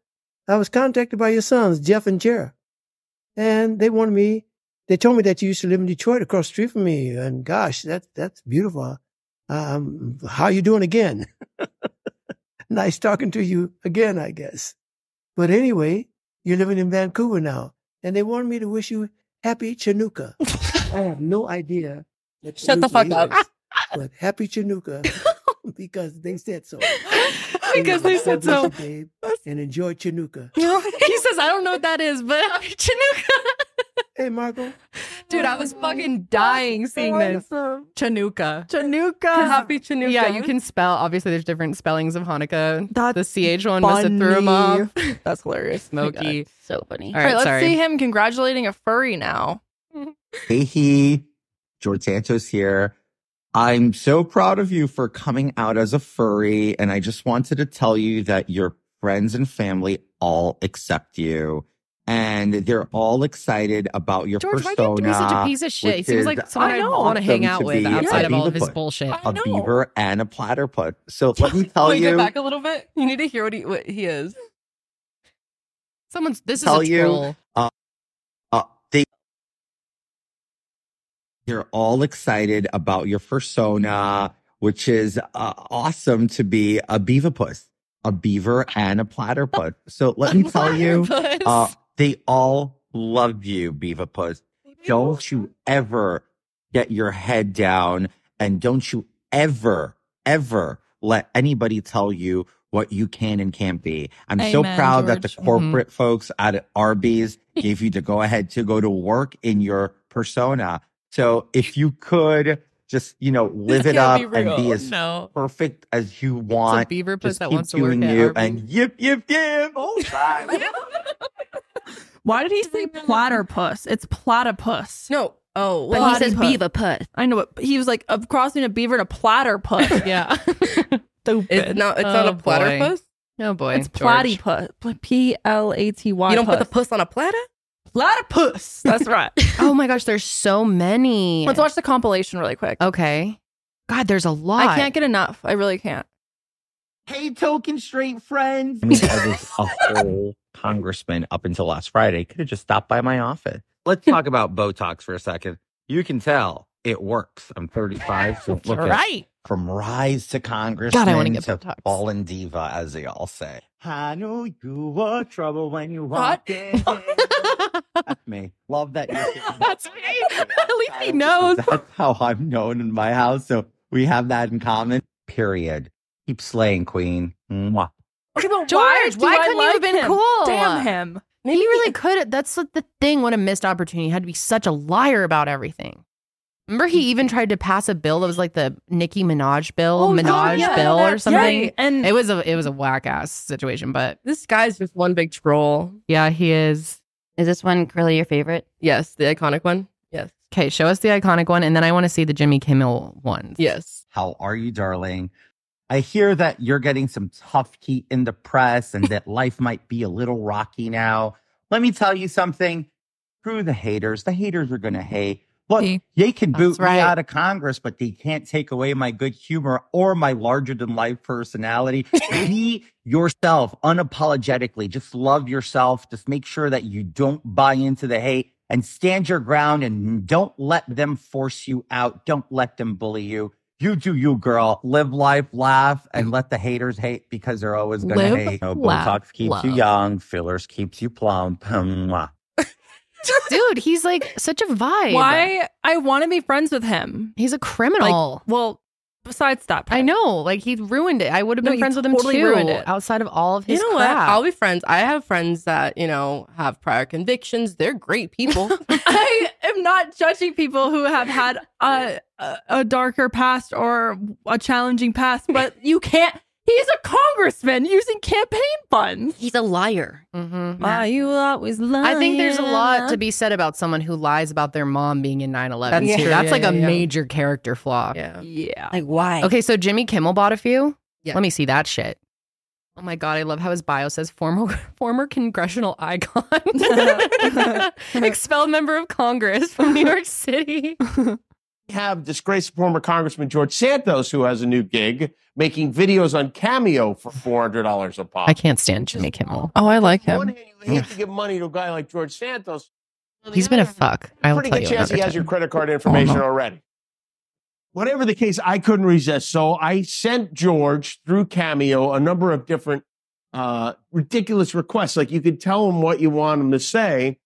S22: I was contacted by your sons, Jeff and Jared, *laughs* and they wanted me. They told me that you used to live in Detroit, across the street from me. And gosh, that's that's beautiful. Um, how you doing again? *laughs* nice talking to you again, I guess. But anyway, you're living in Vancouver now, and they wanted me to wish you happy Chanukah. I have no idea. what
S13: Shut the fuck
S22: Chanukah
S13: up.
S22: is, but happy Chanukah because they said so.
S1: Because they said so.
S22: God bless you, babe, and enjoy Chanukah.
S1: No, *laughs* he says, I don't know what that is, but *laughs* Chanukah.
S22: Hey, Marco.
S1: Dude, I was fucking dying seeing this. Chanukah.
S15: Chanukah.
S1: Happy
S15: Chanukah.
S1: Yeah, you can spell. Obviously, there's different spellings of Hanukkah. the CH one must have threw him
S15: funny.
S1: off. *laughs* That's hilarious. Smoky.
S14: so funny.
S1: All right,
S15: let's
S1: sorry.
S15: see him congratulating a furry now.
S21: Hey, he, George Santos here. I'm so proud of you for coming out as a furry. And I just wanted to tell you that your friends and family all accept you. And they're all excited about your
S1: George, why
S21: persona.
S1: do you have to be such a piece of shit? He
S21: which
S1: seems
S21: is
S1: like someone
S21: I
S1: I'd
S21: know,
S1: wanna hang
S21: awesome
S1: out
S21: to
S1: with
S21: be
S1: outside
S21: a
S1: of all of his
S21: beaverput,
S1: bullshit.
S21: A beaver and a platypus. So let me tell
S13: Wait,
S21: you.
S13: go back a little bit. You need to hear what he what he is.
S1: Someone's this
S21: tell
S1: is a
S21: you
S1: troll.
S21: uh, uh, they they're all excited about your persona which is uh, awesome to be a beaverpuss a beaver and a platypus so let me tell you
S19: platypus.
S21: uh, they all love you beaverpuss don't you ever get your head down and don't you ever ever let anybody tell you what you can and can't be. I'm so
S23: Amen,
S21: proud that the
S23: George. Mhm.
S21: corporate folks out at Arby's gave you the go ahead to go to work in your persona. So if you could just, you know, live it up
S1: can't be
S21: and be
S1: real.
S21: as
S1: Mm-hmm. No.
S21: perfect as you want.
S1: beaver puss
S21: just
S1: that
S21: keep
S1: wants to work
S21: doing
S1: at
S21: you
S1: Arby's.
S21: and yip, yip, yip. Oh,
S15: *laughs* Why did he say platypus? It's platypus.
S13: No. Oh,
S14: But he says beaver put.
S15: I know, but he was like of crossing a beaver and a platypus.
S1: *laughs* yeah.
S15: *laughs* Stupid.
S13: It's not- it's not a platypus?
S1: Oh boy.
S15: It's
S1: George.
S15: platypus. P L A T Y.
S13: You don't put the puss on a platter?
S15: platypus. That's *laughs* right.
S1: oh my gosh, there's so many.
S15: Let's watch the compilation really quick.
S1: Okay. God, there's a lot.
S15: I can't get enough. I really can't.
S21: Hey, token straight friends. I mean, I was a whole congressman up until last Friday. Could have just stopped by my office. Let's
S19: *laughs*
S21: talk about Botox for a second. You can tell it works. I'm 35. So look at-
S19: right.
S21: From rise to Congress
S19: God, I wanna get
S21: to fallen diva, as they all say. I know you were trouble when you
S19: What?
S21: walked in. That's me. Love that. you-
S1: *laughs* That's me. *laughs* At least he knows.
S21: That's *laughs* how I'm known in my house. So we have that in common. Period. Keep slaying, queen. Mwah.
S15: Okay, but
S1: George, why,
S15: do I
S1: couldn't you have
S15: like
S1: been
S15: him?
S1: cool?
S13: Oh,
S15: Damn him.
S1: he really could. That's like, the thing. What a missed opportunity. He had to be such a liar about everything. Remember, he
S13: Mm.
S1: even tried to pass a bill that was like the Nicki Minaj bill,
S13: Oh,
S1: Minaj
S13: God, yeah,
S1: bill or
S13: that's
S1: something.
S13: right.
S1: And it was a it was a whack ass situation. But
S13: This guy's just one big troll.
S1: yeah, he is.
S14: Is this one really your favorite?
S13: Yes, the iconic one. Yes.
S1: Okay, show us the iconic one, and then I want to see the Jimmy Kimmel ones.
S13: Yes.
S21: How are you, darling? I hear that you're getting some tough heat in the press and that life might be a little rocky now. Let me tell you something. Screw the haters. The haters are going to hate. Look, they can boot me out of Congress, but they can't take away my good humor or my larger than life personality. Be yourself unapologetically. Just love yourself. Just make sure that you don't buy into the hate and stand your ground and don't let them force you out. Don't let them bully you. You do you, girl. Live life, laugh, and let the haters hate because they're always going to
S19: Live,
S21: hate. No,
S19: laugh,
S21: Botox keeps you
S19: love.
S21: young. Fillers keeps you plump. Mwah.
S1: Dude, he's like such a vibe.
S15: Why I want to be friends with him?
S1: He's a criminal.
S15: well, besides that,
S1: I know. Like he ruined it. I would have
S13: No,
S1: been
S13: you
S1: friends with him
S13: totally
S1: too.
S13: ruined it.
S1: Outside of all of
S13: You
S1: his
S13: know
S1: crap.
S13: what? I'll be friends. I have friends that, you know, have prior convictions. They're great people.
S1: *laughs*
S15: I am not judging people who have had
S1: *laughs*
S15: a, a a darker past or a challenging past, but you can't.
S12: He's a congressman using campaign funds.
S1: He's a liar. Mm-hmm.
S12: Wow, you always lying.
S1: I think there's a lot to be said about someone who lies about their mom being in 9 11.
S12: That's
S1: That's,
S12: true. Yeah,
S1: like a
S12: yeah, yeah.
S1: major character flaw.
S12: Yeah. Yeah.
S1: Like, why? Okay, so Jimmy Kimmel bought a few.
S12: Yeah.
S1: Let me see that shit. Oh my God, I love how his bio says former *laughs* former congressional icon, *laughs* expelled member of Congress from New York City.
S24: We have disgraced former Congressman George Santos, who has a new gig making videos on Cameo for four hundred dollars a pop.
S1: I can't stand Jimmy Kimmel.
S12: Oh, I like
S24: On one hand, you hate to give money to a guy like George Santos.
S1: He's been a fuck. I'll
S24: Pretty
S1: tell
S24: good
S1: you.
S24: chance
S1: another
S24: he has
S1: time.
S24: your credit card information already. Whatever the case, I couldn't resist, so I sent George through Cameo a number of different uh, ridiculous requests. Like you could tell him what you want him to say.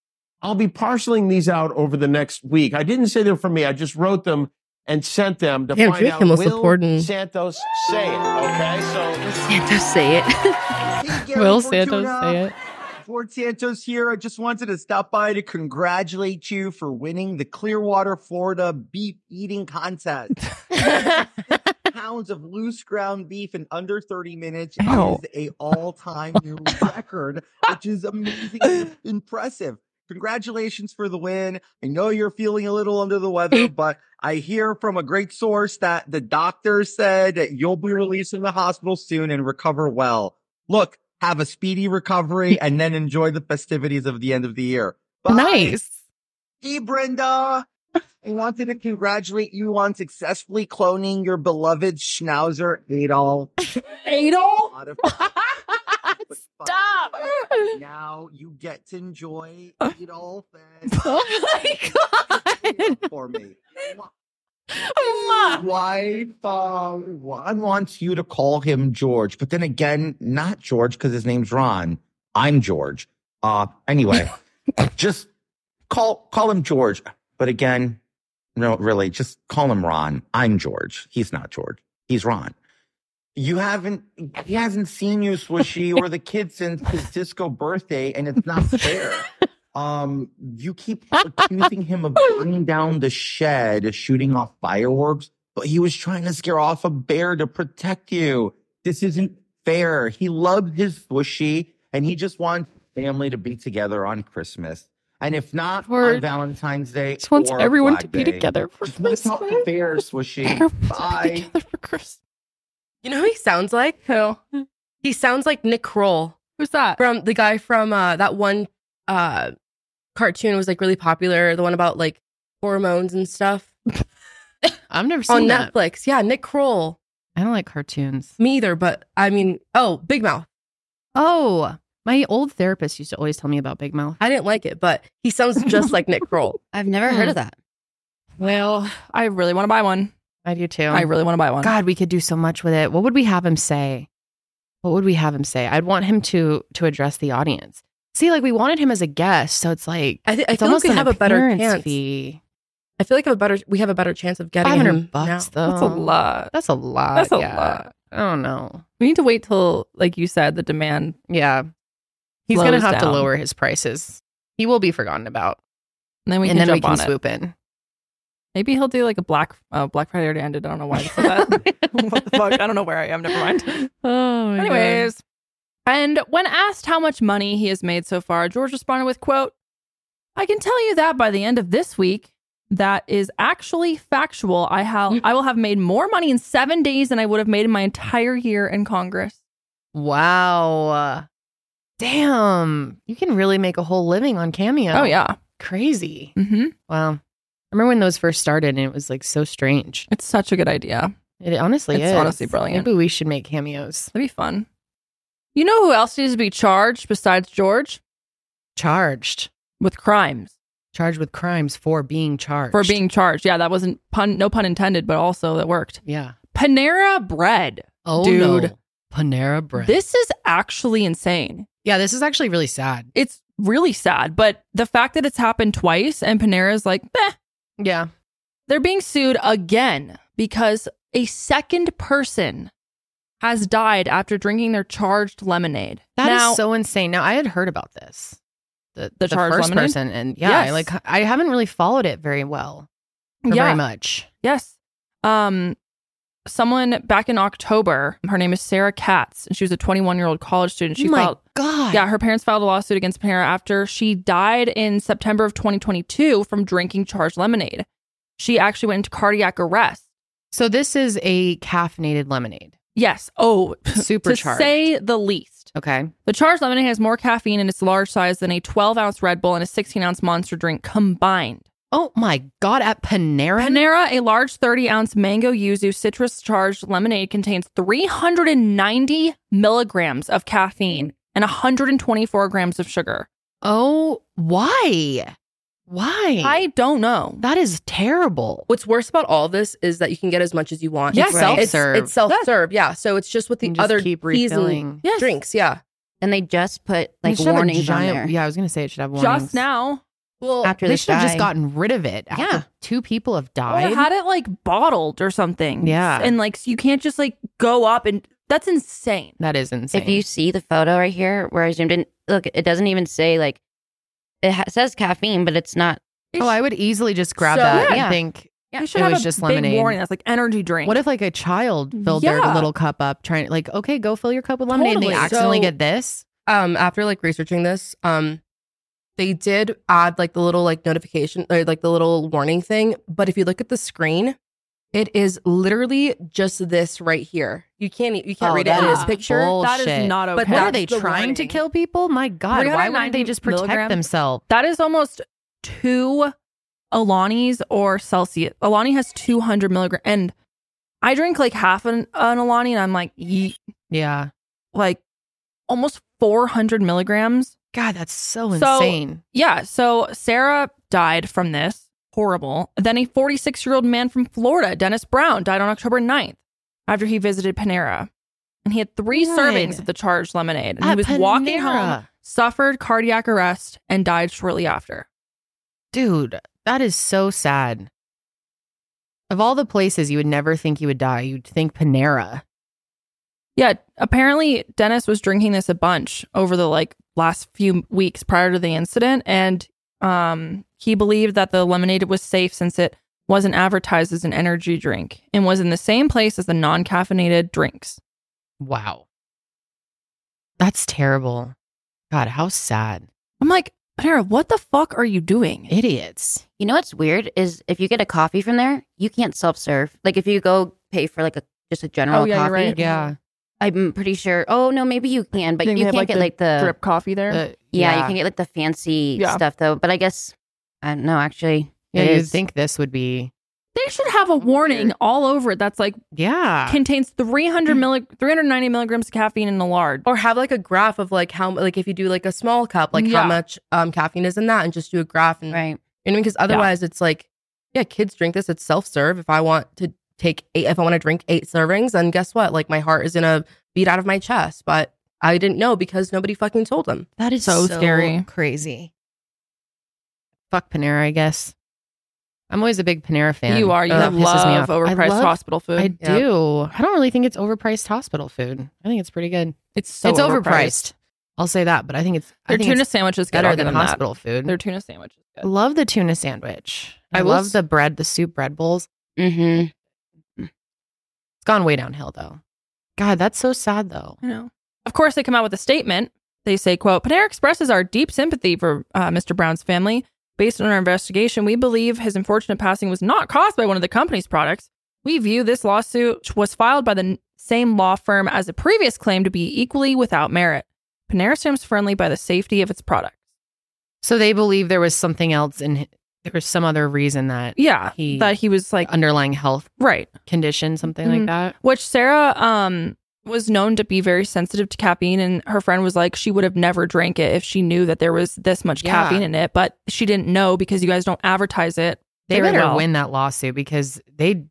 S24: I'll be parceling these out over the next week. I didn't say they're from me. I just wrote them and sent them to
S13: Damn,
S24: find
S13: George
S24: out
S13: Kimmel's
S24: will
S13: supporting-
S24: Santos say it. Okay, so
S13: Santos say
S12: *laughs*
S13: it.
S1: Will Santos say it?
S21: Fort Santos here. I just wanted to stop by to congratulate you for winning the Clearwater, Florida beef eating contest.
S24: *laughs*
S21: pounds of loose ground beef in under 30 minutes
S25: Ow.
S21: is a all-time new record, which is amazing and impressive. Congratulations for the win. I know you're feeling a little under the weather, but I hear from a great source that the doctor said that you'll be released from the hospital soon and recover well. Look, have a speedy recovery and then enjoy the festivities of the end of the year.
S1: Nice.
S21: Hey, Brenda. I wanted to congratulate you on successfully cloning your beloved Schnauzer Adol. Adol?
S1: *laughs*
S21: Stop! Now you get to enjoy Adol fed.
S1: *laughs*
S21: Oh my god! For me.
S1: Oh
S21: Why? uh, Ron wants you to call him George, but then again, not George because his name's Ron. I'm George. Uh, anyway, just call call him George. But again, no, really, just call him Ron. I'm George. He's not George. He's Ron. You haven't. He hasn't seen you, Swishy, or the kid since his disco birthday, and it's not fair. Um, you keep
S1: *laughs*
S21: accusing him of burning down the shed, shooting off fireworks, but he was trying to scare off a bear to protect you. This isn't fair. He loved his swishy and he just wants family to be together on Christmas. And if not on Valentine's Day,
S12: Just wants
S21: or
S12: everyone
S21: Flag
S12: to be
S21: Day.
S12: together for
S21: Just wanna talk to bears, swishy. Bye.
S13: You know who he sounds like? Who? He sounds like Nick Kroll.
S12: Who's that?
S13: From the guy from uh, that one uh, cartoon was like really popular, the one about like hormones and stuff.
S1: *laughs* I've never
S13: on
S1: seen that.
S13: Netflix. Yeah, Nick Kroll.
S1: I don't like cartoons.
S13: Me either, but I mean, oh, Big Mouth.
S1: Oh, my old therapist used to always tell me about Big Mouth.
S13: I didn't like it, but he sounds just like Nick Kroll.
S1: *laughs* I've never heard of
S13: Hmm.
S1: that.
S12: Well, I really want to buy one.
S1: I do too.
S12: I really want to buy one.
S1: God, we could do so much with it. What would we have him say? What would we have him say? I'd want him to to address the audience. See, like we wanted him as a guest, so it's like
S13: I, th- I
S1: it's
S13: feel like
S1: almost
S13: we
S1: an
S13: have a better
S1: appearance
S13: chance.
S1: fee.
S13: I feel like I have a better we have a better chance of getting
S1: Five
S13: him
S1: hundred bucks
S13: now.
S1: though. Um, That's a lot.
S12: That's a
S1: yeah.
S12: lot.
S1: I don't know.
S12: We need to wait till, like you said, the demand.
S1: Yeah, he's gonna
S12: slows
S1: have to
S12: down.
S1: lower his prices. He will be forgotten about.
S12: And then we
S1: and
S12: can
S1: then we
S12: jump
S1: can
S12: on it.
S1: swoop in.
S12: Maybe he'll do like a Black uh, Black Friday already ended. I don't know why
S1: *laughs*
S12: I said that. *laughs* what the fuck? I don't know where I am. Never mind.
S1: Oh, my God.
S12: Anyways, and when asked how much money he has made so far, George responded with, "quote I can tell you that by the end of this week, that is actually factual. I
S1: Mm.
S12: have I will have made more money in seven days than I would have made in my entire year in Congress.
S1: Wow. Damn. You can really make a whole living on Cameo.
S12: Oh, yeah.
S1: Crazy.
S12: Mm-hmm.
S1: Wow. I remember when those first started and it was like so strange.
S12: It's such a good idea.
S1: It honestly
S12: It's
S1: is.
S12: honestly brilliant.
S1: Maybe we should make cameos.
S12: That'd be fun. You know who else needs to be charged besides George?
S1: Charged
S12: with crimes.
S1: Charged with crimes for being charged.
S12: For being charged. Yeah, that wasn't pun no pun intended, but also that worked.
S1: Yeah.
S12: Panera bread.
S1: Oh
S12: dude.
S1: no. Panera bread.
S12: This is actually insane.
S1: Yeah, this is actually really sad.
S12: It's really sad, but the fact that it's happened twice and Panera's like, meh.
S1: Yeah.
S12: They're being sued again because a second person has died after drinking their charged lemonade.
S1: That is
S12: Now-
S1: so insane. Now I had heard about this. The
S12: The charged
S1: first
S12: lemonade?
S1: person and yeah, I,
S12: Yes.
S1: like I haven't really followed it very well. or
S12: Yeah.
S1: Very much.
S12: Yes. Um someone back in October. Her name is Sarah Katz, and she was a 21 year old college student. She
S1: Oh My
S12: filed,
S1: God.
S12: yeah, her parents filed a lawsuit against Panera after she died in September of 2022 from drinking charged lemonade. She actually went into cardiac arrest.
S1: So this is a caffeinated lemonade.
S12: Yes. Oh, *laughs*
S1: Supercharged.
S12: To say the least.
S1: Okay.
S12: The charged lemonade has more caffeine in its large size than a 12 ounce Red Bull and a 16 ounce monster drink combined.
S1: Oh my God, at Panera?
S12: Panera, a large 30 ounce mango yuzu citrus charged lemonade contains 390 milligrams of caffeine and 124 grams of sugar.
S1: Oh, why? Why?
S12: I don't know.
S1: That is terrible.
S13: What's worse about all this is that you can get as much as you want.
S1: Yes,
S13: It's- it's-
S1: self-serve.
S13: It's, self serve. Yeah. So it's just with the
S1: You just
S13: other
S1: keep
S13: teas and
S1: refilling.
S13: drinks. Yeah.
S14: And they just put
S1: They
S14: like
S1: should have a
S14: warnings
S1: giant-
S14: on there.
S1: Yeah, I was going to say it should have warnings.
S12: Just now.
S13: Well,
S14: after
S1: they
S14: this
S1: should have just
S14: guy-
S1: gotten rid of it. After
S14: Yeah.
S1: Two people have
S12: Or
S1: died.
S12: had it like bottled or something.
S1: Yeah.
S12: And like, so you can't just like go up and that's insane.
S1: that is insane.
S14: If you see the photo right here where I zoomed in, look, it doesn't even say like it ha- says caffeine, but it's not.
S1: oh, I would easily just grab
S14: So-
S1: that
S14: Yeah.
S1: and think
S14: Yeah.
S12: They should
S1: it
S12: have
S1: was
S12: a
S1: just
S12: big
S1: lemonade.
S12: warning that's like energy drink.
S1: What if like a child filled their
S12: Mm-hmm. Yeah.
S1: little cup up trying like, okay, go fill your cup with lemonade and they
S13: Totally.
S1: accidentally
S13: So-
S1: get this?
S13: Um, after like researching this, um, they did add like the little like notification or like the little warning thing. But if you look at the screen, it is literally just this right here. You can't e, you can't
S1: Oh,
S13: read it
S1: that
S13: in this
S1: is
S13: picture.
S1: bullshit. But what are they trying to kill people? My God, why wouldn't they
S12: 390
S1: just protect
S12: milligrams.
S1: themselves?
S12: That is almost two Alani's or Celsius. Alani has 200 milligram, and I drink like half an, an Alani, and I'm like, ye-
S1: Yeah.
S12: like almost 400 milligrams.
S1: God, that's so
S12: So-
S1: insane.
S12: Yeah. So Sarah died from this. Horrible. Then a 46 year old man from Florida, Dennis Brown, died on October 9th after he visited Panera. And he had three
S1: God.
S12: servings of the charged lemonade. And he
S1: At
S12: was walking
S1: Panera.
S12: home, suffered cardiac arrest, and died shortly after.
S1: Dude, that is so sad. Of all the places you would never think you would die, you'd think Panera.
S12: Yeah, apparently Dennis was drinking this a bunch over the like last few weeks prior to the incident and um he believed that the lemonade was safe since it wasn't advertised as an energy drink and was in the same place as the non-caffeinated drinks.
S1: Wow. That's terrible. God, how sad.
S12: I'm like, Panera, what the fuck are you doing?
S1: Idiots.
S14: You know what's weird is if you get a coffee from there, you can't self serve. Like if you go pay for like a just a general
S12: yeah,
S14: coffee,
S12: you're right.
S1: Yeah.
S14: I'm pretty sure. Oh no, maybe you can, but
S12: Think
S14: you
S12: they have,
S14: can't
S12: like,
S14: get
S12: the
S14: like the
S12: drip coffee there.
S1: The-
S14: yeah, you
S1: yeah.
S14: can get like the fancy
S12: Yeah.
S14: stuff though. But I guess I don't know. Actually,
S1: Yeah,
S14: it
S1: you'd
S14: is.
S1: think this would be.
S12: They should have a warning all over it that's like
S13: Ah.
S1: Yeah.
S12: contains 300 milli- 390 milligrams of caffeine in a large.
S13: Mm. or have like a graph of like how like if you do like a small cup like
S12: Yeah.
S13: how much um caffeine is in that and just do a graph and
S14: right
S13: you know because otherwise it's like yeah kids drink this it's self-serve if i want to take eight if i want to drink eight servings then guess what like my heart is gonna beat out of my chest but i didn't know because nobody fucking told them
S1: That is
S12: So scary.
S1: Crazy. Fuck Panera, I guess. I'm always a big Panera fan.
S12: You are. You
S1: That pisses me off.
S12: love
S1: I
S12: overpriced
S1: love-
S12: hospital food.
S1: I do. I don't really think it's overpriced hospital food. I think it's pretty good.
S12: It's so
S1: it's overpriced.
S12: overpriced.
S1: I'll say that, but I think it's I
S12: Their
S1: think
S12: tuna
S1: it's
S12: sandwich is good.
S1: better
S12: I'll
S1: than
S12: give them that.
S1: hospital food.
S12: Their tuna sandwich. is
S1: I love the tuna sandwich. I,
S13: I will
S1: love
S13: s-
S1: the bread, the soup bread bowls. Mm.
S14: Mm-hmm.
S1: It's gone way downhill though. God, that's so sad though.
S12: I know. Of course, they come out with a statement. They say, quote, Panera expresses our deep sympathy for uh, Mr. Brown's family. Based on our investigation, we believe his unfortunate passing was not caused by one of the company's products. We view this lawsuit, which was filed by the n- same law firm as a previous claim, to be equally without merit. Panera seems friendly by the safety of its products.
S1: So they believe there was something else and there was some other reason that
S12: Yeah,
S1: he
S12: that he was like
S1: underlying health
S12: right
S1: condition, something
S12: Mhm.
S1: like that.
S12: Which Sarah um was known to be very sensitive to caffeine and her friend was like she would have never drank it if she knew that there was this much
S1: Yeah.
S12: caffeine in it, but she didn't know because you guys don't advertise it.
S1: They
S12: very
S1: better
S12: well.
S1: win that lawsuit because they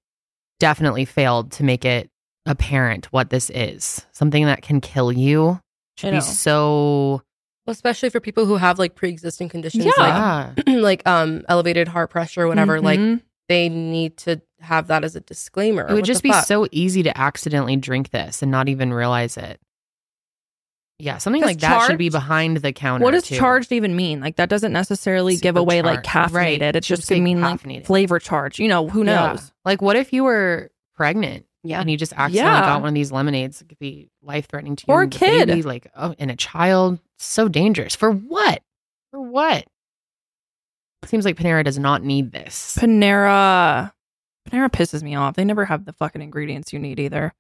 S1: definitely failed to make it apparent what this is. Something that can kill you
S12: I
S1: should be
S12: know.
S1: so
S13: especially for people who have like pre-existing conditions
S1: Yeah.
S13: like like um elevated heart pressure or whatever like
S12: Mhm.
S13: they need to have that as a disclaimer
S1: It would
S13: What
S1: just
S13: the
S1: be
S13: fuck?
S1: so easy to accidentally drink this and not even realize it. Yeah, something
S12: 'Cause
S1: like that should be
S12: charged-
S1: behind the counter.
S12: What does
S1: too.
S12: charged even mean? Like that doesn't necessarily give away like
S1: Supercharged.
S12: caffeinated.
S1: Right.
S12: It
S1: Should
S12: just
S1: say
S12: could mean
S1: caffeinated.
S12: like flavor charge. You know, who
S1: Yeah.
S12: knows?
S1: Like, what if you were pregnant Yeah. And you just accidentally
S13: Yeah.
S1: got one of these lemonades. It could be life threatening to you.
S13: Or a
S1: and the
S13: kid.
S1: baby, like, oh, and a child. So dangerous. For what? For what? Seems like Panera does not need this.
S12: Panera. Panera pisses me off. They never have the fucking ingredients you need either.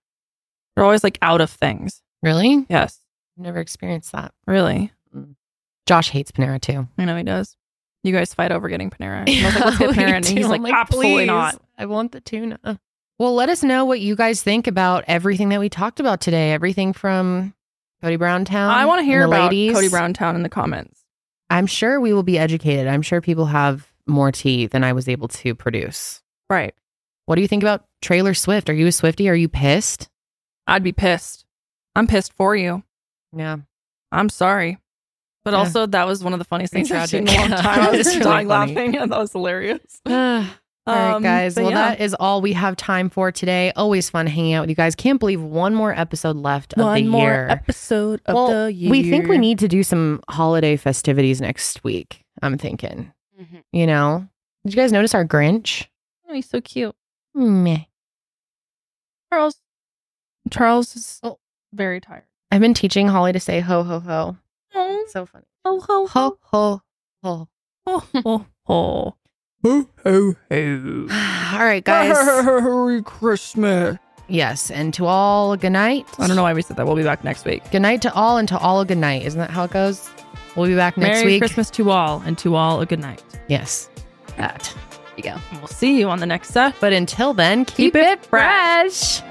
S12: They're always like out of things.
S1: Really?
S12: Yes.
S1: Never experienced that. Mm.
S12: Really?
S1: Josh hates Panera too.
S12: I know he does. You guys fight over getting
S1: *laughs*
S12: Panera. I was like, let's get
S1: We
S12: Panera. And he's
S1: do.
S12: like,
S1: I'm
S12: absolutely
S1: "Please,
S12: not.
S1: I want the tuna. Well, let us know what you guys think about everything that we talked about today. Everything from Cody Browntown.
S12: I want to
S1: and
S12: hear
S1: the
S12: about
S1: ladies.
S12: Cody Browntown in the comments.
S1: I'm sure we will be educated. I'm sure people have more tea than I was able to produce.
S12: Right.
S1: What do you think about Trailer Swift? Are you a Swifty? Are you pissed?
S12: I'd be pissed. I'm pissed for you.
S1: Yeah.
S12: I'm sorry. But
S1: Yeah.
S12: also, that was one of the funniest
S1: Pretty
S12: things I've seen in a
S1: tragic.
S12: long
S1: *laughs*
S12: time. I was
S1: It's
S12: just
S1: really
S12: dying
S1: funny.
S12: laughing. and that was hilarious.
S1: *sighs* All right,
S12: Um,
S1: guys.
S12: but
S1: Well,
S12: yeah.
S1: that is all we have time for today. Always fun hanging out with you guys. Can't believe one more episode left of
S12: One
S1: the
S12: more
S1: year.
S12: episode of
S1: well,
S12: the year.
S1: we think we need to do some holiday festivities next week. I'm thinking. You know, did you guys notice our Grinch?
S12: Mm-hmm. Oh, he's so cute.
S1: Meh.
S12: Charles. Charles is very tired.
S1: I've been teaching Holly to say ho ho ho.
S12: Oh,
S1: so funny.
S12: Ho ho
S1: ho ho ho.
S12: Oh, oh, oh.
S1: Ho ho ho. *sighs* All right, guys.
S12: Merry Christmas.
S1: Yes, and to all, good night.
S12: I don't know why we said that. We'll be back next week.
S1: Good night to all, and to all, a good night. Isn't that how it goes? We'll be back next
S12: Merry
S1: week.
S12: Christmas to all, and to all a good night.
S1: Yes.
S12: That. There you go. We'll see you on the next uh, set.
S1: But until then, keep,
S12: it
S1: fresh.